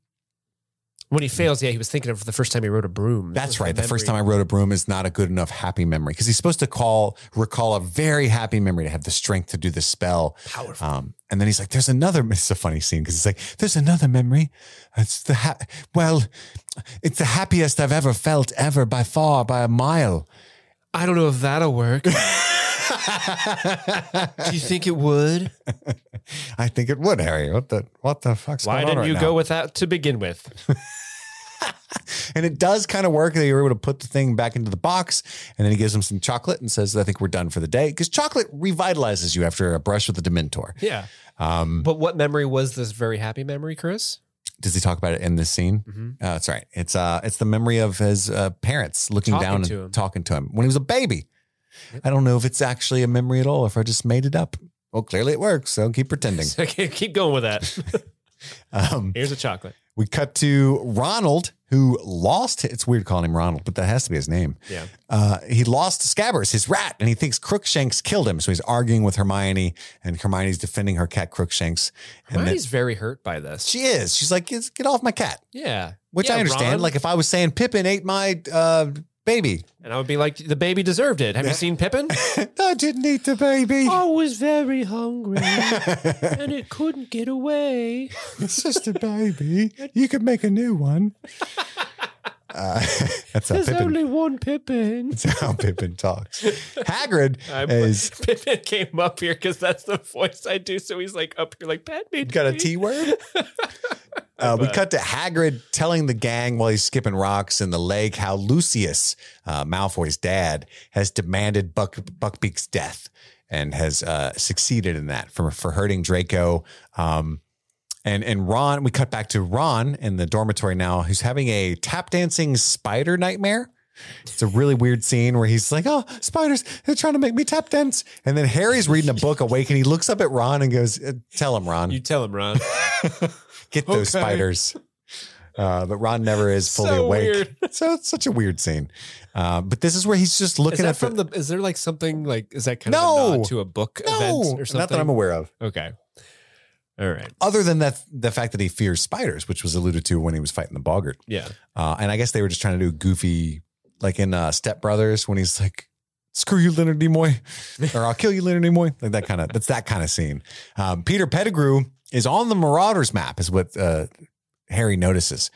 Speaker 2: When he fails, yeah, he was thinking of the first time he rode a broom.
Speaker 1: that's right. The first time I wrote a broom is not a good enough happy memory because he's supposed to call recall a very happy memory to have the strength to do the spell.
Speaker 2: Powerful.
Speaker 1: Um, and then he's like, "There's another." It's a funny scene because he's like, "There's another memory. It's the ha- well, it's the happiest I've ever felt ever by far by a mile."
Speaker 2: I don't know if that'll work. do you think it would?
Speaker 1: I think it would, Harry. What the what the fuck's
Speaker 2: Why
Speaker 1: going on
Speaker 2: didn't
Speaker 1: right
Speaker 2: you
Speaker 1: now?
Speaker 2: go with that to begin with?
Speaker 1: And it does kind of work. They were able to put the thing back into the box, and then he gives him some chocolate and says, "I think we're done for the day." Because chocolate revitalizes you after a brush with the Dementor.
Speaker 2: Yeah.
Speaker 1: Um,
Speaker 2: But what memory was this very happy memory, Chris?
Speaker 1: does he talk about it in this scene?
Speaker 2: Mhm.
Speaker 1: Uh, it's all right. It's uh, it's the memory of his uh, parents looking
Speaker 2: Talking
Speaker 1: down
Speaker 2: to
Speaker 1: and
Speaker 2: him.
Speaker 1: talking to him when he was a baby. I don't know if it's actually a memory at all, or if I just made it up. Well, clearly it works, so keep pretending.
Speaker 2: So keep keep going with that.
Speaker 1: Um,
Speaker 2: Here's a chocolate.
Speaker 1: we cut to Ronald, who lost. It's weird calling him Ronald, but that has to be his name.
Speaker 2: Yeah.
Speaker 1: uh, he lost Scabbers, his rat, and he thinks Crookshanks killed him. So he's arguing with Hermione, and Hermione's defending her cat Crookshanks. And then-
Speaker 2: Hermione's very hurt by this.
Speaker 1: she is. She's like, "Yes, "Get off my cat,"
Speaker 2: Yeah.
Speaker 1: which
Speaker 2: Yeah,
Speaker 1: I understand.
Speaker 2: Ron.
Speaker 1: Like if I was saying Pippin ate my uh, baby.
Speaker 2: And I would be like, the baby deserved it. Have you seen Pippin?
Speaker 1: I didn't eat the baby.
Speaker 2: was very hungry and it couldn't get away.
Speaker 1: It's just a baby. You could make a new one. Uh, that's how Pippin,
Speaker 2: one Pippin.
Speaker 1: that's how Pippin talks. Hagrid
Speaker 2: I'm,
Speaker 1: is
Speaker 2: Pippin came up here because that's the voice I do. So he's like up here, like pat me.
Speaker 1: got a T word. Uh, we cut to Hagrid telling the gang while he's skipping rocks in the lake how Lucius, uh, Malfoy's dad, has demanded Buck, Buckbeak's death and has uh, succeeded in that for, for hurting Draco. Um, and and Ron, we cut back to Ron in the dormitory now, who's having a tap dancing spider nightmare. It's a really weird scene where he's like, "Oh, spiders! They're trying to make me tap dance." And then Harry's reading a book awake, and he looks up at Ron and goes, "Uh, "Tell him, Ron,
Speaker 2: You tell him, Ron.
Speaker 1: get those
Speaker 4: Okay.
Speaker 1: spiders. Uh, but Ron never is fully
Speaker 2: So
Speaker 1: awake.
Speaker 2: weird.
Speaker 1: So it's such a weird scene. Uh, but this is where he's just
Speaker 2: Is
Speaker 1: looking
Speaker 2: that
Speaker 1: at
Speaker 2: from the, Is there like something like? Is that kind of
Speaker 1: No.
Speaker 2: a nod to a book
Speaker 1: no,
Speaker 2: event or something?
Speaker 1: not that I'm aware of.
Speaker 2: okay. All right.
Speaker 1: Other than that, the fact that he fears spiders, which was alluded to when he was fighting the boggart.
Speaker 2: Yeah.
Speaker 1: Uh, and I guess they were just trying to do goofy, like in uh, Step Brothers, when he's like, "Screw you, Leonard Nimoy," or "I'll kill you, Leonard Nimoy." Like that kind of that's that kind of scene. Um, Peter Pettigrew is on the Marauders map, is what uh, Harry notices,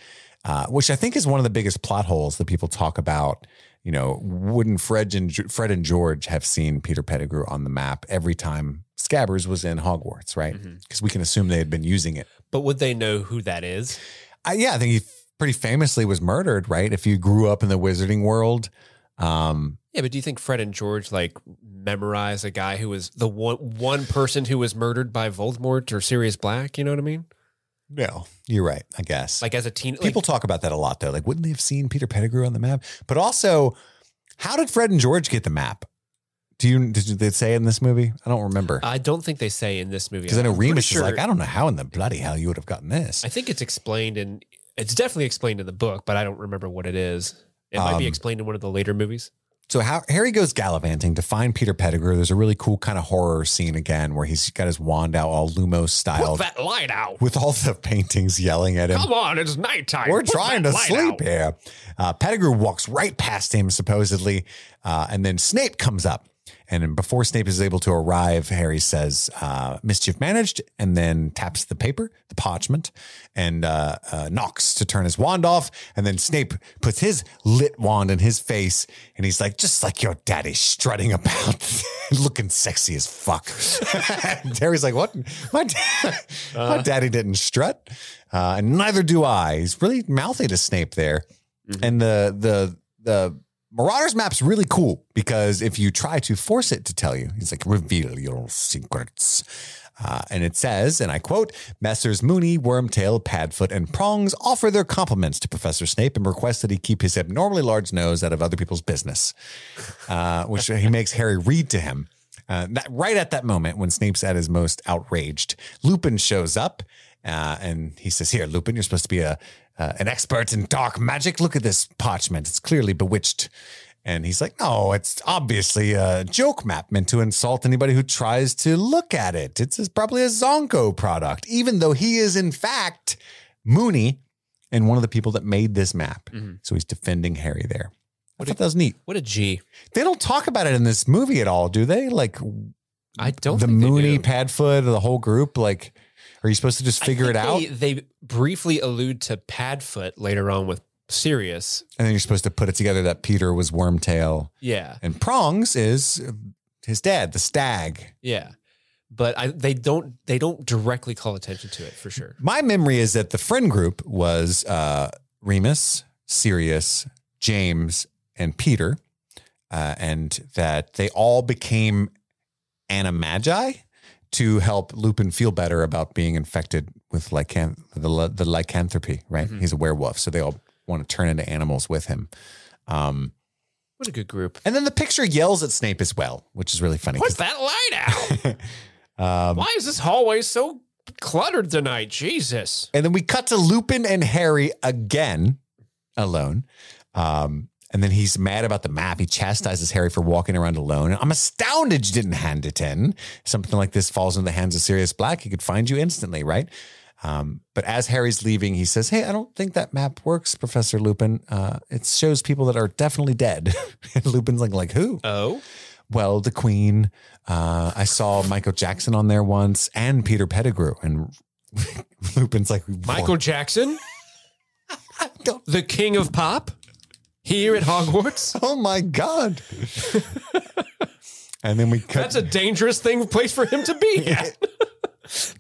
Speaker 1: uh, which I think is one of the biggest plot holes that people talk about. You know, wouldn't Fred and Fred and George have seen Peter Pettigrew on the map every time Scabbers was in Hogwarts, right?
Speaker 2: Mhm.
Speaker 1: Because we can assume they had been using it.
Speaker 2: But would they know who that is?
Speaker 1: I, yeah, I think he pretty famously was murdered, right? If you grew up in the wizarding world, um,
Speaker 2: Yeah, but do you think Fred and George like memorize a guy who was the one one person who was murdered by Voldemort or Sirius Black? You know what I mean?
Speaker 1: no, you're right. I guess
Speaker 2: Like as a teen, like,
Speaker 1: people talk about that a lot, though. Like, wouldn't they have seen Peter Pettigrew on the map? But also, how did Fred and George get the map? Do you did they say in this movie? I don't remember
Speaker 2: I don't think they say in this movie
Speaker 1: because I know
Speaker 2: Uh, I'm pretty
Speaker 1: Remus
Speaker 2: sure-
Speaker 1: is like, I don't know how in the bloody hell you would have gotten this.
Speaker 2: I think it's explained in. It's definitely explained in the book, but I don't remember what it is. It might be
Speaker 1: Um,
Speaker 2: explained in one of the later movies.
Speaker 1: So how, Harry goes gallivanting to find Peter Pettigrew. There's a really cool kind of horror scene again where he's got his wand out, all Lumos
Speaker 2: Put
Speaker 1: styled,
Speaker 2: that light out.
Speaker 1: with all the paintings yelling at him.
Speaker 2: Come on, it's nighttime.
Speaker 1: We're
Speaker 2: Put
Speaker 1: trying to
Speaker 2: that light
Speaker 1: sleep
Speaker 2: out.
Speaker 1: here. Uh, Pettigrew walks right past him, supposedly, uh, and then Snape comes up. And then before Snape is able to arrive, Harry says, uh, "Mischief managed," and then taps the paper, the parchment, and uh, uh, knocks to turn his wand off. And then Snape puts his lit wand in his face, and he's like, "Just like your daddy, strutting about, looking sexy as fuck." and Harry's like, "What? My, dad, my daddy didn't strut." uh, and neither do I. He's really mouthy to Snape there, and the the the Marauders map's really cool because if you try to force it to tell you, he's like reveal your secrets. Uh, and it says, and I quote, Messrs. Mooney, Wormtail, Padfoot, and Prongs offer their compliments to Professor Snape and request that he keep his abnormally large nose out of other people's business, uh, which he makes Harry read to him. Uh, that, right at that moment when Snape's at his most outraged, Lupin shows up uh, and he says, Here, Lupin, you're supposed to be a uh, an expert in dark magic. Look at this parchment. It's clearly bewitched. And he's like, No, it's obviously a joke map meant to insult anybody who tries to look at it. It's it's probably a Zonko product, even though he is, in fact, Mooney and one of the people that made this map.
Speaker 2: Mhm.
Speaker 1: So he's defending Harry there. I thought that was neat.
Speaker 2: What a G!
Speaker 1: They don't talk about it in this movie at all, do they? Like
Speaker 2: I don't
Speaker 1: the
Speaker 2: think they
Speaker 1: Mooney,
Speaker 2: do.
Speaker 1: Padfoot, the whole group. Like, are you supposed to just
Speaker 2: I
Speaker 1: figure it
Speaker 2: think
Speaker 1: out?
Speaker 2: They, they briefly allude to Padfoot later on with Sirius.
Speaker 1: And then you're supposed to put it together that Peter was Wormtail
Speaker 2: Yeah,
Speaker 1: and Prongs is uh, his dad, the stag.
Speaker 2: yeah, but I, they don't they don't directly call attention to it for sure.
Speaker 1: My memory is that the friend group was uh, Remus, Sirius, James, and Peter, uh, and that they all became animagi to help Lupin feel better about being infected with lycan- the, ly- the lycanthropy, right?
Speaker 2: Mhm.
Speaker 1: He's a werewolf, so they all want to turn into animals with him. Um,
Speaker 2: What a good group!
Speaker 1: and then the picture yells at Snape as well, which is really funny.
Speaker 2: Put that light out.
Speaker 1: um,
Speaker 2: Why is this hallway so cluttered tonight? Jesus.
Speaker 1: And then we cut to Lupin and Harry again alone. Um, and then he's mad about the map. He chastises Harry for walking around alone. I'm astounded you didn't hand it in. Something like this falls into the hands of Sirius Black. He could find you instantly, right? Um, but as Harry's leaving, he says, "Hey, I don't think that map works, Professor Lupin. Uh, it shows people that are definitely dead." and Lupin's like, "Like who?"
Speaker 2: Oh,
Speaker 1: Well, the Queen. Uh, I saw Michael Jackson on there once, and Peter Pettigrew. And Lupin's like,
Speaker 2: Michael Jackson, the king of pop, here at Hogwarts.
Speaker 1: Oh my god!" and then we cut.
Speaker 2: That's a dangerous thing place for him to be. at.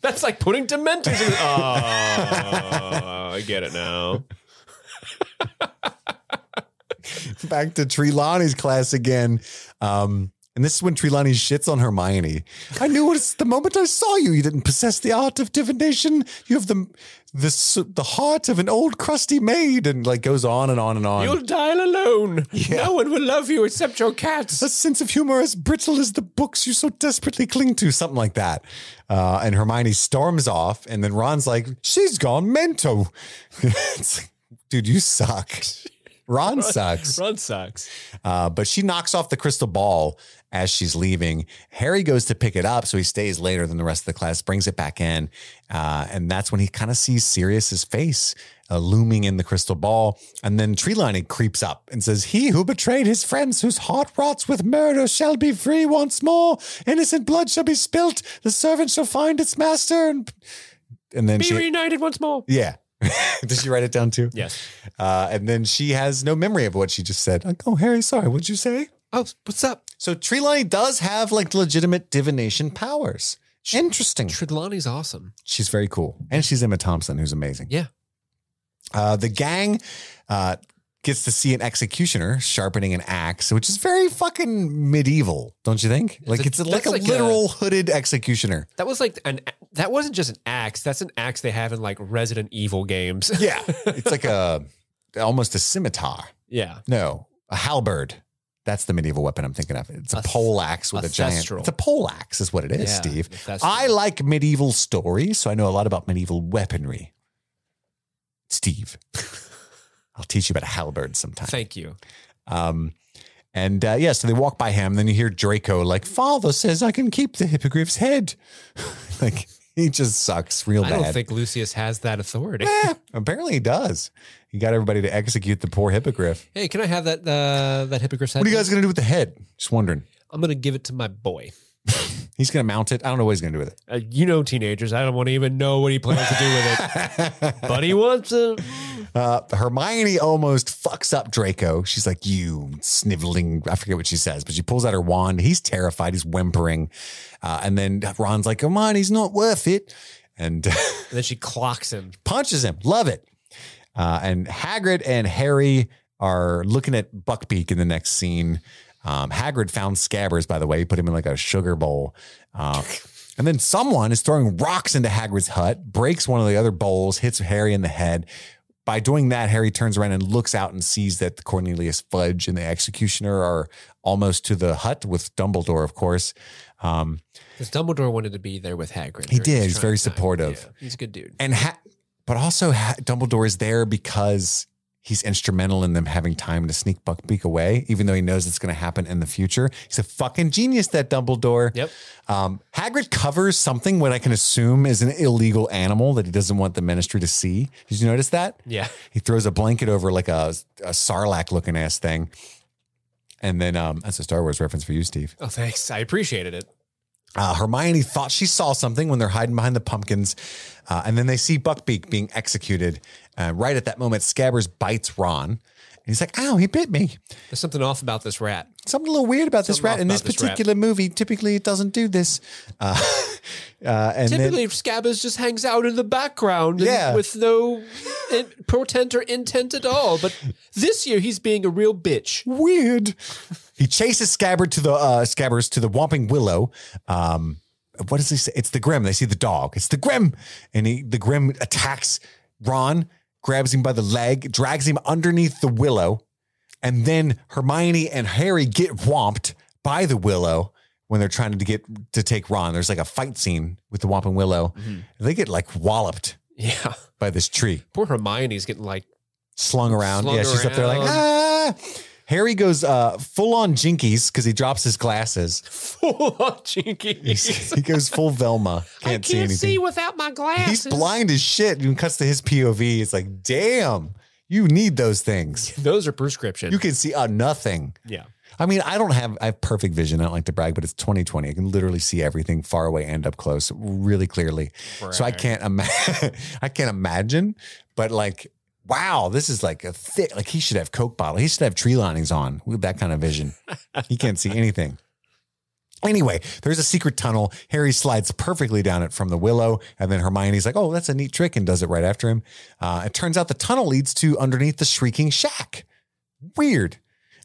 Speaker 2: That's like putting dementors. In- oh, I get it now.
Speaker 1: back to Trelawney's class again. Um, and this is when Trelawney shits on Hermione. I knew it the moment I saw you. You didn't possess the art of divination. You have the the s- the heart of an old crusty maid, and like goes on and on and on.
Speaker 2: You'll die alone.
Speaker 1: Yeah.
Speaker 2: No one will love you except your cats.
Speaker 1: a sense of humor as brittle as the books you so desperately cling to, something like that. Uh, and Hermione storms off, and then Ron's like, "She's gone mento." It's like, Dude, you suck. Ron sucks.
Speaker 2: Ron sucks.
Speaker 1: Uh, but she knocks off the crystal ball as she's leaving. Harry goes to pick it up, so he stays later than the rest of the class, brings it back in. Uh, and that's when he kind of sees Sirius's face uh, looming in the crystal ball. And then Trelawney creeps up and says, He who betrayed his friends, whose heart rots with murder, shall be free once more. Innocent blood shall be spilt. The servant shall find its master. And, and then
Speaker 2: Be
Speaker 1: she.
Speaker 2: reunited once more.
Speaker 1: Yeah. Did she write it down too?
Speaker 2: Yes.
Speaker 1: Uh, and then she has no memory of what she just said. Like, oh, Harry, sorry, what'd you say?
Speaker 2: Oh, what's up?
Speaker 1: So Trelawney does have like legitimate divination powers. Interesting.
Speaker 2: Trelawney's awesome.
Speaker 1: She's very cool. And she's Emma Thompson, who's amazing.
Speaker 2: Yeah.
Speaker 1: Uh, the gang uh, gets to see an executioner sharpening an axe, which is very fucking medieval, don't you think? Like
Speaker 2: a-
Speaker 1: it's, a, like
Speaker 2: that's
Speaker 1: a
Speaker 2: like a-
Speaker 1: literal hooded executioner.
Speaker 2: That was like an. That wasn't just an axe. That's an axe they have in like Resident Evil games.
Speaker 1: Yeah. it's like a almost a scimitar.
Speaker 2: yeah.
Speaker 1: No, a halberd. That's the medieval weapon I'm thinking of. It's a
Speaker 2: A-
Speaker 1: pole axe with a, giant.
Speaker 2: ancestral.
Speaker 1: It's a pole axe, is what it is,
Speaker 2: Yeah,
Speaker 1: Steve.
Speaker 2: that's-
Speaker 1: I like medieval stories, so I know a lot about medieval weaponry. Steve, I'll teach you about a halberd sometime.
Speaker 2: Thank you.
Speaker 1: Um, and uh, yeah, so they walk by him. Then you hear Draco like, "Father says I can keep the hippogriff's head." like he just sucks real
Speaker 2: I
Speaker 1: bad.
Speaker 2: don't think Lucius has that authority.
Speaker 1: Eh, apparently he does. He got everybody to execute the poor hippogriff.
Speaker 2: hey, can I have that uh, that hippogriff's head?
Speaker 1: What are you
Speaker 2: please?
Speaker 1: guys gonna do with the head? Just wondering.
Speaker 2: I'm gonna give it to my boy.
Speaker 1: He's gonna mount it. I don't know what he's gonna do with it.
Speaker 2: Uh, you know, teenagers. I don't want to even know what he plans to do with it. but he wants to.
Speaker 1: Uh, Hermione almost fucks up Draco. She's like, "You sniveling." I forget what she says, but she pulls out her wand. He's terrified. He's whimpering, uh, and then Ron's like, "Hermione's not worth it," and
Speaker 2: And then she clocks him.
Speaker 1: punches him. Love it. Uh, and Hagrid and Harry are looking at Buckbeak in the next scene. Um, Hagrid found Scabbers, by the way. He put him in like a sugar bowl. Uh, and then someone is throwing rocks into Hagrid's hut, breaks one of the other bowls, hits Harry in the head. By doing that, Harry turns around and looks out and sees that Cornelius Fudge and the executioner are almost to the hut with Dumbledore, of course. Um,
Speaker 2: Because Dumbledore wanted to be there with Hagrid.
Speaker 1: He
Speaker 2: during
Speaker 1: did.
Speaker 2: his
Speaker 1: He's
Speaker 2: trying
Speaker 1: very
Speaker 2: time.
Speaker 1: supportive.
Speaker 2: Yeah, he's a good dude.
Speaker 1: and ha- but also ha- Dumbledore is there because he's instrumental in them having time to sneak Buckbeak away, even though he knows it's going to happen in the future. He's a fucking genius, that Dumbledore.
Speaker 2: Yep.
Speaker 1: Um, Hagrid covers something what I can assume is an illegal animal that he doesn't want the Ministry to see. Did you notice that?
Speaker 2: Yeah.
Speaker 1: He throws a blanket over like a, a sarlacc looking ass thing. And then um, that's a Star Wars reference for you, Steve.
Speaker 2: Oh, thanks. I appreciated it.
Speaker 1: Uh, Hermione thought she saw something when they're hiding behind the pumpkins, uh, and then they see Buckbeak being executed. Uh, right at that moment, Scabbers bites Ron, and he's like, "Ow, he bit me."
Speaker 2: There's something off about this rat.
Speaker 1: Something a little weird about this
Speaker 2: Something
Speaker 1: rat
Speaker 2: off
Speaker 1: in this
Speaker 2: about this rat.
Speaker 1: particular movie. Typically, it doesn't do this. Uh, uh, and then,
Speaker 2: Typically, Scabbers just hangs out in the background and-
Speaker 1: Yeah.
Speaker 2: with no in- portent or intent at all. But this year, he's being a real bitch.
Speaker 1: weird. He chases Scabbard to the uh, Scabbers to the Whomping Willow. Um, what does he say? It's the Grim. They see the dog. It's the Grim, and he the Grim attacks Ron, grabs him by the leg, drags him underneath the willow, and then Hermione and Harry get whomped by the willow when they're trying to get to take Ron. There's like a fight scene with the Whomping Willow. They get like walloped
Speaker 2: Yeah.
Speaker 1: by this tree
Speaker 2: Poor Hermione's getting like,
Speaker 1: slung around.
Speaker 2: Slung
Speaker 1: yeah, she's up there like,
Speaker 2: around.
Speaker 1: ah. Harry goes uh, full on jinkies because he drops his glasses.
Speaker 2: Full on jinkies.
Speaker 1: He's- he goes full Velma. Can't,
Speaker 2: I can't
Speaker 1: see
Speaker 2: see,
Speaker 1: anything.
Speaker 2: without my glasses.
Speaker 1: He's blind as shit and cuts to his POV. It's like, damn, you need those things.
Speaker 2: Those are prescription.
Speaker 1: You can see a nothing.
Speaker 2: yeah.
Speaker 1: I mean, I don't have I have perfect vision. I don't like to brag, but it's 2020. I can literally see everything far away and up close really clearly. So I
Speaker 2: Brag.
Speaker 1: can't imagine. I can't imagine. But like, wow, this is like a thick. Like he should have coke bottle. He should have tree linings on with that kind of vision. he can't see anything. Anyway, there's a secret tunnel. Harry slides perfectly down it from the willow, and then Hermione's like, "Oh, that's a neat trick," and does it right after him. Uh, it turns out the tunnel leads to underneath the shrieking shack. Weird.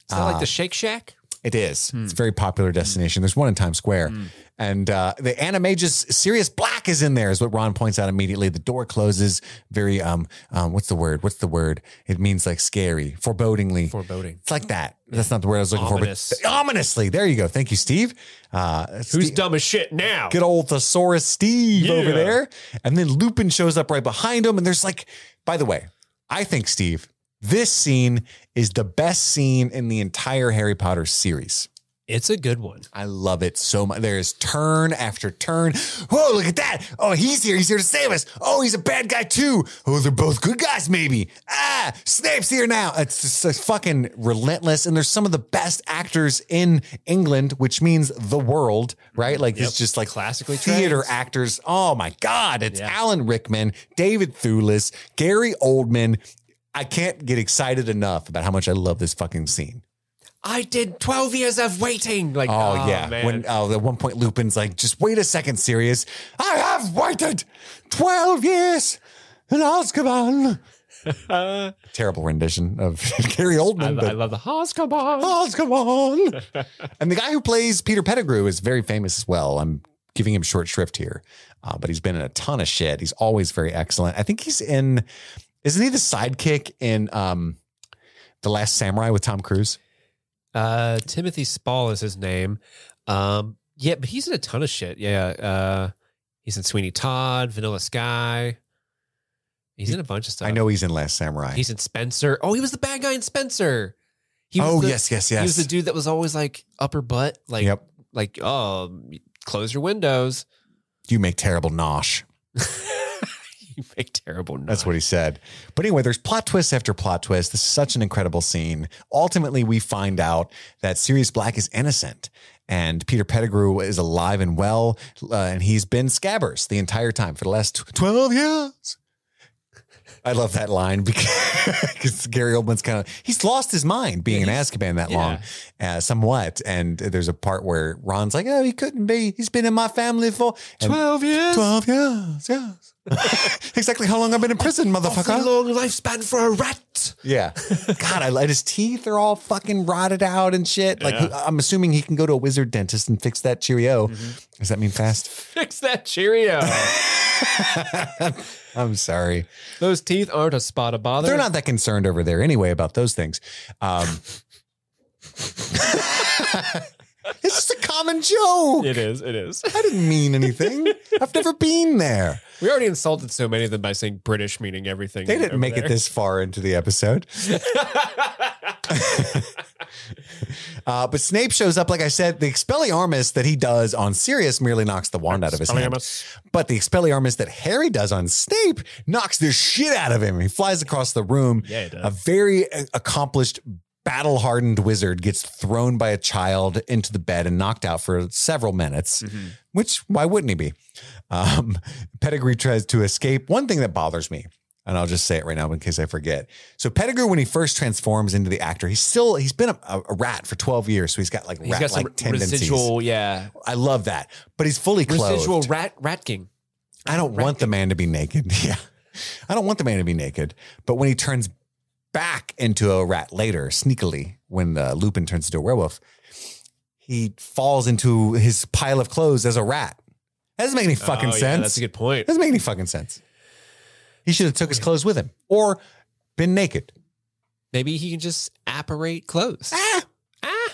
Speaker 2: It's not
Speaker 1: Uh,
Speaker 2: like the Shake Shack.
Speaker 1: it is.
Speaker 2: Hmm.
Speaker 1: It's a very popular destination. There's one in Times Square.
Speaker 2: Hmm.
Speaker 1: And uh, the Animagus Sirius Black is in there, is what Ron points out immediately. The door closes very, um, um, what's the word? What's the word? It means like scary, forebodingly.
Speaker 2: Foreboding.
Speaker 1: it's like that. That's not the word I was looking
Speaker 2: Ominous.
Speaker 1: for. But ominously. There you go. Thank you, Steve. Uh,
Speaker 2: Who's
Speaker 1: Steve-
Speaker 2: dumb as shit now?
Speaker 1: Good old thesaurus Steve over
Speaker 2: Yeah.
Speaker 1: there. And then Lupin shows up right behind him. And there's like, by the way, I think, Steve, this scene is the best scene in the entire Harry Potter series.
Speaker 2: It's a good one.
Speaker 1: I love it so much. There is turn after turn. Whoa, look at that. Oh, he's here. He's here to save us. Oh, he's a bad guy too. Oh, they're both good guys, maybe. Ah, Snape's here now. It's just it's fucking relentless. And there's some of the best actors in England, which means the world, right? Like
Speaker 2: Yep.
Speaker 1: it's just like
Speaker 2: Classically
Speaker 1: theater
Speaker 2: trained.
Speaker 1: actors. Oh my God. It's
Speaker 2: Yeah.
Speaker 1: Alan Rickman, David Thewlis, Gary Oldman. I can't get excited enough about how much I love this fucking scene.
Speaker 2: I did 12 years of waiting. Like,
Speaker 1: Oh, yeah.
Speaker 2: man.
Speaker 1: When oh, at one point Lupin's like, just wait a second, Sirius. I have waited 12 years in Azkaban.
Speaker 2: Uh,
Speaker 1: Terrible rendition of Gary
Speaker 2: I,
Speaker 1: Oldman,
Speaker 2: I
Speaker 1: but
Speaker 2: love the Hoskabon.
Speaker 1: Azkaban. and the guy who plays Peter Pettigrew is very famous as well. I'm giving him short shrift here, uh, but he's been in a ton of shit. He's always very excellent. I think he's in, isn't he the sidekick in um, The Last Samurai with Tom Cruise?
Speaker 2: Uh, Timothy Spall is his name. Um, yeah, but he's in a ton of shit. Yeah. Uh, he's in Sweeney Todd, Vanilla Sky. He's in a bunch of stuff.
Speaker 1: I know he's in Last Samurai.
Speaker 2: He's in Spencer. Oh, he was the bad guy in Spencer. He was
Speaker 1: oh,
Speaker 2: the-
Speaker 1: yes, yes, yes.
Speaker 2: He was the dude that was always like upper butt, like
Speaker 1: Yep.
Speaker 2: like oh, close your windows.
Speaker 1: You make terrible nosh.
Speaker 2: you make terrible. Noise.
Speaker 1: That's what he said. But anyway, there's plot twist after plot twist. This is such an incredible scene. Ultimately, we find out that Sirius Black is innocent and Peter Pettigrew is alive and well. uh, and he's been Scabbers the entire time for the last tw- 12 years. I love that line because Gary Oldman's kind of, he's lost his mind being in
Speaker 2: Yeah,
Speaker 1: Azkaban that
Speaker 2: yeah.
Speaker 1: long, uh, somewhat. And there's a part where Ron's like, oh, he couldn't be. He has been in my family for and-
Speaker 2: Twelve years.
Speaker 1: 12 years, yes. exactly how long I've been in prison,
Speaker 2: Awfully
Speaker 1: motherfucker.
Speaker 2: long lifespan for a rat.
Speaker 1: Yeah. God, I, and his teeth are all fucking rotted out and shit. Like,
Speaker 2: Yeah.
Speaker 1: I'm assuming he can go to a wizard dentist and fix that Cheerio. Does that mean fast?
Speaker 2: Fix that Cheerio.
Speaker 1: I'm sorry.
Speaker 2: Those teeth aren't a spot of bother.
Speaker 1: They're not that concerned over there anyway about those things. Um, it's just a common joke.
Speaker 2: It is. It is.
Speaker 1: I didn't mean anything. I've never been there.
Speaker 2: We already insulted so many of them by saying British meaning everything.
Speaker 1: They didn't
Speaker 2: over
Speaker 1: make it
Speaker 2: there.
Speaker 1: this far into the episode. uh, but Snape shows up. Like I said, the Expelliarmus that he does on Sirius merely knocks the wand out of his hand.
Speaker 2: Expelliarmus.
Speaker 1: But the Expelliarmus that Harry does on Snape knocks the shit out of him. He flies across the room.
Speaker 2: Yeah, it does.
Speaker 1: A very uh, accomplished, battle hardened wizard gets thrown by a child into the bed and knocked out for several minutes,
Speaker 2: Mm-hmm.
Speaker 1: which, why wouldn't he be? Um, Pettigrew tries to escape. One thing that bothers me, and I'll just say it right now in case I forget. So Pettigrew, when he first transforms into the actor, he's still he's been a, a rat for twelve years, so he's got like
Speaker 2: He's
Speaker 1: rat
Speaker 2: got some
Speaker 1: like tendencies.
Speaker 2: residual, yeah,
Speaker 1: I love that, but he's fully clothed.
Speaker 2: residual rat rat king.
Speaker 1: I don't want the man to be naked. Yeah. I don't want the man to be naked. But when he turns back into a rat later, sneakily, when uh, Lupin turns into a werewolf, he falls into his pile of clothes as a rat. That doesn't make any fucking
Speaker 2: Oh, yeah,
Speaker 1: sense.
Speaker 2: that's a good point.
Speaker 1: doesn't make any fucking sense. He should have took his clothes with him or been naked.
Speaker 2: Maybe he can just apparate clothes.
Speaker 1: Ah!
Speaker 2: Ah!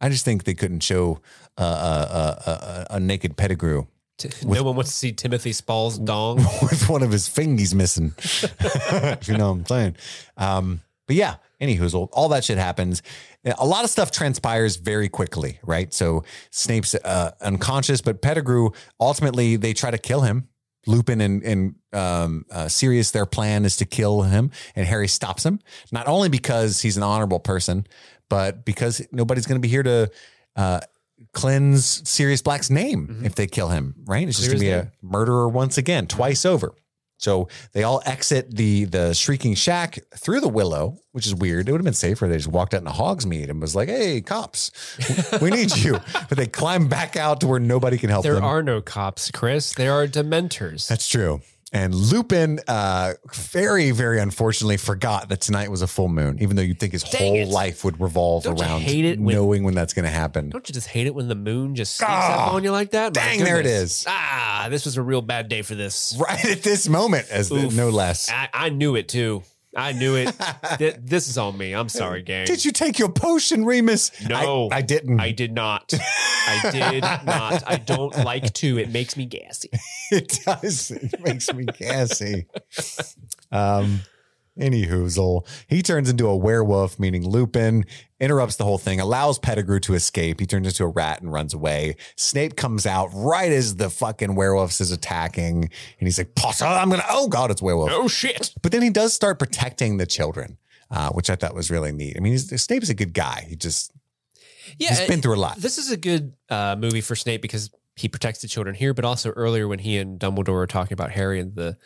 Speaker 1: I just think they couldn't show uh, uh, uh, uh, a naked Pettigrew
Speaker 2: T- no one wants to see Timothy Spall's dong.
Speaker 1: with one of his fingies missing. if you know what I'm saying. Um, but But yeah, any hoozle, all that shit happens. A lot of stuff transpires very quickly, right? So Snape's uh, unconscious, but Pettigrew ultimately they try to kill him. Lupin and, and um, uh, Sirius, their plan is to kill him, and Harry stops him. Not only because he's an honorable person, but because nobody's going to be here to uh, cleanse Sirius Black's name
Speaker 2: Mhm.
Speaker 1: if they kill him, right? It's just
Speaker 2: Clear
Speaker 1: going
Speaker 2: as
Speaker 1: to be
Speaker 2: day.
Speaker 1: a murderer once again, twice over. So they all exit the the shrieking shack through the willow, which is weird. It would have been safer. They just walked out in a hog's mead and was like, "Hey, cops, we need you." But they climb back out to where nobody can help
Speaker 2: There
Speaker 1: them.
Speaker 2: are no cops, Chris. There are dementors.
Speaker 1: That's true. And Lupin, uh, very, very unfortunately, forgot that tonight was a full moon, even though you'd think his
Speaker 2: Dang
Speaker 1: whole
Speaker 2: it.
Speaker 1: life would revolve
Speaker 2: Don't you
Speaker 1: around
Speaker 2: hate it when-
Speaker 1: knowing when that's going to happen.
Speaker 2: Don't you just hate it when the moon just sneaks up
Speaker 1: Ah,
Speaker 2: on you like that? My
Speaker 1: dang, there it
Speaker 2: goodness.
Speaker 1: is.
Speaker 2: Ah, this was a real bad day for this.
Speaker 1: Right at this moment, as
Speaker 2: Oof.
Speaker 1: no less.
Speaker 2: I, I knew it too. I knew it. Th- this is on me. I'm sorry, gang.
Speaker 1: Did you take your potion, Remus?
Speaker 2: No,
Speaker 1: I, I didn't.
Speaker 2: I did not. I did not. I don't like to. It makes me gassy.
Speaker 1: it does. It makes me gassy. Um, any hoozle. He turns into a werewolf, meaning Lupin, interrupts the whole thing, allows Pettigrew to escape. He turns into a rat and runs away. Snape comes out right as the fucking werewolves is attacking. And he's like, Potter, I'm going to, oh God, it's a werewolf.
Speaker 2: Oh shit!
Speaker 1: But then he does start protecting the children, uh, which I thought was really neat. I mean, he's, Snape's a good guy. He just,
Speaker 2: Yeah,
Speaker 1: he's been through a lot.
Speaker 2: this is a good uh, movie for Snape because he protects the children here, but also earlier when he and Dumbledore were talking about Harry and the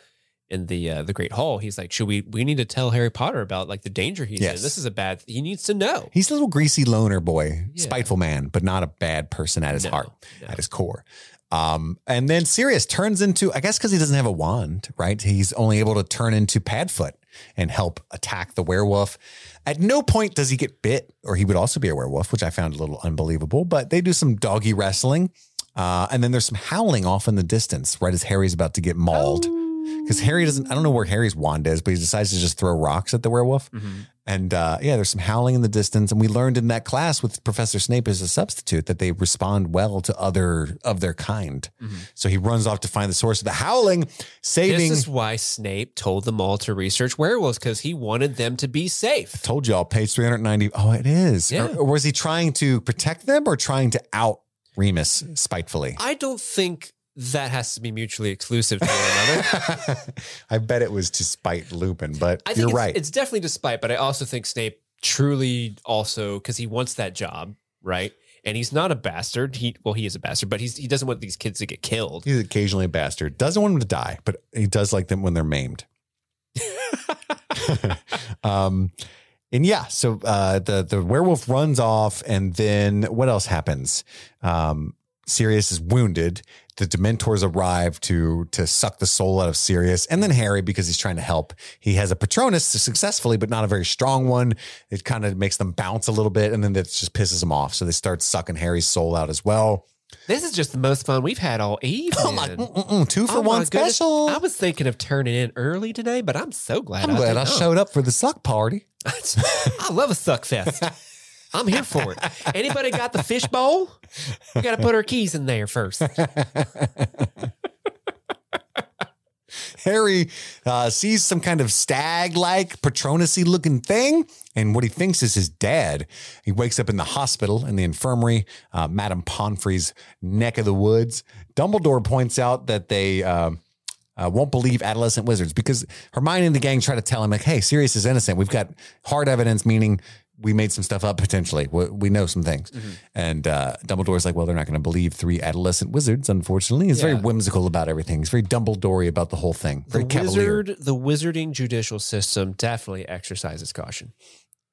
Speaker 2: in the uh, the Great Hall, he's like, "Should we? We need to tell Harry Potter about like the danger he's
Speaker 1: Yes.
Speaker 2: in. This is a bad. He needs to know."
Speaker 1: He's a little greasy loner boy,
Speaker 2: Yeah.
Speaker 1: spiteful man, but not a bad person at his
Speaker 2: No,
Speaker 1: heart,
Speaker 2: no.
Speaker 1: at his core. Um, and then Sirius turns into, I guess, because he doesn't have a wand, right? He's only able to turn into Padfoot and help attack the werewolf. At no point does he get bit, or he would also be a werewolf, which I found a little unbelievable. But they do some doggy wrestling. Uh, and then there's some howling off in the distance, right as Harry's about to get mauled. Because Harry doesn't, I don't know where Harry's wand is, but he decides to just throw rocks at the werewolf.
Speaker 2: Mm-hmm.
Speaker 1: And uh, yeah, there's some howling in the distance. And we learned in that class with Professor Snape as a substitute that they respond well to other of their kind.
Speaker 2: Mm-hmm.
Speaker 1: So he runs off to find the source of the howling, saving.
Speaker 2: This is why Snape told them all to research werewolves because he wanted them to be safe.
Speaker 1: told y'all page 390. Oh, it is.
Speaker 2: Yeah.
Speaker 1: Or, or was he trying to protect them or trying to out Remus spitefully?
Speaker 2: I don't think that has to be mutually exclusive to one another.
Speaker 1: I bet it was to spite Lupin, but
Speaker 2: I think
Speaker 1: you're
Speaker 2: it's,
Speaker 1: right.
Speaker 2: it's definitely despite, but I also think Snape truly also because he wants that job, right? And he's not a bastard. He well, he is a bastard, but he's he doesn't want these kids to get killed.
Speaker 1: He's occasionally a bastard. Doesn't want them to die, but he does like them when they're maimed. um, and yeah, so uh, the the werewolf runs off, and then what else happens? Um, Sirius is wounded. The Dementors arrive to to suck the soul out of Sirius, and then Harry because he's trying to help. He has a Patronus successfully, but not a very strong one. It kind of makes them bounce a little bit, and then that just pisses them off. So they start sucking Harry's soul out as well.
Speaker 2: This is just the most fun we've had all evening.
Speaker 1: Oh my, mm-mm, two for
Speaker 2: Oh
Speaker 1: one
Speaker 2: my goodness.
Speaker 1: special.
Speaker 2: I was thinking of turning in early today, but I'm so glad.
Speaker 1: I'm glad
Speaker 2: did
Speaker 1: I
Speaker 2: not.
Speaker 1: showed up for the suck party.
Speaker 2: I love a suck fest. I'm here for it. Anybody got the fish bowl? We got to put our keys in there first.
Speaker 1: Harry uh, sees some kind of stag like Patronus looking thing and what he thinks is his dad. He wakes up in the hospital in the infirmary, uh, Madame Pomfrey's neck of the woods. Dumbledore points out that they. Uh, uh, won't believe adolescent wizards because Hermione and the gang try to tell him like, "Hey, Sirius is innocent. We've got hard evidence, meaning we made some stuff up potentially. We, we know some things."
Speaker 2: Mm-hmm.
Speaker 1: And uh, Dumbledore's like, "Well, they're not going to believe three adolescent wizards. Unfortunately, he's very
Speaker 2: Yeah.
Speaker 1: whimsical about everything. He's very Dumbledore about the whole thing. Very
Speaker 2: The
Speaker 1: cavalier.
Speaker 2: wizard, the wizarding judicial system definitely exercises caution.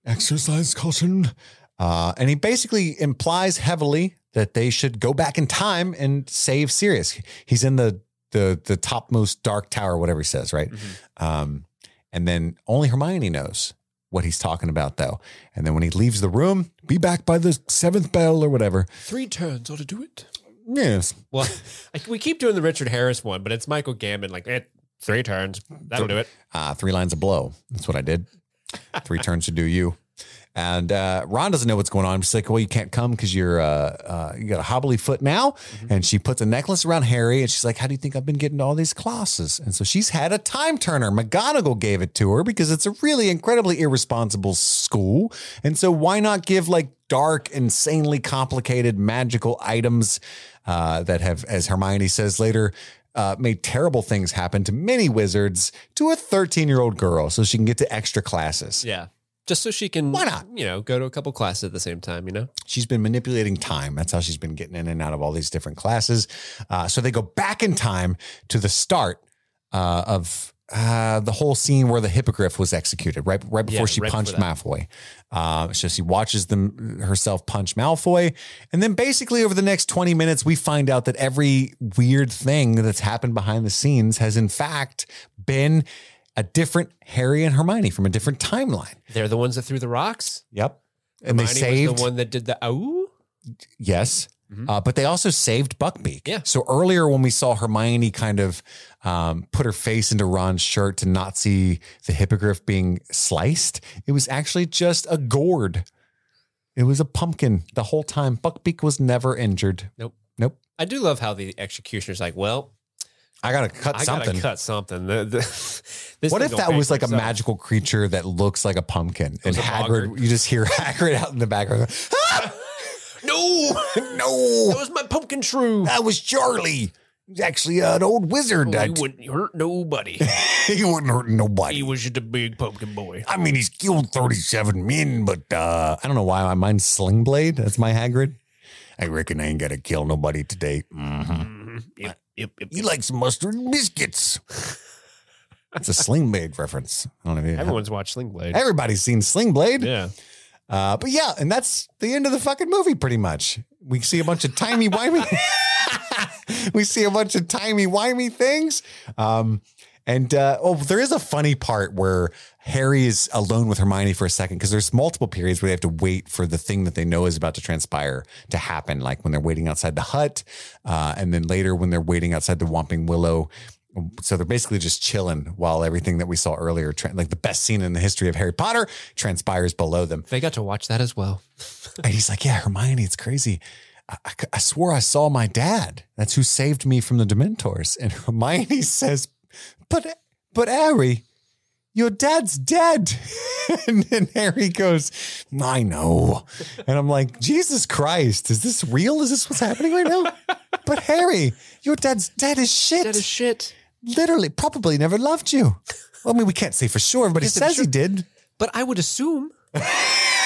Speaker 4: Exercise caution.
Speaker 1: Uh, and he basically implies heavily that they should go back in time and save Sirius. He's in the the the topmost dark tower, whatever he says, right? Um, and then only Hermione knows what he's talking about, though. And then when he leaves the room, be back by the seventh bell or whatever.
Speaker 2: Three turns ought to do it.
Speaker 1: Yes,
Speaker 2: Well, like, we keep doing the Richard Harris one, but it's Michael Gambon. Like, eh, three turns. That'll do it.
Speaker 1: Ah, uh, three lines of blow. That's what I did. Three turns to do you. And uh, Ron doesn't know what's going on. She's like, "Well, you can't come because you're uh, uh, you got a hobbly foot now." And she puts a necklace around Harry, and she's like, "How do you think I've been getting to all these classes?" And so she's had a time turner. McGonagall gave it to her because it's a really incredibly irresponsible school, and so why not give like dark, insanely complicated magical items uh, that have, as Hermione says later, uh, made terrible things happen to many wizards to a 13 year old girl so she can get to extra classes.
Speaker 2: Yeah. Just so she can,
Speaker 1: Why not?
Speaker 2: You know, go to a couple classes at the same time. You know,
Speaker 1: She's been manipulating time. That's how she's been getting in and out of all these different classes. Uh, so they go back in time to the start uh, of uh, the whole scene where the hippogriff was executed, right right before
Speaker 2: Yeah,
Speaker 1: she
Speaker 2: right
Speaker 1: punched
Speaker 2: before
Speaker 1: Malfoy. Uh, so she watches them herself punch Malfoy, and then basically over the next twenty minutes, we find out that every weird thing that's happened behind the scenes has in fact been a different Harry and Hermione from a different timeline.
Speaker 2: they're the ones that threw the rocks.
Speaker 1: Yep, and they
Speaker 2: Hermione
Speaker 1: saved
Speaker 2: was the one that did the oh, ooh.
Speaker 1: Yes. Uh, but they also saved Buckbeak.
Speaker 2: Yeah.
Speaker 1: So earlier, when we saw Hermione kind of um, put her face into Ron's shirt to not see the hippogriff being sliced, it was actually just a gourd. It was a pumpkin the whole time. Buckbeak was never injured.
Speaker 2: Nope.
Speaker 1: Nope.
Speaker 2: I do love how the executioner's like, well,
Speaker 1: I gotta cut
Speaker 2: I
Speaker 1: something.
Speaker 2: gotta cut something. The- the- this
Speaker 1: what
Speaker 2: thing
Speaker 1: if
Speaker 2: gonna
Speaker 1: that
Speaker 2: pay
Speaker 1: was
Speaker 2: for
Speaker 1: like a
Speaker 2: itself.
Speaker 1: magical creature that looks like a pumpkin, and
Speaker 2: was a
Speaker 1: Hagrid?
Speaker 2: boggart.
Speaker 1: You just hear Hagrid out in the background. "Ah!
Speaker 2: No, that
Speaker 1: no,
Speaker 2: was my pumpkin shrew.
Speaker 1: that was Charlie. He's actually an old wizard.
Speaker 2: He
Speaker 1: I-
Speaker 2: wouldn't hurt nobody.
Speaker 1: he wouldn't hurt nobody.
Speaker 2: he was just a big pumpkin boy.
Speaker 1: I mean, he's killed 37 men, but uh, I don't know why my mind's Sling Blade. That's my Hagrid. I reckon I ain't got to kill nobody today. Mhm.
Speaker 2: Mhm. Yep, yep, yep,
Speaker 1: You
Speaker 2: yep.
Speaker 1: like some mustard and biscuits. It's a Sling Blade reference. I don't know if you-
Speaker 2: Everyone's watched Sling Blade.
Speaker 1: Everybody's seen Sling Blade.
Speaker 2: Yeah.
Speaker 1: Uh, but yeah, and that's the end of the fucking movie, pretty much. We see a bunch of timey wimey. we see a bunch of timey wimey things. Um, and uh, oh, there is a funny part where Harry is alone with Hermione for a second because there's multiple periods where they have to wait for the thing that they know is about to transpire to happen, like when they're waiting outside the hut, uh, and then later when they're waiting outside the Whomping Willow. So they're basically just chilling while everything that we saw earlier, tra- like the best scene in the history of Harry Potter, transpires below them.
Speaker 2: They got to watch that as well.
Speaker 1: And he's like, Yeah, Hermione, it's crazy. I, I c- I swore I saw my dad. That's who saved me from the Dementors. And Hermione says, But, but Harry, your dad's dead. and then Harry goes, I know. And I'm like, Jesus Christ, is this real? Is this what's happening right now? but Harry, your dad's dead as shit.
Speaker 2: That is shit.
Speaker 1: Literally, probably never loved you. Well, I mean, we can't say for sure. Everybody
Speaker 2: Just to be
Speaker 1: says he
Speaker 2: sure.
Speaker 1: did.
Speaker 2: But I would assume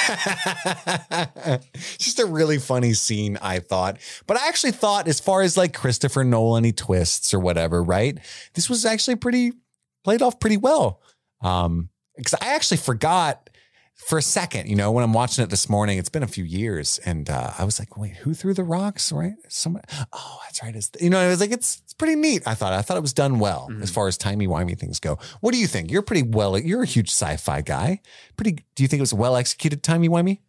Speaker 1: just a really funny scene, I thought. But I actually thought, as far as like Christopher Nolan, he twists or whatever, right? This was actually pretty played off pretty well. Um, because I actually forgot for a second, you know, when I'm watching it this morning, it's been a few years, and uh, I was like, wait, who threw the rocks? Right? Someone. Oh, that's right. It's, you know, I was like, it's it's pretty neat. I thought I thought it was done well as far as timey wimey things go. What do you think? You're pretty well. You're a huge sci-fi guy. Pretty. Do you think it was well executed timey wimey?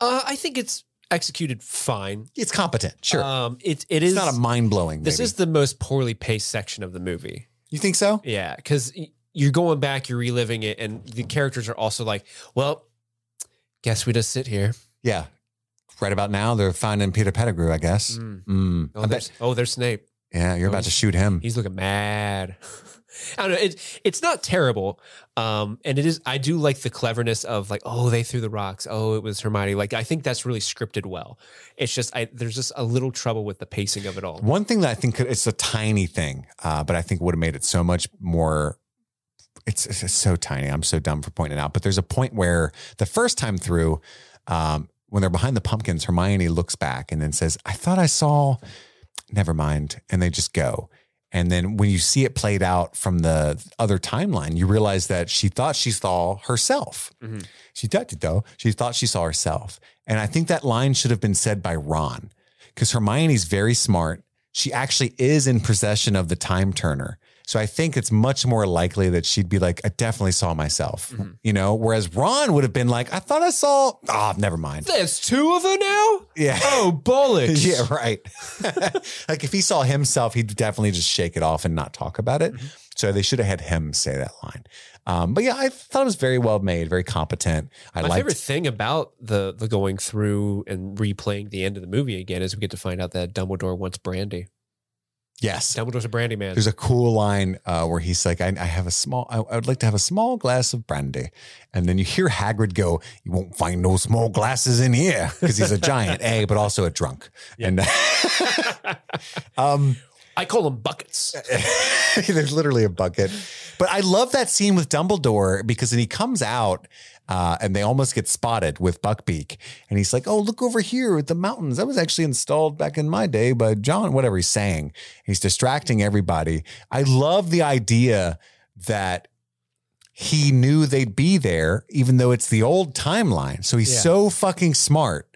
Speaker 2: Uh, I think it's executed fine.
Speaker 1: It's competent, sure.
Speaker 2: Um, it it
Speaker 1: it's
Speaker 2: is-
Speaker 1: not a mind blowing.
Speaker 2: This is the most poorly paced section of the movie.
Speaker 1: You think so?
Speaker 2: Yeah, because you're going back, you're reliving it, and the characters are also like, well, guess we just sit here.
Speaker 1: Yeah. Right about now, they're finding Peter Pettigrew, I guess.
Speaker 2: Mm.
Speaker 1: Mm.
Speaker 2: Oh,
Speaker 1: I
Speaker 2: there's,
Speaker 1: bet.
Speaker 2: oh, there's Snape.
Speaker 1: Yeah, you're about to
Speaker 2: he's-
Speaker 1: shoot him.
Speaker 2: He's looking mad. I don't know. It, it's not terrible, um, and it is. I do like the cleverness of like, oh, they threw the rocks. Oh, it was Hermione. Like, I think that's really scripted well. It's just, I there's just a little trouble with the pacing of it all.
Speaker 1: One thing that I think could, it's a tiny thing, uh, but I think would have made it so much more. It's, it's it's so tiny. I'm so dumb for pointing it out. But there's a point where the first time through, um, when they're behind the pumpkins, Hermione looks back and then says, "I thought I saw." Never mind, and they just go. And then when you see it played out from the other timeline, you realize that she thought she saw herself.
Speaker 2: Mhm.
Speaker 1: She thought it though. She thought she saw herself. And I think that line should have been said by Ron because Hermione's very smart. She actually is in possession of the time turner. So I think it's much more likely that she'd be like, I definitely saw myself,
Speaker 2: Mhm.
Speaker 1: you know, whereas Ron would have been like, I thought I saw, ah, never mind.
Speaker 2: There's two of her now?
Speaker 1: Yeah.
Speaker 2: Oh, bollocks.
Speaker 1: Yeah, right. like if he saw himself, he'd definitely just shake it off and not talk about
Speaker 2: Mm-hmm.
Speaker 1: it. So they should have had him say that line. Um, but yeah, I thought it was very well made, very competent. I
Speaker 2: My
Speaker 1: liked
Speaker 2: favorite thing about the the going through and replaying the end of the movie again is we get to find out that Dumbledore wants brandy.
Speaker 1: yes.
Speaker 2: Dumbledore's a brandy man.
Speaker 1: There's a cool line uh, where he's like, I, I have a small, I, I would like to have a small glass of brandy. And then you hear Hagrid go, You won't find no small glasses in here. Because he's a giant, A, but also a drunk.
Speaker 2: Yeah.
Speaker 1: And um,
Speaker 2: I call them buckets.
Speaker 1: There's literally a bucket. But I love that scene with Dumbledore because then he comes out uh, and they almost get spotted with Buckbeak. And he's like, oh, look over here at the mountains. That was actually installed back in my day by John, whatever he's saying. He's distracting everybody. I love the idea that he knew they'd be there, even though it's the old timeline. So he's
Speaker 2: Yeah.
Speaker 1: so fucking smart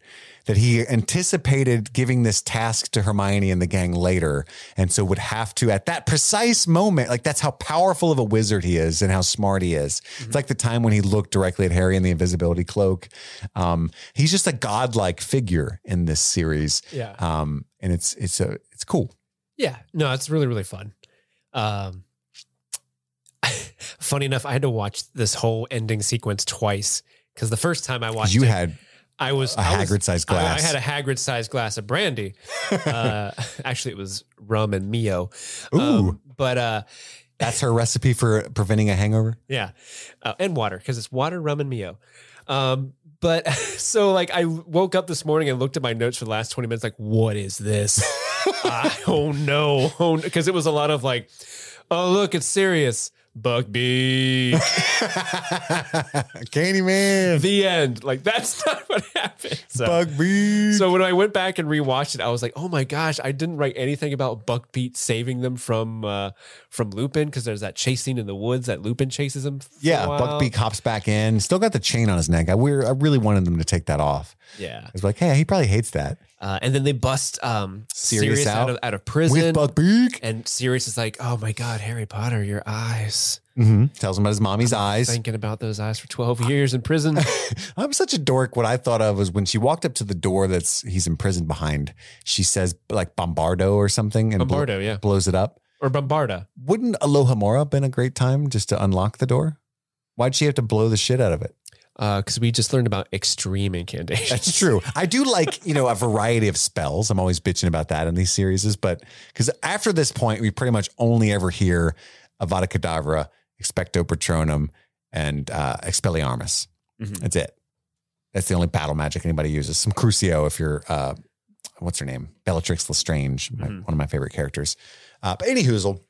Speaker 1: that he anticipated giving this task to Hermione and the gang later. And so would have to, at that precise moment, like that's how powerful of a wizard he is and how smart he is. It's
Speaker 2: Mm-hmm.
Speaker 1: like the time when he looked directly at Harry in the invisibility cloak. Um, he's just a godlike figure in this series.
Speaker 2: Yeah.
Speaker 1: Um, and it's, it's a, it's cool.
Speaker 2: Yeah. No, it's really, really fun. Um, funny enough, I had to watch this whole ending sequence twice because the first time I watched
Speaker 1: You
Speaker 2: it,
Speaker 1: had
Speaker 2: I was
Speaker 1: a
Speaker 2: I was-
Speaker 1: Hagrid sized
Speaker 2: I-
Speaker 1: glass.
Speaker 2: I, had a Hagrid sized glass of brandy. Uh, actually, it was rum and Mio. Um,
Speaker 1: Ooh.
Speaker 2: but uh,
Speaker 1: That's her recipe for preventing a hangover.
Speaker 2: Yeah, uh, and water because it's water, rum, and mio. Um, but so like I woke up this morning and looked at my notes for the last twenty minutes. Like, what is this? I don't know. Oh, because it was a lot of like, oh look, it's serious. Buckbeak.
Speaker 1: Candyman.
Speaker 2: the end. Like that's not what happened. So,
Speaker 1: Bugbeak.
Speaker 2: so when I went back and rewatched it, I was like, "Oh my gosh, I didn't write anything about Buckbeak saving them from uh, from Lupin because there's that chase scene in the woods that Lupin chases him." for a
Speaker 1: yeah,
Speaker 2: while.
Speaker 1: Buckbeak hops back in. Still got the chain on his neck. I, we I really wanted them to take that off.
Speaker 2: Yeah,
Speaker 1: I was like, hey, he probably hates that.
Speaker 2: Uh, and then they bust um,
Speaker 1: Sirius
Speaker 2: Sirius, out.
Speaker 1: out?
Speaker 2: of, out of prison.
Speaker 1: With Buckbeak.
Speaker 2: and Sirius is like, oh my God, Harry Potter, your eyes.
Speaker 1: Mhm. Tells him about his mommy's eyes.
Speaker 2: Thinking about those eyes for 12 years in prison.
Speaker 1: I'm such a dork. What I thought of was when she walked up to the door that's he's imprisoned behind, she says like Bombardo or something and blo-
Speaker 2: Bombardo, yeah.
Speaker 1: blows it up.
Speaker 2: Or Bombarda.
Speaker 1: Wouldn't Aloha Mora been a great time just to unlock the door? Why'd she have to blow the shit out of it?
Speaker 2: Because Uh, we just learned about extreme incantation.
Speaker 1: That's true. I do like, you know, a variety of spells. I'm always bitching about that in these series, but because after this point, we pretty much only ever hear Avada Kedavra, Expecto Patronum, and uh, Expelliarmus.
Speaker 2: Mhm.
Speaker 1: That's it. That's the only battle magic anybody uses. Some Crucio, if you're, uh, what's her name? Bellatrix Lestrange, my,
Speaker 2: Mhm.
Speaker 1: one of my favorite characters. Uh, but any hoozle,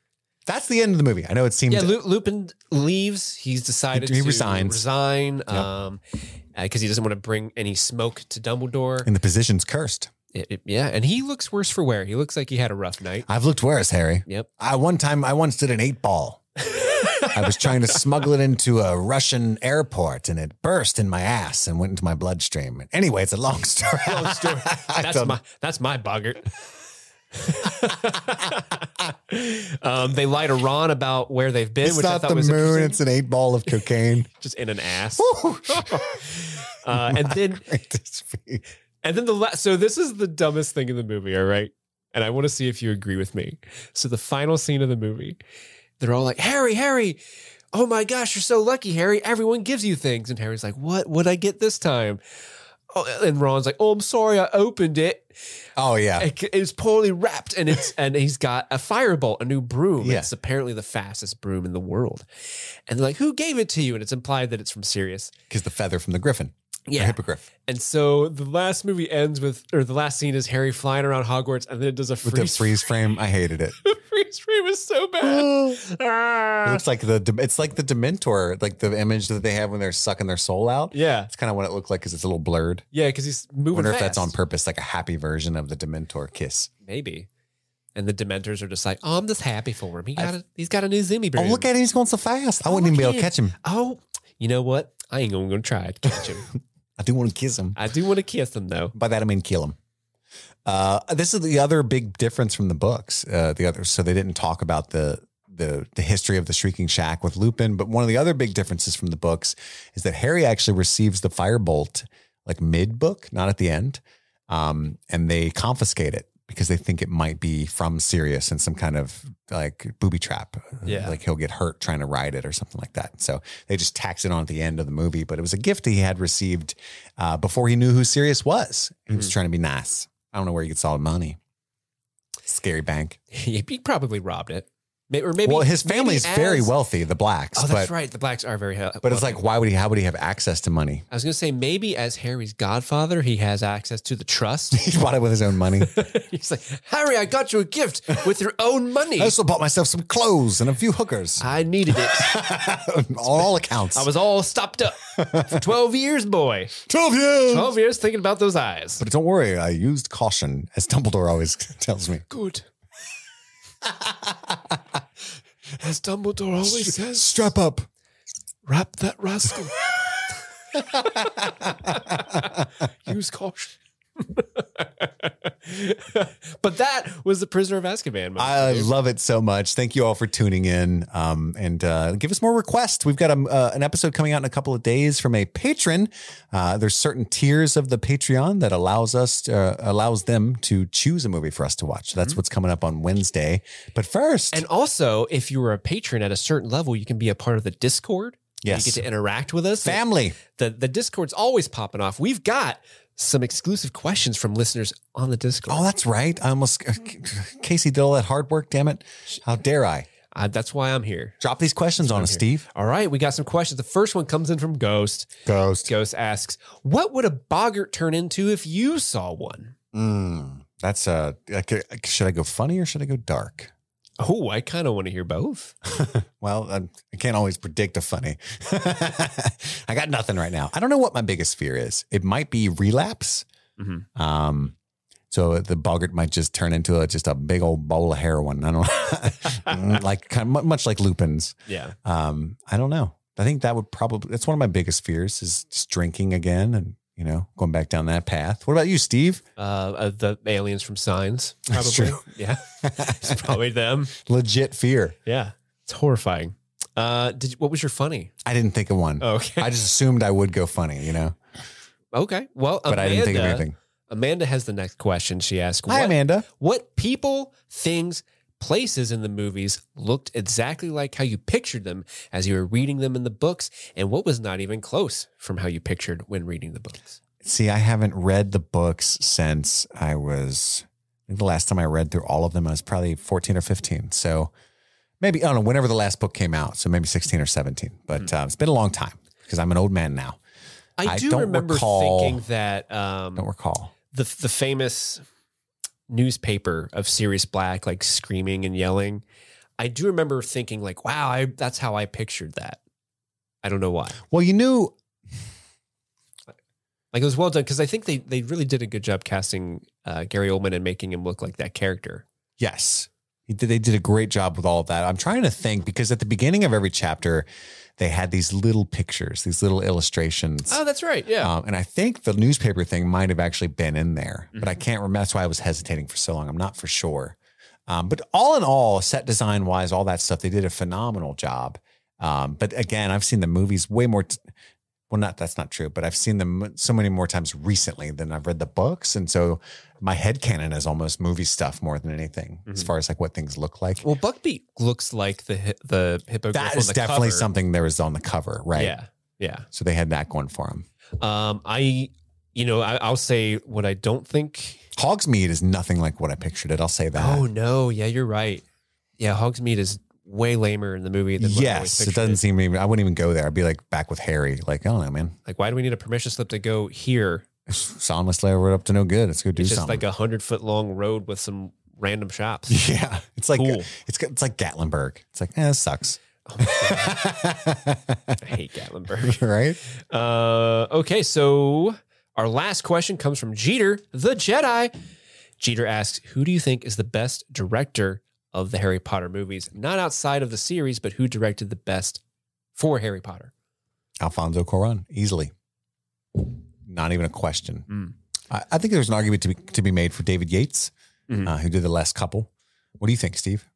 Speaker 1: that's the end of the movie. I know it seemed
Speaker 2: Yeah, Lu- Lupin leaves. He's decided
Speaker 1: He
Speaker 2: to
Speaker 1: resigns.
Speaker 2: resign um, uh, 'cause he doesn't want to bring any smoke to Dumbledore.
Speaker 1: and the position's cursed.
Speaker 2: It- it- yeah, and he looks worse for wear. He looks like he had a rough night.
Speaker 1: I've looked worse, Harry.
Speaker 2: Yep.
Speaker 1: I one time I once did an eight ball. I was trying to smuggle it into a Russian airport and it burst in my ass and went into my bloodstream. Anyway, it's a long story.
Speaker 2: Long story.
Speaker 1: I
Speaker 2: that's
Speaker 1: don't-
Speaker 2: my that's my boggart. um, they lie to Ron about where they've been,
Speaker 1: it's
Speaker 2: which I
Speaker 1: not
Speaker 2: thought
Speaker 1: the
Speaker 2: was
Speaker 1: moon,
Speaker 2: interesting.
Speaker 1: it's an eight ball of cocaine. Oh,
Speaker 2: just in an ass.
Speaker 1: Woo!
Speaker 2: Uh, and then
Speaker 1: Greatest feat.
Speaker 2: and then the la- so this is the dumbest thing in the movie. All right, and I want to see if you agree with me. So the final scene of the movie, they're all like, "Harry, Harry." Oh my gosh, you're so lucky, Harry. Everyone gives you things. And Harry's like, What would I get this time? Oh, and Ron's like, Oh, I'm sorry, I opened it.
Speaker 1: oh yeah.
Speaker 2: It- it's poorly wrapped and it's and he's got a firebolt a new broom
Speaker 1: Yeah.
Speaker 2: it's apparently the fastest broom in the world and they're like who gave it to you and it's implied that it's from sirius
Speaker 1: Because the feather from the griffin. The
Speaker 2: yeah
Speaker 1: hippogriff.
Speaker 2: and so the last movie ends with or the last scene is harry flying around hogwarts and then it does a
Speaker 1: With
Speaker 2: freeze
Speaker 1: the freeze frame. I hated it.
Speaker 2: the freeze frame is so bad
Speaker 1: It
Speaker 2: Ah.
Speaker 1: looks like the it's like the Dementor, like the image that they have when they're sucking their soul out.
Speaker 2: yeah
Speaker 1: That's kind of what it looked like because it's a little blurred.
Speaker 2: yeah because he's moving
Speaker 1: wonder if that's
Speaker 2: fast.
Speaker 1: on purpose, like a happy version of the Dementor kiss.
Speaker 2: maybe and the dementors are just like oh i'm just happy for him he got a, he's got a new zimmy broom
Speaker 1: at him. He's going so fast. I
Speaker 2: wouldn't even be able to
Speaker 1: catch him.
Speaker 2: oh you know what i ain't gonna, gonna try to catch him
Speaker 1: I do want to kiss him.
Speaker 2: i do want to kiss him though
Speaker 1: By that, I mean kill him. Uh, this is the other big difference from the books. Uh, the other, so they didn't talk about the the the history of the Shrieking Shack with Lupin. But one of the other big differences from the books is that Harry actually receives the firebolt like mid book, not at the end, um, and they confiscate it because they think it might be from Sirius and some kind of like booby trap.
Speaker 2: Yeah.
Speaker 1: like he'll get hurt trying to ride it or something like that. So they just tax it on at the end of the movie. But it was a gift he had received uh, before he knew who Sirius was. He
Speaker 2: Mm-hmm.
Speaker 1: was trying to be nice. I don't know where he gets all the money. Scary bank.
Speaker 2: he probably robbed it. May- Or maybe
Speaker 1: well, his
Speaker 2: maybe
Speaker 1: family's very
Speaker 2: as-
Speaker 1: wealthy, the blacks.
Speaker 2: Oh, that's
Speaker 1: but
Speaker 2: right. The blacks are very. hel-
Speaker 1: but it's
Speaker 2: wealthy.
Speaker 1: like, why would he? How would he have access to money?
Speaker 2: I was going to say maybe as Harry's godfather, he has access to the trust.
Speaker 1: He bought it with his own money.
Speaker 2: He's like, Harry, I got you a gift with your own money.
Speaker 1: I also bought myself some clothes and a few hookers.
Speaker 2: I needed it.
Speaker 1: On all accounts,
Speaker 2: I was all stopped up for 12 years, boy.
Speaker 1: twelve years.
Speaker 2: 12 years thinking about those eyes.
Speaker 1: But don't worry, I used caution, as Dumbledore always tells me.
Speaker 2: Good. As Dumbledore always says,
Speaker 1: Strap up.
Speaker 2: wrap that rascal. Use caution. but that was the Prisoner of Azkaban. Moment.
Speaker 1: I love it so much. Thank you all for tuning in. Um, and uh, give us more requests. We've got a, uh, an episode coming out in a couple of days from a patron. Uh, there's certain tiers of the Patreon that allows us uh, allows them to choose a movie for us to watch. So that's what's coming up on Wednesday. But first,
Speaker 2: Mm-hmm. And also, if you were a patron at a certain level, you can be a part of the Discord.
Speaker 1: Yes.
Speaker 2: You get to interact with us.
Speaker 1: family.
Speaker 2: The, the Discord's always popping off. We've got some exclusive questions from listeners on the Discord.
Speaker 1: Oh, that's right. I almost Casey did all that hard work. Damn it! How dare I?
Speaker 2: Uh, that's why I'm here.
Speaker 1: Drop these questions on us, Steve.
Speaker 2: All right, we got some questions. The first one comes in from Ghost.
Speaker 1: Ghost.
Speaker 2: Ghost asks, What would a boggart turn into if you saw one?
Speaker 1: Mm, that's uh, like, uh, should I go funny or should I go dark?
Speaker 2: Oh, I kind of want to hear both.
Speaker 1: Well, I'm, I can't always predict a funny. I got nothing right now. I don't know what my biggest fear is. It might be relapse.
Speaker 2: Mhm.
Speaker 1: Um, so the boggart might just turn into a, just a big old bowl of heroin. I don't Mm, like kind of mu- much like Lupin's.
Speaker 2: Yeah.
Speaker 1: Um, I don't know. I think that would probably that's one of my biggest fears is just drinking again and you know going back down that path. What about you, Steve?
Speaker 2: Uh, uh, the aliens from Signs. Probably.
Speaker 1: That's true.
Speaker 2: Yeah. it's probably them.
Speaker 1: Legit fear.
Speaker 2: Yeah. It's horrifying. Uh, did what was your funny?
Speaker 1: I didn't think of one.
Speaker 2: Okay.
Speaker 1: I just assumed I would go funny, you know,
Speaker 2: okay. Well,
Speaker 1: but
Speaker 2: Amanda,
Speaker 1: I didn't think of anything.
Speaker 2: Amanda has the next question. She asked,
Speaker 1: Hi,
Speaker 2: what,
Speaker 1: Amanda.
Speaker 2: what people, things, places in the movies looked exactly like how you pictured them as you were reading them in the books, and what was not even close from how you pictured when reading the books?
Speaker 1: See, I haven't read the books since I was I think the last time I read through all of them. I was probably fourteen or fifteen. So maybe I don't know whenever the last book came out. So maybe sixteen or seventeen. But uh, it's been a long time because I'm an old man now.
Speaker 2: Hmm. I,
Speaker 1: I
Speaker 2: do
Speaker 1: don't
Speaker 2: remember
Speaker 1: recall-
Speaker 2: thinking that um,
Speaker 1: Don't recall.
Speaker 2: the the famous newspaper of Sirius Black like screaming and yelling. I do remember thinking like, wow, I, that's how I pictured that. I don't know why.
Speaker 1: Well, you knew.
Speaker 2: Like it was well done because I think they they really did a good job casting uh, Gary Oldman and making him look like that character.
Speaker 1: Yes, He did- they did a great job with all of that. I'm trying to think because at the beginning of every chapter, they had these little pictures, these little illustrations.
Speaker 2: Oh, that's right. Yeah.
Speaker 1: Um, and I think the newspaper thing might have actually been in there, but I
Speaker 2: Mm-hmm.
Speaker 1: can't remember. That's why I was hesitating for so long. I'm not for sure. Um, but all in all, set design wise, all that stuff, they did a phenomenal job. Um, but again, I've seen the movies way more. T- well, not that's not true, but I've seen them so many more times recently than I've read the books, and so my head canon is almost movie stuff more than anything, as far as like what things look like.
Speaker 2: Mm-hmm. well, Buckbeak looks like the hi- the hippogriff.
Speaker 1: that
Speaker 2: on
Speaker 1: is
Speaker 2: the
Speaker 1: definitely
Speaker 2: cover.
Speaker 1: something there was on the cover, right?
Speaker 2: Yeah. Yeah.
Speaker 1: So they had that going for them.
Speaker 2: Um, I, you know, I, I'll say what I don't think.
Speaker 1: Hogsmeade is nothing like what I pictured it. I'll say that.
Speaker 2: Oh no. Yeah, you're right. Yeah, Hogsmeade is way lamer in the movie than what I always
Speaker 1: Yes, it
Speaker 2: pictured
Speaker 1: doesn't seem even. I wouldn't even go there. I'd be like back with Harry. Like, I don't know, man.
Speaker 2: Like, why do we need a permission slip to go here?
Speaker 1: Solomon Slayer, we're up to no good. Let's go do
Speaker 2: It's just
Speaker 1: something.
Speaker 2: like a hundred foot long road with some random shops.
Speaker 1: yeah, it's like
Speaker 2: Cool. Oh
Speaker 1: it's it's like Gatlinburg. It's like, eh, it sucks,
Speaker 2: I hate Gatlinburg.
Speaker 1: right?
Speaker 2: Uh, okay, so our last question comes from Jeter, the Jedi. Jeter asks, "Who do you think is the best director of the Harry Potter movies? Not outside of the series, but who directed the best for Harry Potter?"
Speaker 1: Alfonso Cuarón, easily. Not even a question.
Speaker 2: Mm.
Speaker 1: I, I think there's an argument to be to be made for David Yates,
Speaker 2: Mhm.
Speaker 1: uh, who did the last couple. What do you think, Steve?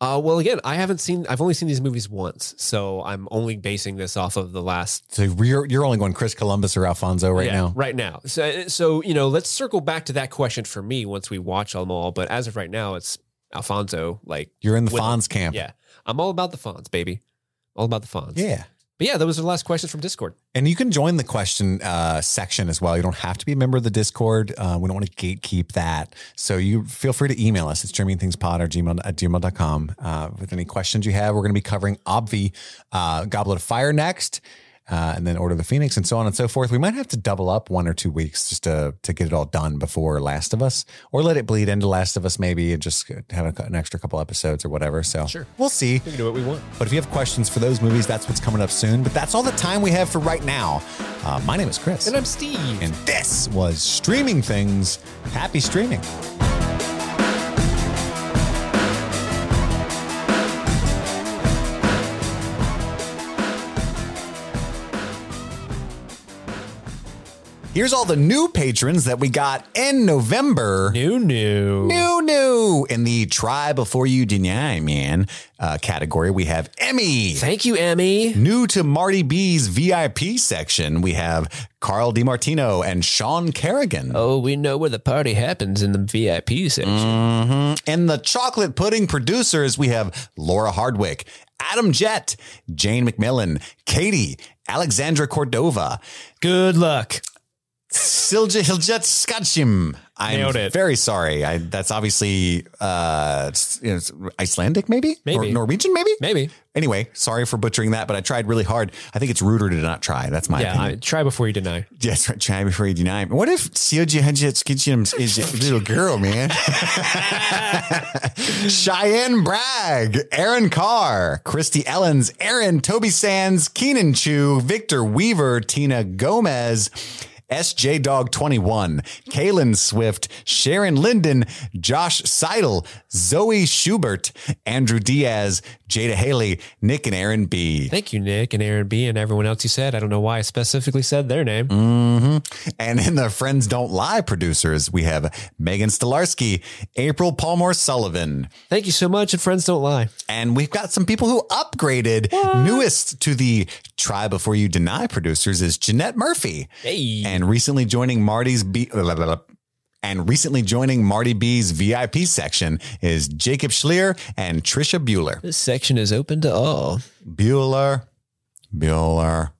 Speaker 2: Uh, well, again, I haven't seen. I've only seen these movies once, so I'm only basing this off of the last
Speaker 1: So you're you're only going Chris Columbus or Alfonso right
Speaker 2: Yeah,
Speaker 1: now.
Speaker 2: Right now. So, so you know, let's circle back to that question for me once we watch them all. But as of right now, it's Alfonso. Like,
Speaker 1: You're in the
Speaker 2: With-
Speaker 1: Fonz camp.
Speaker 2: yeah, I'm all about the Fonz, baby. All about the Fonz.
Speaker 1: Yeah.
Speaker 2: But yeah, those are the last questions from Discord.
Speaker 1: And you can join the question uh, section as well. You don't have to be a member of the Discord. Uh, we don't want to gatekeep that. So you feel free to email us. It's streamingthingspod or gmail at gmail.com uh, with any questions you have. We're going to be covering Obvi, uh, Goblet of Fire next, uh, and then Order of the Phoenix, and so on and so forth. We might have to double up one or two weeks just to, to get it all done before Last of Us, or let it bleed into Last of Us maybe and just have a, an extra couple episodes or whatever. So
Speaker 2: Sure.
Speaker 1: we'll see.
Speaker 2: We can do what we want.
Speaker 1: But if you have questions for those movies, that's what's coming up soon. But that's all the time we have for right now. Uh, my name is Chris.
Speaker 2: And I'm Steve.
Speaker 1: and this was Streaming Things. Happy streaming. Here's all the new patrons that we got in November.
Speaker 2: new, new.
Speaker 1: New, new. In the try before you deny, man uh, category, we have Emmy.
Speaker 2: Thank you, Emmy.
Speaker 1: New to Marty B's VIP section, we have Carl DiMartino and Sean Kerrigan.
Speaker 2: Oh, we know where the party happens in the VIP section.
Speaker 1: And the chocolate pudding producers, we have Laura Hardwick, Adam Jett, Jane McMillan, Katie, Alexandra Cordova,
Speaker 2: Good luck.
Speaker 1: Silja Hiljet Skatshim. I'm
Speaker 2: Nailed it.
Speaker 1: very sorry. I, that's obviously uh, s- you know, Icelandic, maybe?
Speaker 2: Maybe.
Speaker 1: Or Norwegian, maybe?
Speaker 2: Maybe.
Speaker 1: Anyway, sorry for butchering that, but I tried really hard. I think it's ruder to not try. That's my
Speaker 2: yeah,
Speaker 1: opinion.
Speaker 2: I, try before you deny.
Speaker 1: Yes, right. Try before you deny. What if Sioji Hedget's kitchen is a um, little girl, man? Cheyenne Bragg, Aaron Carr, Christy Ellens, Aaron, Toby Sands, Keenan Chu, Victor Weaver, Tina Gomez. SJ Dog 21, Kaylin Swift, Sharon Linden, Josh Seidel, Zoe Schubert, Andrew Diaz, Jada Haley, Nick and Aaron B.
Speaker 2: Thank you, Nick and Aaron B and everyone else you said. I don't know why I specifically said their name.
Speaker 1: And in the Friends Don't Lie producers, we have Megan Stolarski, April Palmore Sullivan.
Speaker 2: Thank you so much, and friends don't lie.
Speaker 1: And we've got some people who upgraded. Newest to the Try Before You Deny producers is Jeanette Murphy.
Speaker 2: Hey.
Speaker 1: And recently joining Marty's B. And recently joining Marty B's VIP section is Jacob Schlier and Trisha Bueller.
Speaker 2: This section is open to all.
Speaker 1: Bueller, Bueller,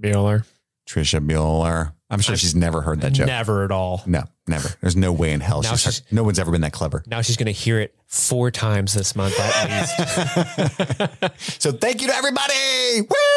Speaker 2: Bueller.
Speaker 1: Trisha Bueller. I'm sure she's never heard that joke.
Speaker 2: Never at all.
Speaker 1: No, never. There's no way in hell.
Speaker 2: Now
Speaker 1: She's
Speaker 2: she's-
Speaker 1: no one's ever been that clever.
Speaker 2: Now she's going to hear it four times this month at least.
Speaker 1: so thank you to everybody. Woo!